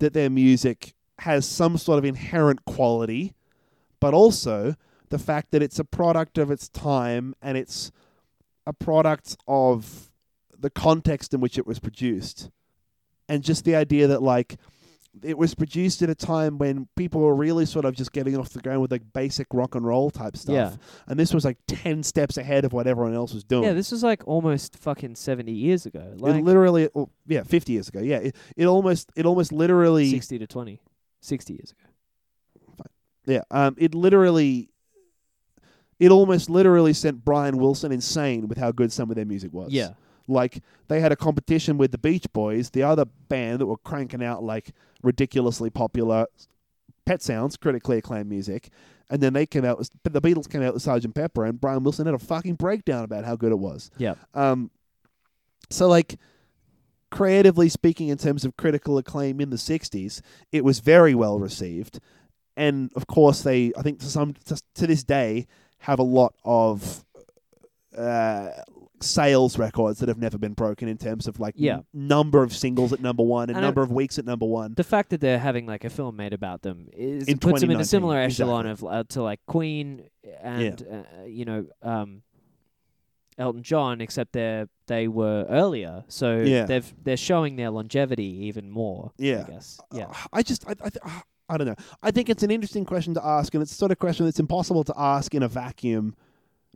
S2: that their music has some sort of inherent quality, but also the fact that it's a product of its time and it's a product of the context in which it was produced. And just the idea that, like, it was produced at a time when people were really sort of just getting off the ground with like basic rock and roll type stuff.
S3: Yeah.
S2: And this was like 10 steps ahead of what everyone else was doing.
S3: Yeah, this was like almost fucking 70 years ago. Like
S2: it literally, well, yeah, 50 years ago. Yeah. It, it almost, it almost literally.
S3: 60 to 20. 60 years ago.
S2: Yeah, um, it literally, it almost literally sent Brian Wilson insane with how good some of their music was.
S3: Yeah.
S2: like they had a competition with the Beach Boys, the other band that were cranking out like ridiculously popular Pet Sounds, critically acclaimed music, and then they came out with but the Beatles came out with Sgt. Pepper, and Brian Wilson had a fucking breakdown about how good it was.
S3: Yeah.
S2: Um, so like creatively speaking, in terms of critical acclaim in the '60s, it was very well received, and of course they, I think to some to, to this day, have a lot of uh, sales records that have never been broken in terms of like
S3: Yeah.
S2: n- number of singles at number one and,
S3: And it-
S2: number of weeks at number one.
S3: The fact that they're having like a film made about them is
S2: In
S3: puts them in
S2: 2019,
S3: a similar echelon of uh, to like Queen and uh, you know um, Elton John, except they they were earlier, so
S2: Yeah.
S3: they've they're showing their longevity even more.
S2: Yeah. Uh,
S3: I guess. Yeah.
S2: I just I I, th- uh, I don't know. I think it's an interesting question to ask, and it's the sort of question that's impossible to ask in a vacuum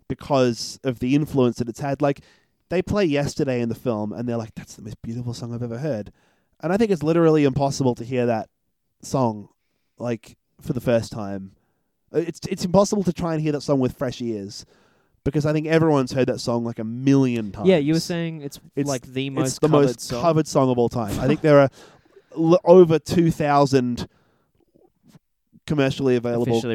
S2: because of the influence that it's had. Like they play yesterday in the film, and they're like, "That's the most beautiful song I've ever heard," and I think it's literally impossible to hear that song like for the first time. Uh, It's it's impossible to try and hear that song with fresh ears. Because I think everyone's heard that song like a million times.
S3: Yeah, you were saying it's,
S2: uh, It's-
S3: like the most
S2: It's the
S3: covered
S2: most
S3: song.
S2: covered song of all time. I think there are l- over 2,000 commercially available
S3: Officially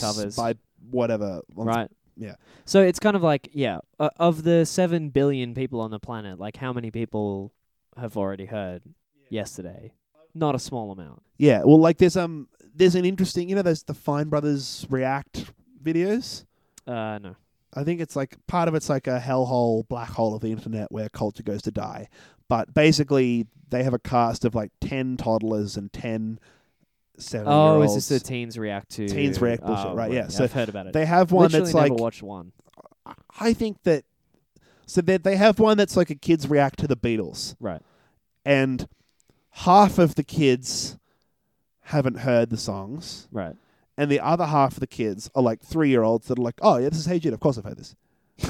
S2: covers,
S3: covers.
S2: by whatever. on-
S3: right?
S2: yeah.
S3: So it's kind of like yeah, uh, of the seven billion people on the planet, like how many people have already heard yesterday? Not a small amount.
S2: Yeah. Well, like there's um there's an interesting you know there's the Fine Brothers React videos.
S3: Uh, no.
S2: I think it's like part of it's like a hellhole, black hole of the internet where culture goes to die. But basically, they have a cast of like ten toddlers and ten seven year
S3: Oh,
S2: olds.
S3: is this the teens react to
S2: Teens react bullshit,
S3: Oh,
S2: right, yeah, so
S3: I've heard about it.
S2: they have one
S3: Literally
S2: that's
S3: never
S2: like
S3: watched one.
S2: I think that so that they have one that's like a kids react to the Beatles,
S3: Right.
S2: and half of the kids haven't heard the songs,
S3: Right.
S2: and the other half of the kids are like three year olds that are like, "Oh yeah, this is Hey Jude. Of course I've heard this."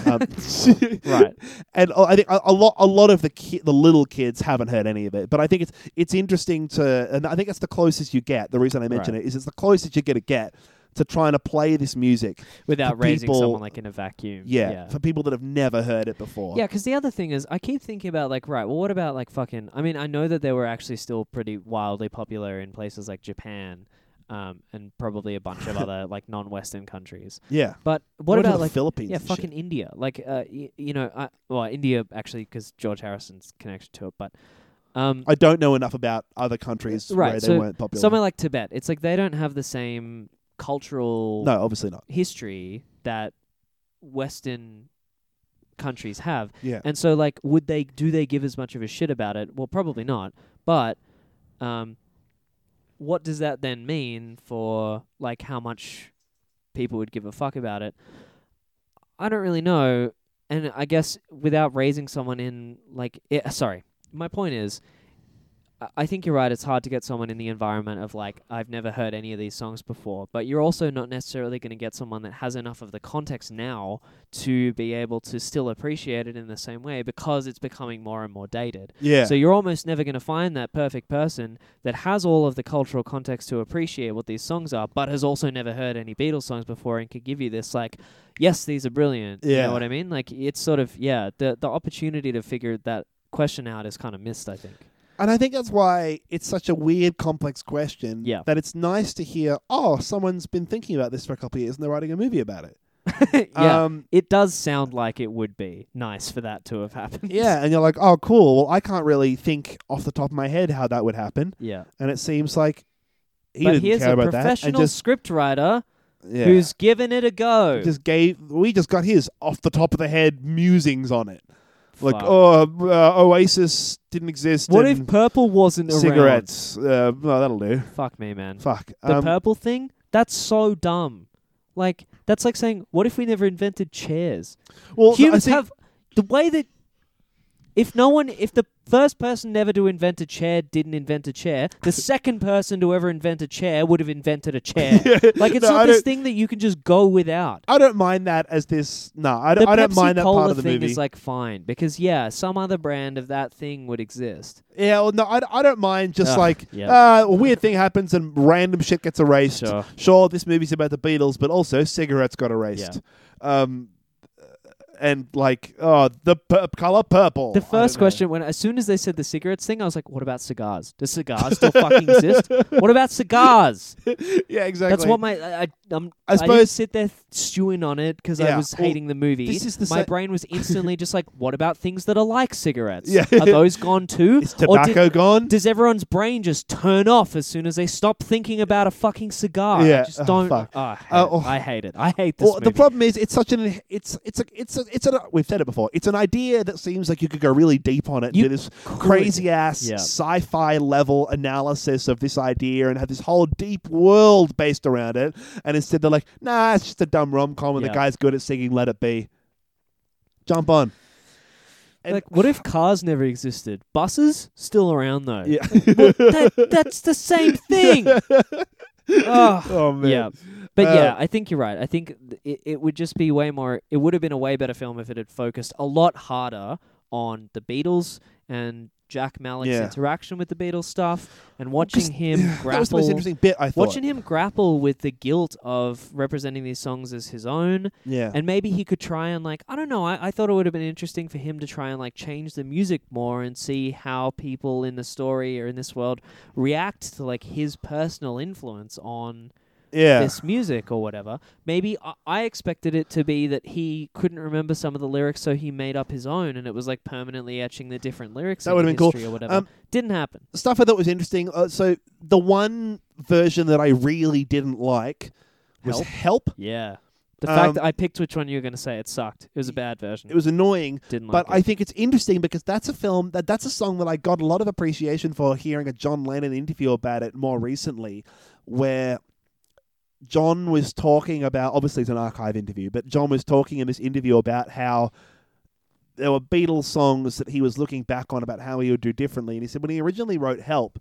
S2: Um,
S3: Right.
S2: and I think a, a lot, a lot of the ki- the little kids haven't heard any of it. But I think it's it's interesting to, and I think it's the closest you get. The reason I mention
S3: Right.
S2: it is it's the closest you're gonna get to trying to play this music.
S3: Without
S2: For
S3: raising
S2: people-
S3: someone like in a vacuum.
S2: Yeah,
S3: Yeah.
S2: for people that have never heard it before.
S3: Yeah, because the other thing is, I keep thinking about like, right, well, what about like fucking? I mean, I know that they were actually still pretty wildly popular in places like Japan, um, and probably a bunch of other like non-Western countries.
S2: yeah.
S3: But
S2: They
S3: what
S2: went to
S3: about
S2: the
S3: like
S2: Philippines?
S3: yeah,
S2: and shit.
S3: fucking India? Like, uh, y- you know, I, well, India actually because George Harrison's connection to it, but um,
S2: I don't know enough about other countries
S3: Uh, Right,
S2: where they
S3: so
S2: weren't popular.
S3: somewhere like Tibet, it's like they don't have the same cultural
S2: no, obviously not.
S3: history that Western countries have.
S2: Yeah,
S3: And so, like, would they do they give as much of a shit about it? Well, probably not. But, um, what does that then mean for like how much people would give a fuck about it? I don't really know. And I guess without raising someone in like, i sorry, my point is. I- I think you're right. It's hard to get someone in the environment of like I've never heard any of these songs before, but you're also not necessarily going to get someone that has enough of the context now to be able to still appreciate it in the same way because it's becoming more and more dated.
S2: yeah,
S3: So you're almost never going to find that perfect person that has all of the cultural context to appreciate what these songs are, but has also never heard any Beatles songs before and could give you this like, yes, these are brilliant. You
S2: Yeah.
S3: know what I mean? Like it's sort of yeah, the the opportunity to figure that question out is kind of missed. I think.
S2: and I think that's why it's such a weird, complex question.
S3: Yeah.
S2: that it's nice to hear. Oh, someone's been thinking about this for a couple of years, and they're writing a movie about it.
S3: yeah.
S2: Um,
S3: it does sound like it would be nice for that to have happened.
S2: yeah, and you're like, oh, cool. Well, I can't really think off the top of my head how that would happen,
S3: Yeah.
S2: and it seems like he
S3: but
S2: didn't
S3: here's
S2: care
S3: a
S2: about that. And
S3: professional
S2: just
S3: scriptwriter
S2: yeah,
S3: who's given it a go.
S2: just gave. We just got his off the top of the head musings on it. Like,
S3: Fuck.
S2: oh, uh, Oasis didn't exist.
S3: What
S2: and
S3: if purple wasn't around?
S2: cigarettes? Uh, no, that'll do.
S3: Fuck me, man.
S2: Fuck.
S3: The
S2: Um,
S3: purple thing? That's so dumb. Like that's like saying, what if we never invented chairs?
S2: Well, th- I
S3: Humans
S2: think-
S3: have the way that if no one, if the first person never to invent a chair didn't invent a chair, the second person to ever invent a chair would have invented a chair. Like it's
S2: No, I
S3: not this
S2: don't-
S3: thing that you can just go without.
S2: I don't mind that as this. No, I, don't-
S3: The
S2: I don't
S3: Pepsi
S2: mind that
S3: Cola
S2: part of the
S3: thing
S2: movie.
S3: is like fine because yeah, some other brand of that thing would exist.
S2: yeah, well, no, I, I don't mind just
S3: Ugh,
S2: like
S3: yeah.
S2: uh, a weird thing happens and random shit gets erased.
S3: Sure.
S2: this movie's about the Beatles, but also cigarettes got erased. Um, and like, oh, the pur- color purple.
S3: The
S2: I
S3: first
S2: don't know.
S3: question when as soon as they said the cigarettes thing, I was like, what about cigars? Does cigars still fucking exist? What about cigars?
S2: yeah, exactly.
S3: That's what my I I, um,
S2: I
S3: I, didn't
S2: suppose-
S3: sit there th- stewing on it because I
S2: Yeah,
S3: was
S2: well,
S3: hating the movie.
S2: this is the
S3: my
S2: sa-
S3: brain was instantly just like, what about things that are like cigarettes?
S2: Yeah.
S3: are those gone too?
S2: is
S3: Or did-
S2: tobacco gone.
S3: does everyone's brain just turn off as soon as they stop thinking about a fucking cigar?
S2: Yeah,
S3: I just
S2: oh,
S3: don't.
S2: fuck.
S3: oh, I, hate
S2: Uh,
S3: it.
S2: oh.
S3: I hate it. I hate this
S2: Well, the
S3: movie.
S2: problem is, it's such an it's it's a it's a, it's an we've said it before. It's an idea that seems like you could go really deep on it and
S3: You
S2: do this
S3: could.
S2: crazy ass
S3: Yeah.
S2: sci-fi level analysis of this idea and have this whole deep world based around it. And instead, they're like, nah, it's just a dumb rom com, and the
S3: Yeah.
S2: guy's good at singing "Let It Be." Jump on. And-
S3: like, what if cars never existed? Buses still around though.
S2: Yeah.
S3: that, that's the same thing. Ugh.
S2: oh man.
S3: Yeah, but
S2: Uh,
S3: yeah, I think you're right. I think th- it, it would just be way more. It would have been a way better film if it had focused a lot harder on the Beatles and Jack Malik's
S2: Yeah.
S3: interaction with the Beatles stuff, and watching him
S2: That was the most
S3: grapple.
S2: interesting bit I thought.
S3: Watching him grapple with the guilt of representing these songs as his own,
S2: yeah.
S3: and maybe he could try and like I don't know. I, I thought it would have been interesting for him to try and like change the music more and see how people in the story or in this world react to like his personal influence on
S2: yeah.
S3: this music or whatever. Maybe I, I expected it to be that he couldn't remember some of the lyrics, so he made up his own, and it was like permanently etching the different lyrics.
S2: That
S3: into
S2: would've been cool.
S3: history or whatever.
S2: Um,
S3: Didn't happen.
S2: stuff I thought was interesting. Uh, so the one version that I really didn't like was
S3: Help?
S2: help.
S3: Yeah, the
S2: Um,
S3: fact that I picked which one you were going to say it sucked. It was a bad version.
S2: It was annoying,
S3: Didn't like
S2: but I
S3: it.
S2: think it's interesting because that's a film that that's a song that I got a lot of appreciation for hearing a John Lennon interview about it more recently, where John was talking about obviously it's an archive interview, but John was talking in this interview about how there were Beatles songs that he was looking back on about how he would do differently, and he said when he originally wrote Help,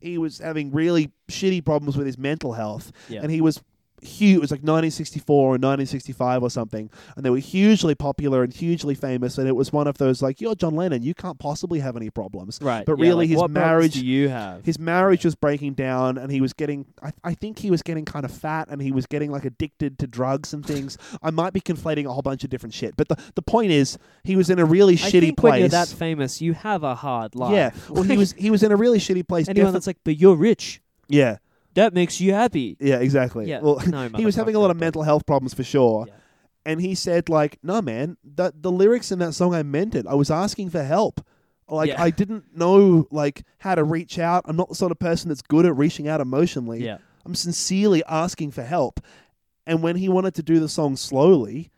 S2: he was having really shitty problems with his mental health,
S3: Yeah.
S2: and he was huge. It was like 1964 or 1965 or something, and they were hugely popular and hugely famous, and it was one of those like you're John Lennon, you can't possibly have any problems.
S3: right,
S2: but
S3: yeah,
S2: really
S3: like,
S2: his
S3: what problems
S2: marriage-
S3: Do you have
S2: His marriage was breaking down, and he was getting. I, I think he was getting kind of fat, and he was getting like addicted to drugs and things. I might be conflating a whole bunch of different shit, but the, the point is, he was in a really
S3: I
S2: shitty
S3: think
S2: place.
S3: When you're that famous, you have a hard life.
S2: yeah, well, he was he was in a really shitty place.
S3: Anyone
S2: defi-
S3: that's like, but you're rich.
S2: yeah,
S3: That makes you happy.
S2: yeah, exactly.
S3: Yeah,
S2: well,
S3: no,
S2: he was having a
S3: motherfucker,
S2: lot of
S3: but-
S2: mental health problems for sure.
S3: Yeah.
S2: And he said, like, no, man, the, the lyrics in that song, I meant it. I was asking for help. Like,
S3: Yeah.
S2: I didn't know, like, how to reach out. I'm not the sort of person that's good at reaching out emotionally.
S3: Yeah.
S2: I'm sincerely asking for help. And when he wanted to do the song slowly,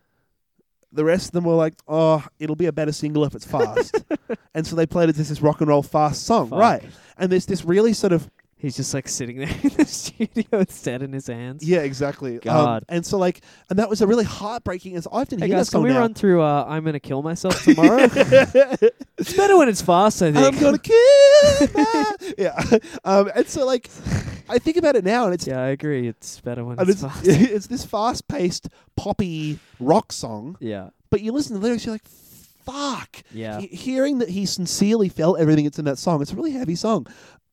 S2: the rest of them were like, oh, it'll be a better single if it's fast. and so they played it as this rock and roll fast song,
S3: Fuck.
S2: right? And there's this really sort of
S3: He's just like sitting there in the studio with set in his hands.
S2: Yeah, exactly. Um,
S3: God.
S2: and so like, and that was a really heartbreaking. As I often
S3: Hey
S2: hear
S3: guys,
S2: that
S3: can
S2: song
S3: we
S2: now.
S3: run through uh, "I'm Gonna Kill Myself Tomorrow"? it's better when it's fast, I
S2: I'm
S3: think.
S2: gonna kill. my- yeah. Um, and so like, I think about it now, and it's
S3: yeah, I agree. It's better when
S2: and
S3: it's
S2: it's,
S3: fast.
S2: it's this fast-paced poppy rock song,
S3: yeah,
S2: but you listen to the lyrics, you're like, fuck.
S3: yeah.
S2: He- hearing that he sincerely felt everything that's in that song, it's a really heavy song.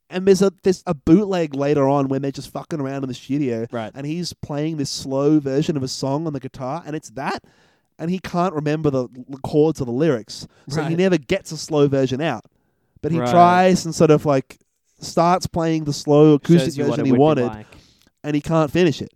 S2: And there's a there's a bootleg later on when they're just fucking around in the studio,
S3: Right.
S2: And he's playing this slow version of a song on the guitar, and it's that, and he can't remember the l- chords or the lyrics, so he
S3: Right.
S2: never gets a slow version out. But he
S3: Right.
S2: tries and sort of like starts playing the slow acoustic
S3: Shows you what
S2: version
S3: it
S2: he
S3: would be
S2: wanted,
S3: like.
S2: and he can't finish it.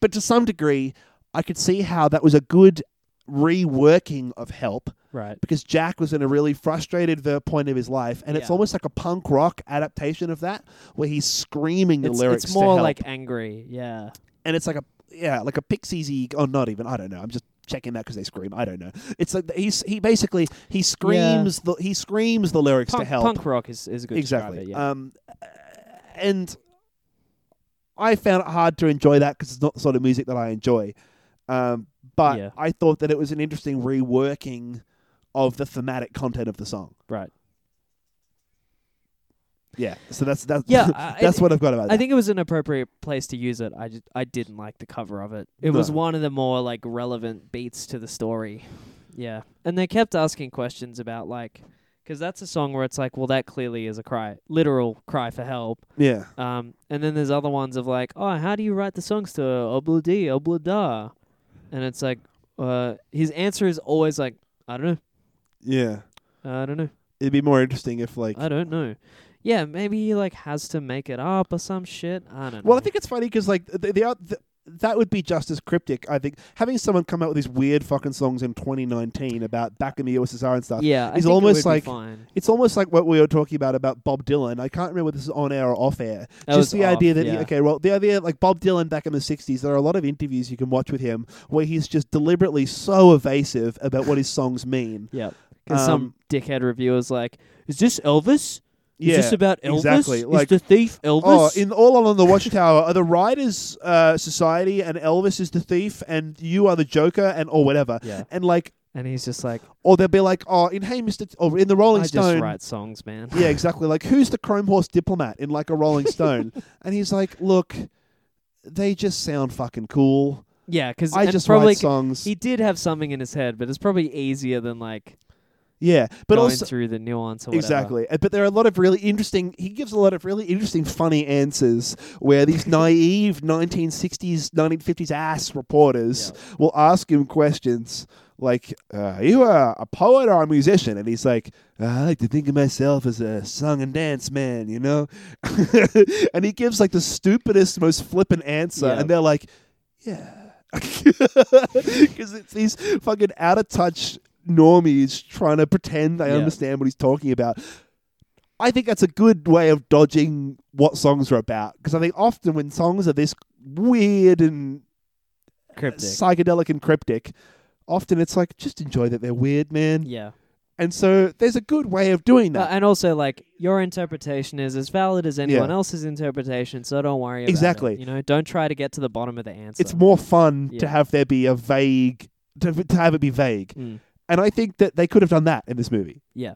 S2: But to some degree, I could see how that was a good reworking of Help
S3: Right.
S2: because Jack was in a really frustrated ver- point of his life, and it's
S3: Yeah.
S2: almost like a punk rock adaptation of that, where he's screaming the
S3: It's,
S2: lyrics.
S3: it's more
S2: to help.
S3: like angry. Yeah.
S2: and it's like a yeah, like a Pixiesy. Oh, not even. I don't know. I'm just checking that because they scream. I don't know. It's like he's he basically he screams the he screams the lyrics
S3: Punk,
S2: to help Um,
S3: punk rock is, is a good
S2: exactly.
S3: describer, Yeah.
S2: Um, and I found it hard to enjoy that because it's not the sort of music that I enjoy. Um, but
S3: Yeah.
S2: I thought that it was an interesting reworking of the thematic content of the song.
S3: Right.
S2: Yeah. So that's that's
S3: Yeah, I-
S2: that's what I've got about
S3: I
S2: that.
S3: think it was an appropriate place to use it. I just, I didn't like the cover of it. It was
S2: No.
S3: one of the more like relevant beats to the story. Yeah. And they kept asking questions about like cuz that's a song where it's like, well that clearly is a cry, literal cry for help.
S2: yeah.
S3: Um and then there's other ones of like, "Oh, how do you write the songs to obladi, oblada?" And it's like uh his answer is always like, "I don't
S2: Yeah.
S3: know. I don't know.
S2: It'd be more interesting if like
S3: I don't know." Yeah, maybe he like has to make it up or some shit. I don't know.
S2: Well, I think it's funny because like the, the, oth- th that would be just as cryptic. I think having someone come out with these weird fucking songs in 2019 about back in the USSR and stuff.
S3: yeah, I
S2: it's
S3: think it
S2: almost
S3: would be
S2: like-
S3: fine.
S2: It's almost like what we were talking about about Bob Dylan. I can't remember if this is on air or off air.
S3: That was
S2: Just the
S3: off,
S2: idea that he-
S3: yeah.
S2: okay, well, the idea like Bob Dylan back in the 60s. There are a lot of interviews you can watch with him where he's just deliberately so evasive about what his songs mean.
S3: Yeah, because some
S2: Um,
S3: dickhead reviewer's like, "Is this Elvis? Is
S2: yeah.
S3: this about Elvis?
S2: exactly.
S3: Is
S2: Like-
S3: the thief Elvis?"
S2: Oh, in All Along the Watchtower are the Riders uh, Society and Elvis is the thief and you are the Joker and or whatever.
S3: yeah,
S2: And like
S3: and he's just like,
S2: Or they'll be like, oh, in Hey Mister, T- or in the Rolling
S3: "I
S2: Stone.
S3: just write songs, man."
S2: Yeah, exactly. Like, who's the Chrome Horse diplomat in like a Rolling Stone? and he's like, look, they just sound fucking cool.
S3: yeah, because
S2: I just
S3: probably
S2: write songs.
S3: he did have something in his head, but it's probably easier than like
S2: yeah, but
S3: going
S2: also
S3: through the nuance or whatever.
S2: exactly. Uh, But there are a lot of really interesting. He gives a lot of really interesting, funny answers where these naive 1960s, 1950s ass reporters will ask him questions like, uh, "Are you a, a poet or a musician?" And he's like, "Uh, "I like to think of myself as a song and dance man," you know. and he gives like the stupidest, most flippant answer,
S3: Yeah.
S2: and they're like, "Yeah," because it's these fucking out of touch normies trying to pretend they
S3: Yeah.
S2: understand what he's talking about. I think that's a good way of dodging what songs are about because I think often when songs are this weird and
S3: Cryptic.
S2: psychedelic and cryptic, often it's like just enjoy that they're weird, man.
S3: yeah,
S2: And so there's a good way of doing
S3: Uh,
S2: that.
S3: and also like your interpretation is as valid as anyone
S2: Yeah.
S3: else's interpretation, so don't worry. about it,
S2: Exactly.
S3: you know, don't try to get to the bottom of the answer.
S2: it's more fun
S3: Yeah.
S2: to have there be a vague to, to have it be vague.
S3: Mm.
S2: And I think that they could have done that in this movie.
S3: Yeah.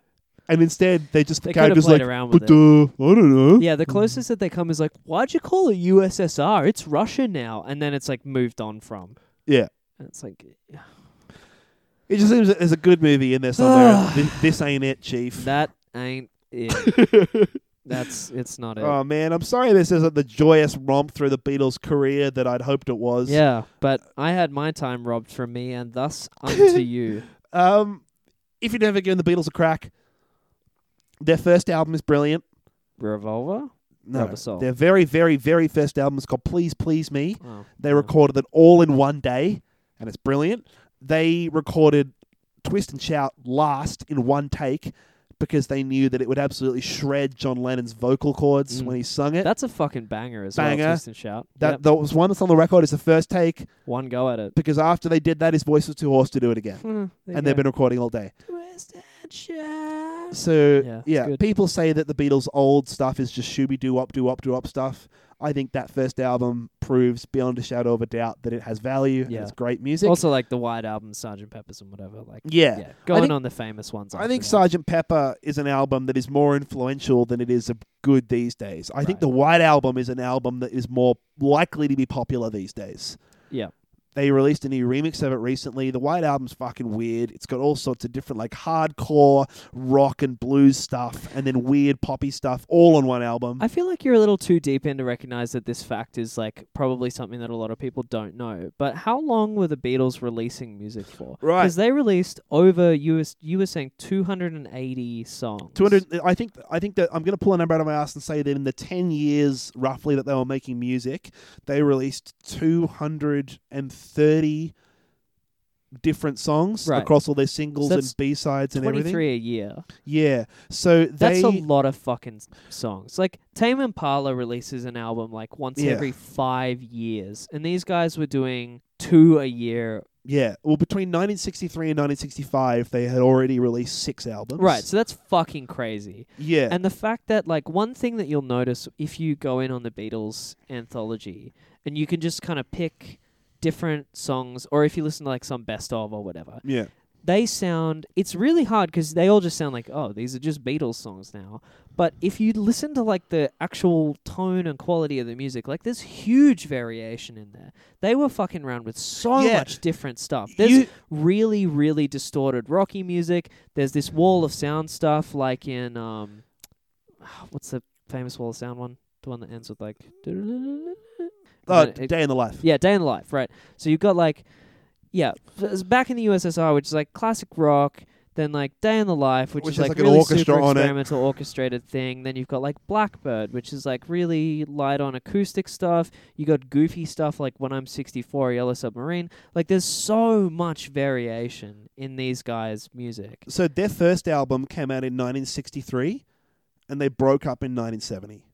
S2: And instead they just
S3: They
S2: the
S3: could have
S2: characters
S3: played
S2: like
S3: around with
S2: but
S3: it.
S2: duh, I don't know.
S3: Yeah, the closest that they come is like, why'd you call it USSR? It's Russia now. And then it's like moved on from.
S2: Yeah.
S3: And it's like,
S2: It just seems that there's a good movie in there somewhere. this, this ain't it, Chief.
S3: that ain't it. That's, it's not it.
S2: Oh man, I'm sorry this isn't the joyous romp through the Beatles' career that I'd hoped it was.
S3: yeah, but I had my time robbed from me and thus unto you.
S2: Um, if you've never given the Beatles a crack, their first album is brilliant.
S3: Revolver? Rubber Soul.
S2: their very, very, very first album is called Please Please Me.
S3: Oh.
S2: They recorded it all in one day, and it's brilliant. They recorded Twist and Shout last in one take because they knew that it would absolutely shred John Lennon's vocal cords
S3: Mm.
S2: when he sung it.
S3: That's a fucking banger as well,
S2: Eh. Banger.
S3: Twist and Shout.
S2: that,
S3: Yep,
S2: that was one that's on the record as the first take
S3: one go at it.
S2: because after they did that, his voice was too hoarse to do it again.
S3: Hmm, there you
S2: And they've
S3: go.
S2: been recording all day.
S3: Twist and Shout.
S2: So
S3: Yeah,
S2: yeah,
S3: it's good.
S2: people say that the Beatles' old stuff is just shooby doo up doo up doo up stuff. I think that first album proves beyond a shadow of a doubt that it has value
S3: Yeah.
S2: and it's great music.
S3: Also, like the White Album, Sgt. Pepper's, and whatever. Like,
S2: yeah.
S3: yeah, going
S2: think-
S3: on the famous ones.
S2: I
S3: after
S2: think
S3: that.
S2: Sergeant Pepper is an album that is more influential than it is a good these days. I
S3: Right.
S2: think the White Album is an album that is more likely to be popular these days.
S3: Yeah.
S2: They released a new remix of it recently. The White Album's fucking weird. It's got all sorts of different like hardcore rock and blues stuff and then weird poppy stuff all on one album.
S3: I feel like you're a little too deep in to recognize that this fact is like probably something that a lot of people don't know. But how long were the Beatles releasing music for?
S2: Right.
S3: Because they released over you was you were saying 280 songs.
S2: 200 I think I think that I'm going to pull a number out of my ass and say that in the 10 years roughly that they were making music, they released 230 different songs
S3: Right.
S2: across all their singles
S3: So that's
S2: and B-sides and everything.
S3: 23 a year.
S2: Yeah. So
S3: That's
S2: they
S3: a lot of fucking s- songs. Like Tame Impala releases an album like once
S2: Yeah.
S3: every 5 years and these guys were doing two a year
S2: Yeah. Well, between 1963 and 1965, they had already released six albums.
S3: Right, so that's fucking crazy.
S2: Yeah.
S3: And the fact that, like, one thing that you'll notice if you go in on the Beatles anthology and you can just kind of pick different songs, or if you listen to, like, some best of or whatever,
S2: yeah.
S3: they sound, it's really hard because they all just sound like, oh, these are just Beatles songs now. But if you listen to, like, the actual tone and quality of the music, like, there's huge variation in there. They were fucking around with so
S2: Yeah.
S3: much different stuff. There's
S2: You-
S3: really, really distorted rocky music. There's this wall of sound stuff, like in um, what's the famous wall of sound one? The one that ends with like, and
S2: Oh,
S3: then it-
S2: Day in the Life.
S3: yeah, day in the life, right? So you've got like, yeah, f- it's back in the USSR, which is like classic rock. Then like Day in the Life, which,
S2: Which
S3: is
S2: has,
S3: like,
S2: like, an
S3: really
S2: orchestra
S3: super
S2: on it.
S3: experimental, orchestrated thing. Then you've got like Blackbird, which is like really light on acoustic stuff. You got goofy stuff like When I'm 64, Yellow Submarine. Like there's so much variation in these guys' music.
S2: So their first album came out in 1963, and they broke up in 1970.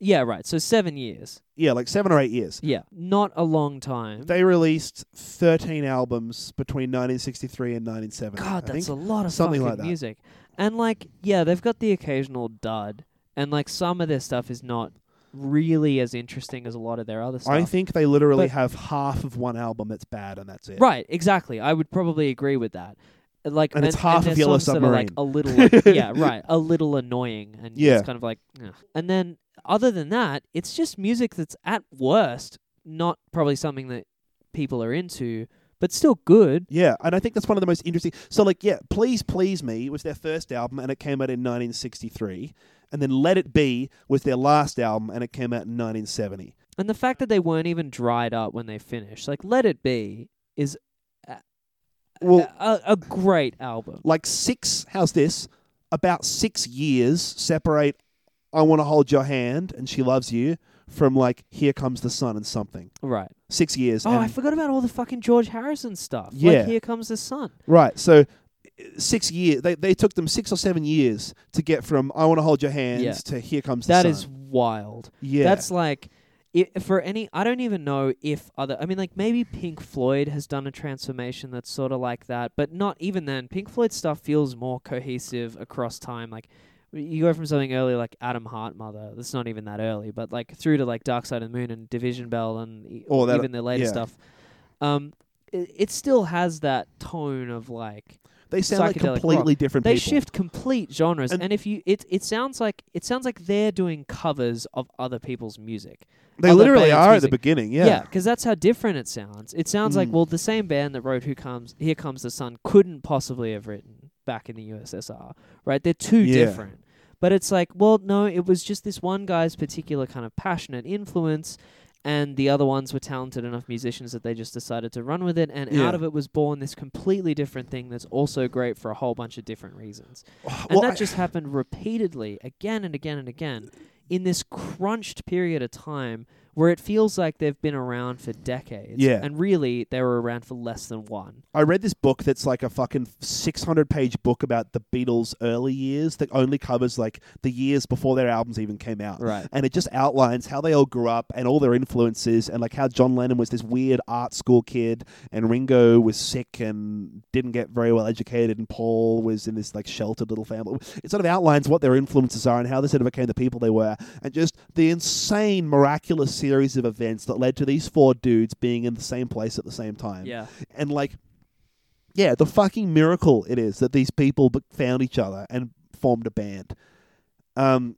S3: Yeah, right. So seven years.
S2: Yeah, like seven or eight years.
S3: Yeah, not a long time.
S2: They released 13 albums between 1963 and 1970.
S3: God,
S2: I
S3: that's
S2: think.
S3: a lot of
S2: Something
S3: fucking
S2: like that.
S3: music. And like, yeah, they've got the occasional dud, and like some of their stuff is not really as interesting as a lot of their other stuff.
S2: I think they literally
S3: But-
S2: have half of one album that's bad, and that's it.
S3: Right, exactly. I would probably agree with that. Uh, Like,
S2: And it's half of
S3: there's
S2: Yellow
S3: songs that are, like a little, yeah, right, a little annoying, and
S2: Yeah.
S3: it's kind of like, ugh. and then other than that, it's just music that's at worst not probably something that people are into, but still good.
S2: Yeah, and I think that's one of the most interesting. So, like, yeah, Please Please Me was their first album, and it came out in 1963. And then Let It Be was their last album, and it came out in 1970.
S3: And the fact that they weren't even dried up when they finished, like Let It Be, is
S2: Well,
S3: a, a great album.
S2: like six, how's this? About six years separate I Want to Hold Your Hand and She Loves You from, like, Here Comes the Sun and something.
S3: Right.
S2: Six years.
S3: Oh, I
S2: and-
S3: forgot about all the fucking George Harrison stuff.
S2: Yeah.
S3: Like Here Comes the Sun.
S2: Right. So six years. They, they took them six or seven years to get from I Want to Hold Your Hands
S3: Yeah.
S2: to Here Comes
S3: That
S2: the
S3: is
S2: Sun.
S3: wild.
S2: yeah.
S3: That's like i for any I don't even know if other I mean like maybe Pink Floyd has done a transformation that's sort of like that, but not even then. Pink Floyd stuff feels more cohesive across time like you go from something early like Adam Hart Mother, that's not even that early, but like through to like Dark Side of the Moon and Division Bell and e-
S2: Or that-
S3: even their later
S2: yeah.
S3: stuff. Um it, it still has that tone of like
S2: they sound like
S3: psychedelic rock.
S2: completely different
S3: they
S2: people.
S3: shift complete genres
S2: And-
S3: and, if you it it sounds like it sounds like they're doing covers of other people's music
S2: They
S3: other
S2: literally
S3: bands'
S2: are at the
S3: music.
S2: beginning. Yeah.
S3: yeah because that's how different it sounds it sounds like
S2: Mm.
S3: well the same band that wrote who comes here comes the sun couldn't possibly have written back in the ussr right they're too
S2: Yeah.
S3: different but it's like well no it was just this one guy's particular kind of passionate influence and the other ones were talented enough musicians that they just decided to run with it and
S2: Yeah.
S3: out of it was born this completely different thing that's also great for a whole bunch of different reasons and
S2: Well,
S3: that
S2: I-
S3: just happened repeatedly, again and again and again, in this crunched period of time where it feels like they've been around for decades.
S2: Yeah.
S3: And really, they were around for less than one.
S2: I read this book that's like a fucking 600 page book about the Beatles' early years that only covers like the years before their albums even came out.
S3: Right.
S2: And it just outlines how they all grew up and all their influences and like how John Lennon was this weird art school kid and Ringo was sick and didn't get very well educated and Paul was in this like sheltered little family. It sort of outlines what their influences are and how they sort of became the people they were and just the insane miraculous series of events that led to these four dudes being in the same place at the same time
S3: Yeah.
S2: and like yeah the fucking miracle it is that these people b- found each other and formed a band um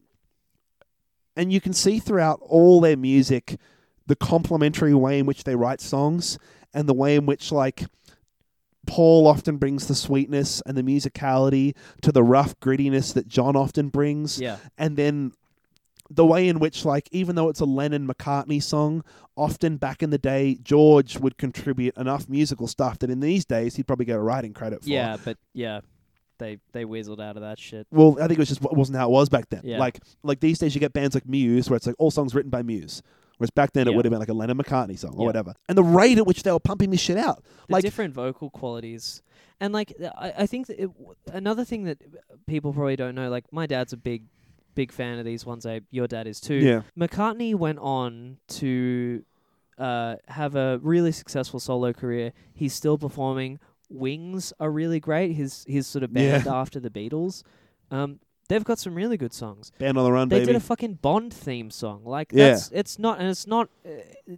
S2: and you can see throughout all their music the complementary way in which they write songs and the way in which like Paul often brings the sweetness and the musicality to the rough grittiness that John often brings
S3: Yeah.
S2: and then the way in which like even though it's a Lennon McCartney song often back in the day George would contribute enough musical stuff that in these days he'd probably get a writing credit for
S3: Yeah, but yeah, they they weaseled out of that shit.
S2: well I think it was just it wasn't how it was back then
S3: Yeah.
S2: like like these days you get bands like Muse where it's like all songs written by Muse whereas back then it
S3: Yeah.
S2: would have been like a Lennon McCartney song or
S3: Yeah.
S2: whatever and the rate at which they were pumping this shit out
S3: The
S2: like
S3: different vocal qualities. And like, th- I, I think that it, w- another thing that people probably don't know, like, my dad's a big, big fan of these ones. I, your dad is too.
S2: yeah
S3: McCartney went on to uh, have a really successful solo career. He's still performing. Wings are really great. His his sort of
S2: Yeah.
S3: band after the Beatles. Um, they've got some really good songs.
S2: Band on the Run,
S3: They
S2: baby.
S3: did a fucking Bond theme song. Like
S2: Yeah.
S3: that's it's not and it's not uh,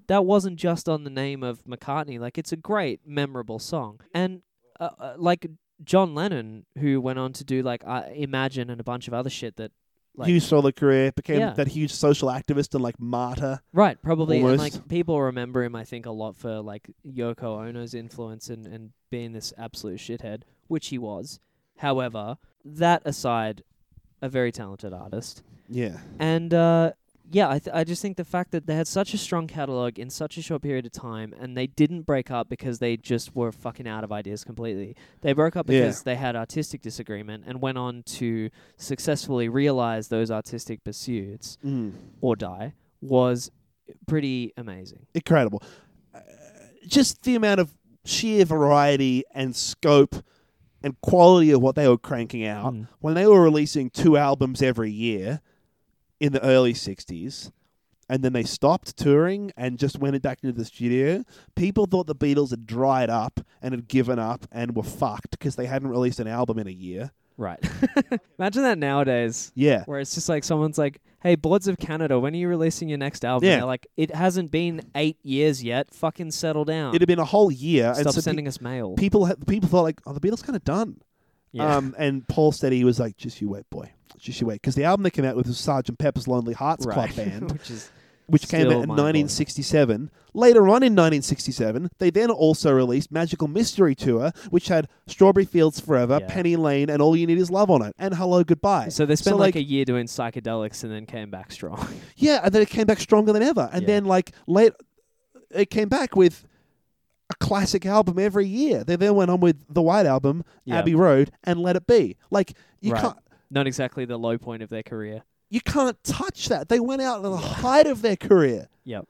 S3: that wasn't just on the name of McCartney. Like it's a great memorable song. And uh, uh, like John Lennon who went on to do like uh, Imagine and a bunch of other shit that like
S2: huge solo career. Became
S3: Yeah.
S2: that huge social activist and like martyr.
S3: right probably and
S2: Almost.
S3: like people remember him I think a lot for like Yoko Ono's influence and and being this absolute shithead, which he was. However, that aside, a very talented artist.
S2: Yeah.
S3: And uh, yeah, I, th- I just think the fact that they had such a strong catalog in such a short period of time, and they didn't break up because they just were fucking out of ideas completely. They broke up
S2: Yeah.
S3: because they had artistic disagreement and went on to successfully realize those artistic pursuits
S2: Mm.
S3: or die was pretty amazing.
S2: Incredible. Uh, just the amount of sheer variety and scope and quality of what they were cranking out
S3: Mm.
S2: when they were releasing two albums every year in the early 60s and then they stopped touring and just went back into the studio people thought the beatles had dried up and had given up and were fucked because they hadn't released an album in a year
S3: Right. Imagine that nowadays.
S2: yeah
S3: Where it's just like someone's like, "Hey, Bloods of Canada, when are you releasing your next album?"
S2: Yeah.
S3: They're like, "It hasn't been eight years yet. Fucking settle down.
S2: it had been a whole year uh, and
S3: Stop
S2: so pe-
S3: sending us mail."
S2: people ha- people thought like oh the beatles kind of done Um, and Paul said he was like, just you wait, boy. Just you wait. Because the album they came out with was Sgt. Pepper's Lonely Hearts Club Band,
S3: which is
S2: which came out
S3: Still
S2: in
S3: mind-boggling.
S2: 1967. Later on in 1967, they then also released Magical Mystery Tour, which had Strawberry Fields Forever,
S3: Yeah.
S2: Penny Lane, and All You Need Is Love on it, and Hello Goodbye.
S3: so they spent
S2: Uh, like-
S3: like, a year doing psychedelics and then came back strong.
S2: yeah, and then it came back stronger than ever. And
S3: Yeah.
S2: then, like, late, it came back with a classic album every year. They then went on with the White Album,
S3: Yeah.
S2: Abbey Road, and Let It Be. Like, you
S3: Right.
S2: can't.
S3: Not exactly the low point of their career.
S2: You can't touch that. They went out at the height of their career.
S3: Yep.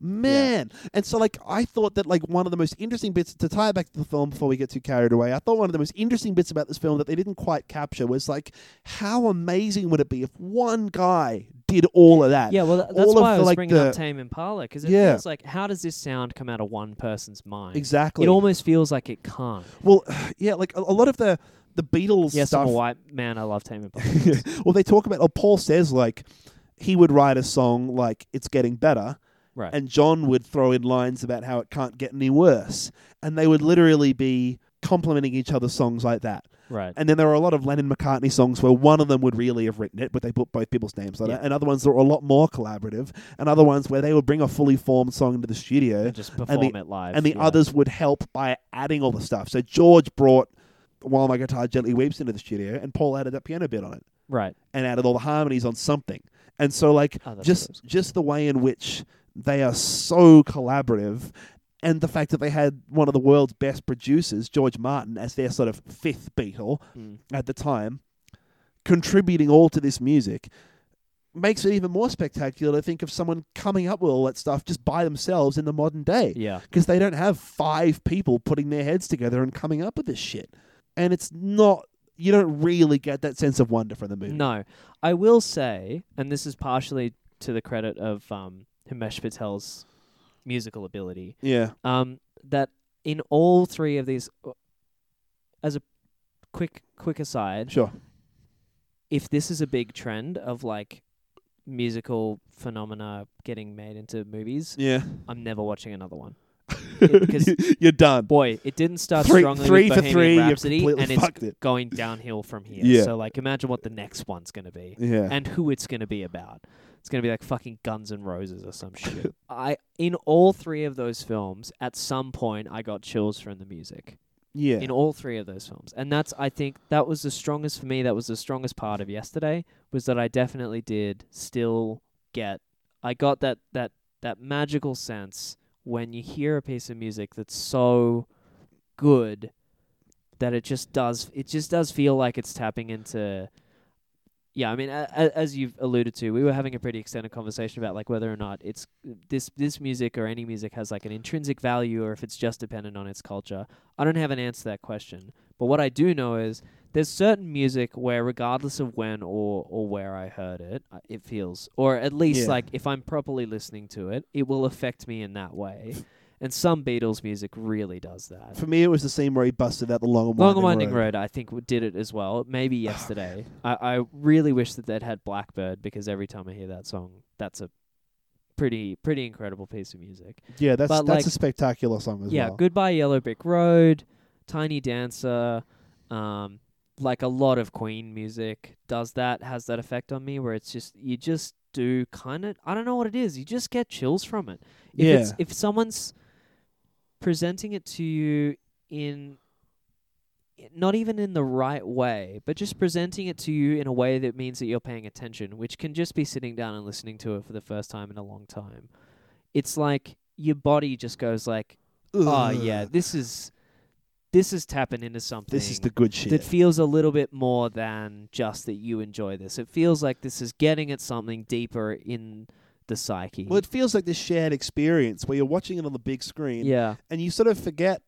S2: Man. And so like I thought that like one of the most interesting bits to tie it back to the film before we get too carried away, I thought one of the most interesting bits about this film that they didn't quite capture was like how amazing would it be if one guy did all of that?
S3: Uh, Yeah, well, th- that's
S2: all of
S3: why I
S2: the,
S3: was
S2: like,
S3: bringing
S2: the-
S3: up Tame Impala because it
S2: Yeah.
S3: feels like how does this sound come out of one person's mind?
S2: Exactly.
S3: It almost feels like it can't.
S2: well yeah, like a, a lot of the the Beatles
S3: Yes,
S2: stuff.
S3: I'm a white man. I love Tame Impala.
S2: well they talk about oh Paul says like he would write a song like it's getting better
S3: right.
S2: and John would throw in lines about how it can't get any worse. And they would literally be complimenting each other's songs like that.
S3: right.
S2: And then there were a lot of Lennon McCartney songs where one of them would really have written it, but they put both people's names on
S3: Yeah.
S2: it. And other ones that were a lot more collaborative, and other ones where they would bring a fully formed song into the studio,
S3: And just perform it live.
S2: and the
S3: yeah.
S2: others would help by adding all the stuff. So George brought While My Guitar Gently Weeps into the studio, and Paul added that piano bit on it
S3: Right.
S2: and added all the harmonies on something. And so like
S3: Oh, that's what it
S2: just
S3: was.
S2: just the way in which they are so collaborative and the fact that they had one of the world's best producers, George Martin, as their sort of fifth Beatle
S3: Mm.
S2: at the time, contributing all to this music makes it even more spectacular to think of someone coming up with all that stuff just by themselves in the modern day
S3: Yeah.
S2: because they don't have five people putting their heads together and coming up with this shit. And it's not you don't really get that sense of wonder from the movie.
S3: No, I will say, and this is partially to the credit of um, Himesh Patel's musical ability.
S2: Yeah.
S3: um, that in all three of these, uh, as a quick quick aside,
S2: Sure.
S3: if this is a big trend of like musical phenomena getting made into movies,
S2: Yeah.
S3: I'm never watching another one. It- because
S2: You're done.
S3: boy, it didn't start
S2: Three-
S3: strongly
S2: three
S3: with
S2: for
S3: Bohemian
S2: three, you've
S3: Rhapsody,
S2: completely
S3: and it's
S2: fucked it.
S3: going downhill from here.
S2: Yeah.
S3: So like, imagine what the next one's gonna be
S2: Yeah.
S3: and who it's going to be about. It's going to be like fucking Guns and Roses or some shit. I in all three of those films, at some point, I got chills from the music
S2: Yeah.
S3: in all three of those films, and that's I think that was the strongest for me. That was the strongest part of yesterday was that I definitely did still get. I got that that that magical sense when you hear a piece of music that's so good that it just does it just does feel like it's tapping into yeah i mean a, a, as you've alluded to we were having a pretty extended conversation about like whether or not it's this this music or any music has like an intrinsic value or if it's just dependent on its culture i don't have an answer to that question but what i do know is there's certain music where, regardless of when or or where I heard it, uh, it feels, or at least
S2: Yeah.
S3: like if I'm properly listening to it, it will affect me in that way. And some Beatles music really does that.
S2: For me, it was the scene where he busted out the long and
S3: Long
S2: winding,
S3: and Winding Road, I think, w- did it as well. Maybe yesterday. I, I really wish that they'd had Blackbird because every time I hear that song, that's a pretty pretty incredible piece of music.
S2: Yeah, that's
S3: But,
S2: that's
S3: like-
S2: a spectacular song as
S3: yeah,
S2: well.
S3: Goodbye Yellow Brick Road, Tiny Dancer, um, like a lot of Queen music does that has that effect on me where it's just you just do kind of I don't know what it is. You just get chills from it. If it's,
S2: Yeah.
S3: if someone's presenting it to you in not even in the right way, but just presenting it to you in a way that means that you're paying attention, which can just be sitting down and listening to it for the first time in a long time. It's like your body just goes like, oh yeah,
S2: Ugh.
S3: this is this is tapping into something
S2: this is the good shit.
S3: that feels a little bit more than just that you enjoy this. It feels like this is getting at something deeper in the psyche.
S2: well, it feels like this shared experience where you're watching it on the big screen,
S3: yeah,
S2: and you sort of forget.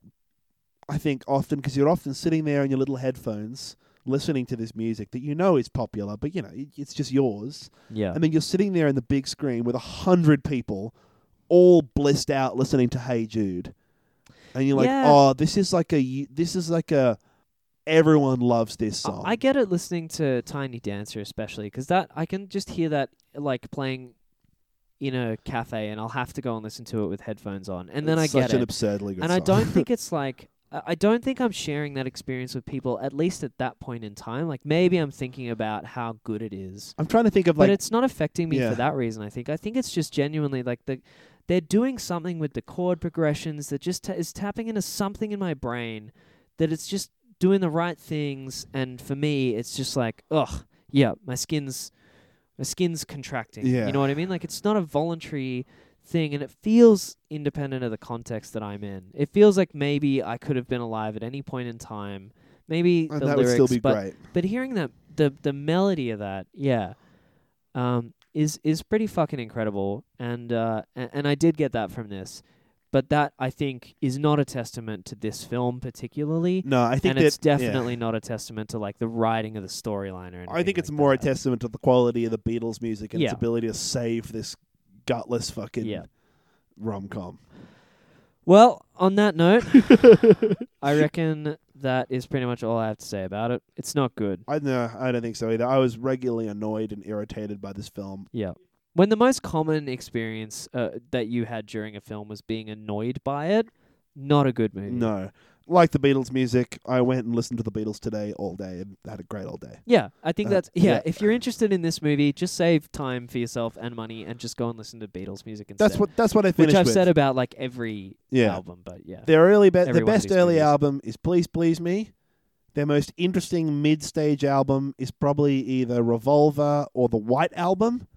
S2: I think often because you're often sitting there in your little headphones listening to this music that you know is popular, but you know it, it's just yours.
S3: yeah,
S2: And then you're sitting there in the big screen with a hundred people, all blissed out listening to Hey Jude, and you're like,
S3: Yeah.
S2: oh, this is like a y- this is like a everyone loves this
S3: I-
S2: song.
S3: I get it listening to Tiny Dancer especially because that I can just hear that like playing in a cafe, and I'll have to go and listen to it with headphones on, and then I
S2: It's
S3: get
S2: such
S3: it.
S2: an absurdly good
S3: and
S2: song.
S3: I don't think it's like I I don't think I'm sharing that experience with people at least at that point in time. Like maybe I'm thinking about how good it is,
S2: I'm trying to think of like
S3: but it's not affecting me
S2: Yeah.
S3: for that reason. I think I think it's just genuinely like the they're doing something with the chord progressions that just ta is tapping into something in my brain that it's just doing the right things. And for me, it's just like ugh, yeah, my skin's my skin's contracting.
S2: Yeah.
S3: You know what I mean? Like it's not a voluntary thing and it feels independent of the context that I'm in. It feels like maybe I could have been alive at any point in time. Maybe
S2: and
S3: the
S2: that
S3: lyrics,
S2: would still be
S3: but,
S2: great.
S3: but hearing that the the melody of that, yeah, um, is is pretty fucking incredible. And uh, and, and I did get that from this, but that I think is not a testament to this film particularly.
S2: No, I think
S3: and
S2: that,
S3: it's
S2: yeah.
S3: definitely not a testament to like the writing of the storyline or anything.
S2: I think it's
S3: like
S2: more
S3: that.
S2: a testament to the quality of the Beatles' music and its
S3: Yeah.
S2: ability to save this gutless fucking
S3: Yeah.
S2: rom com.
S3: Well, on that note, I reckon that is pretty much all I have to say about it. It's not good.
S2: I no, I don't think so either. I was regularly annoyed and irritated by this film.
S3: Yeah. When the most common experience uh, that you had during a film was being annoyed by it, not a good movie.
S2: No, like the Beatles' music, I went and listened to the Beatles today all day and had a great all day.
S3: Yeah, I think
S2: Uh,
S3: that's yeah,
S2: yeah.
S3: If you're interested in this movie, just save time for yourself and money, and just go and listen to Beatles music instead.
S2: That's what that's what I
S3: which
S2: finished
S3: I've
S2: with.
S3: said about like every
S2: yeah,
S3: album, but yeah,
S2: their early be- their
S3: Every one of
S2: best
S3: these
S2: early
S3: movies.
S2: album is Please Please Me. Their most interesting mid-stage album is probably either Revolver or the White Album.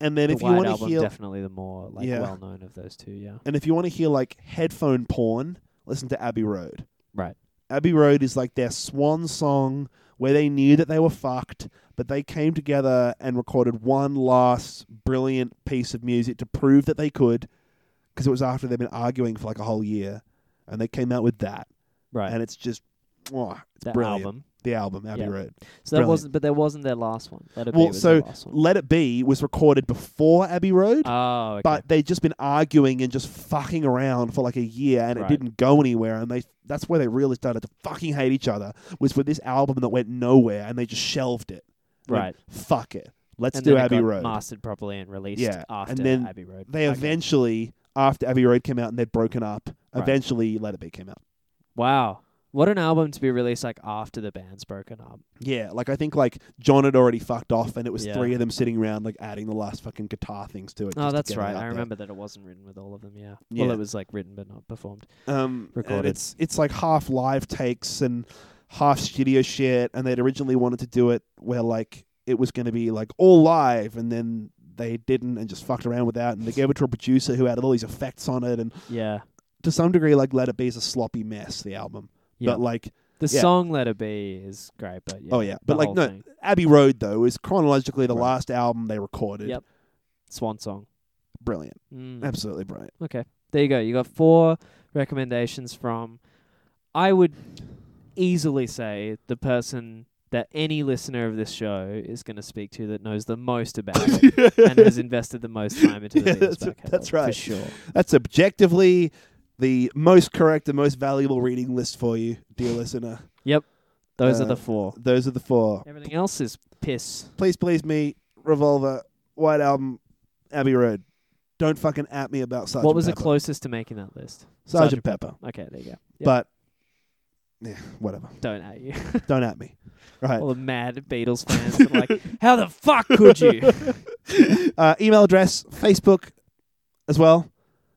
S2: And then
S3: the
S2: if you
S3: White
S2: want to
S3: album
S2: hear
S3: definitely the more like
S2: Yeah.
S3: well known of those two. Yeah,
S2: And if you want to hear like headphone porn, listen to Abbey Road.
S3: Right.
S2: Abbey Road is like their swan song where they knew that they were fucked, but they came together and recorded one last brilliant piece of music to prove that they could because it was after they'd been arguing for like a whole year and they came out with that.
S3: right.
S2: And it's just mwah, it's
S3: the
S2: brilliant.
S3: album.
S2: The album, Abbey
S3: Yeah.
S2: Road.
S3: So that
S2: Brilliant.
S3: wasn't, but there wasn't their last one. Let it
S2: Well,
S3: be was
S2: so
S3: their last one.
S2: Let It Be was recorded before Abbey Road.
S3: Oh, okay.
S2: but they'd just been arguing and just fucking around for like a year and it
S3: Right.
S2: didn't go anywhere and they that's where they really started to fucking hate each other was with this album that went nowhere and they just shelved it They went,
S3: right.
S2: fuck it let's
S3: and
S2: do
S3: then it
S2: Abbey
S3: got
S2: Road
S3: mastered properly and released
S2: Yeah,
S3: after
S2: and then
S3: Abbey Road.
S2: they
S3: Okay.
S2: eventually after Abbey Road came out and they'd broken up
S3: Right.
S2: eventually Let It Be came out
S3: wow, what an album to be released like after the band's broken up.
S2: yeah like I think like John had already fucked off and it was
S3: Yeah.
S2: three of them sitting around like adding the last fucking guitar things to it just
S3: Oh,
S2: to
S3: that's
S2: get it
S3: right.
S2: out
S3: I
S2: there.
S3: remember that it wasn't written with all of them. Yeah.
S2: Yeah.
S3: Well, it was like written but not performed.
S2: um, and
S3: Recorded.
S2: It's it's like half live takes and half studio shit, and they'd originally wanted to do it where like it was going to be like all live, and then they didn't and just fucked around with that, and they gave it to a producer who added all these effects on it, and
S3: Yeah.
S2: to some degree, like Let It Be is a sloppy mess. The album,
S3: Yeah.
S2: but like
S3: the
S2: yeah.
S3: song "Let It Be" is great, but yeah.
S2: oh yeah, but
S3: the
S2: like
S3: whole
S2: no,
S3: thing.
S2: Abbey Road though is chronologically the
S3: Right.
S2: last album they recorded.
S3: Yep. swan song.
S2: Brilliant,
S3: Mm.
S2: absolutely brilliant.
S3: Okay, there you go. You got four recommendations from. I would, easily say the person that any listener of this show is going to speak to that knows the most about it and has invested the most time into the
S2: Yeah,
S3: Venus
S2: that's-
S3: back catalog,
S2: that's
S3: for
S2: right.
S3: sure.
S2: That's objectively the most correct and most valuable reading list for you, dear listener.
S3: Those
S2: Uh,
S3: are the four.
S2: Those are the four.
S3: Everything else is piss.
S2: Please, please, me, Revolver, White Album, Abbey Road. Don't fucking at me about Sergeant
S3: what was
S2: Pepper.
S3: the closest to making that list?
S2: Sergeant,
S3: Sergeant
S2: Pepper.
S3: Okay, there you go. Yep.
S2: But yeah, whatever.
S3: Don't at you.
S2: Don't at me. Right.
S3: All the mad Beatles fans are like, how the fuck could you?
S2: uh, email address, Facebook as well.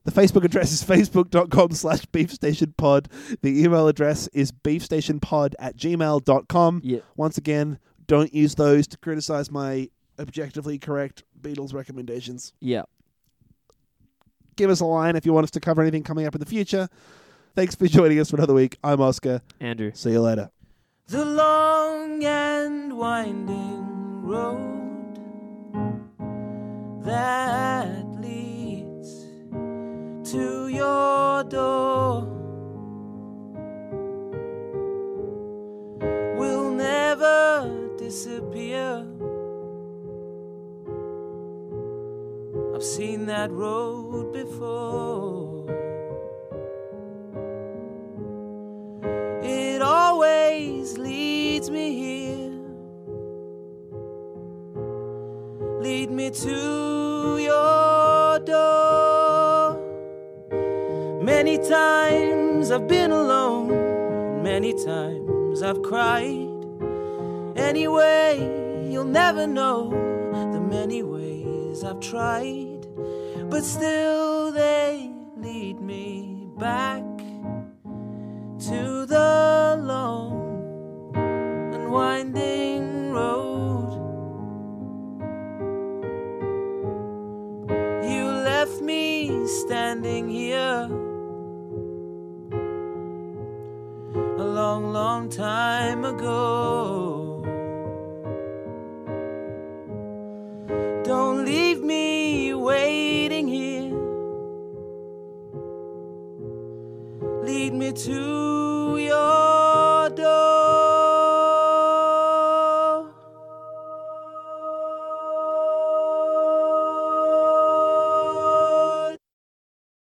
S2: The Facebook address is facebook.com slash beefstationpod. The email address is beefstationpod at gmail.com.
S3: Yeah.
S2: Once again, don't use those to criticize my objectively correct Beatles recommendations.
S3: Yeah.
S2: Give us a line if you want us to cover anything coming up in the future. Thanks for joining us for another week. I'm Oscar.
S3: Andrew.
S2: See you later.
S4: The long and winding road that leads to your door will never disappear. I've seen that road before. It always leads me here. Lead me to your door. Many times I've been alone, many times I've cried. Anyway, you'll never know the many ways I've tried, but still they lead me back to the long and winding road. You left me standing here a long, long time ago. Don't leave me waiting here. Lead me to your door.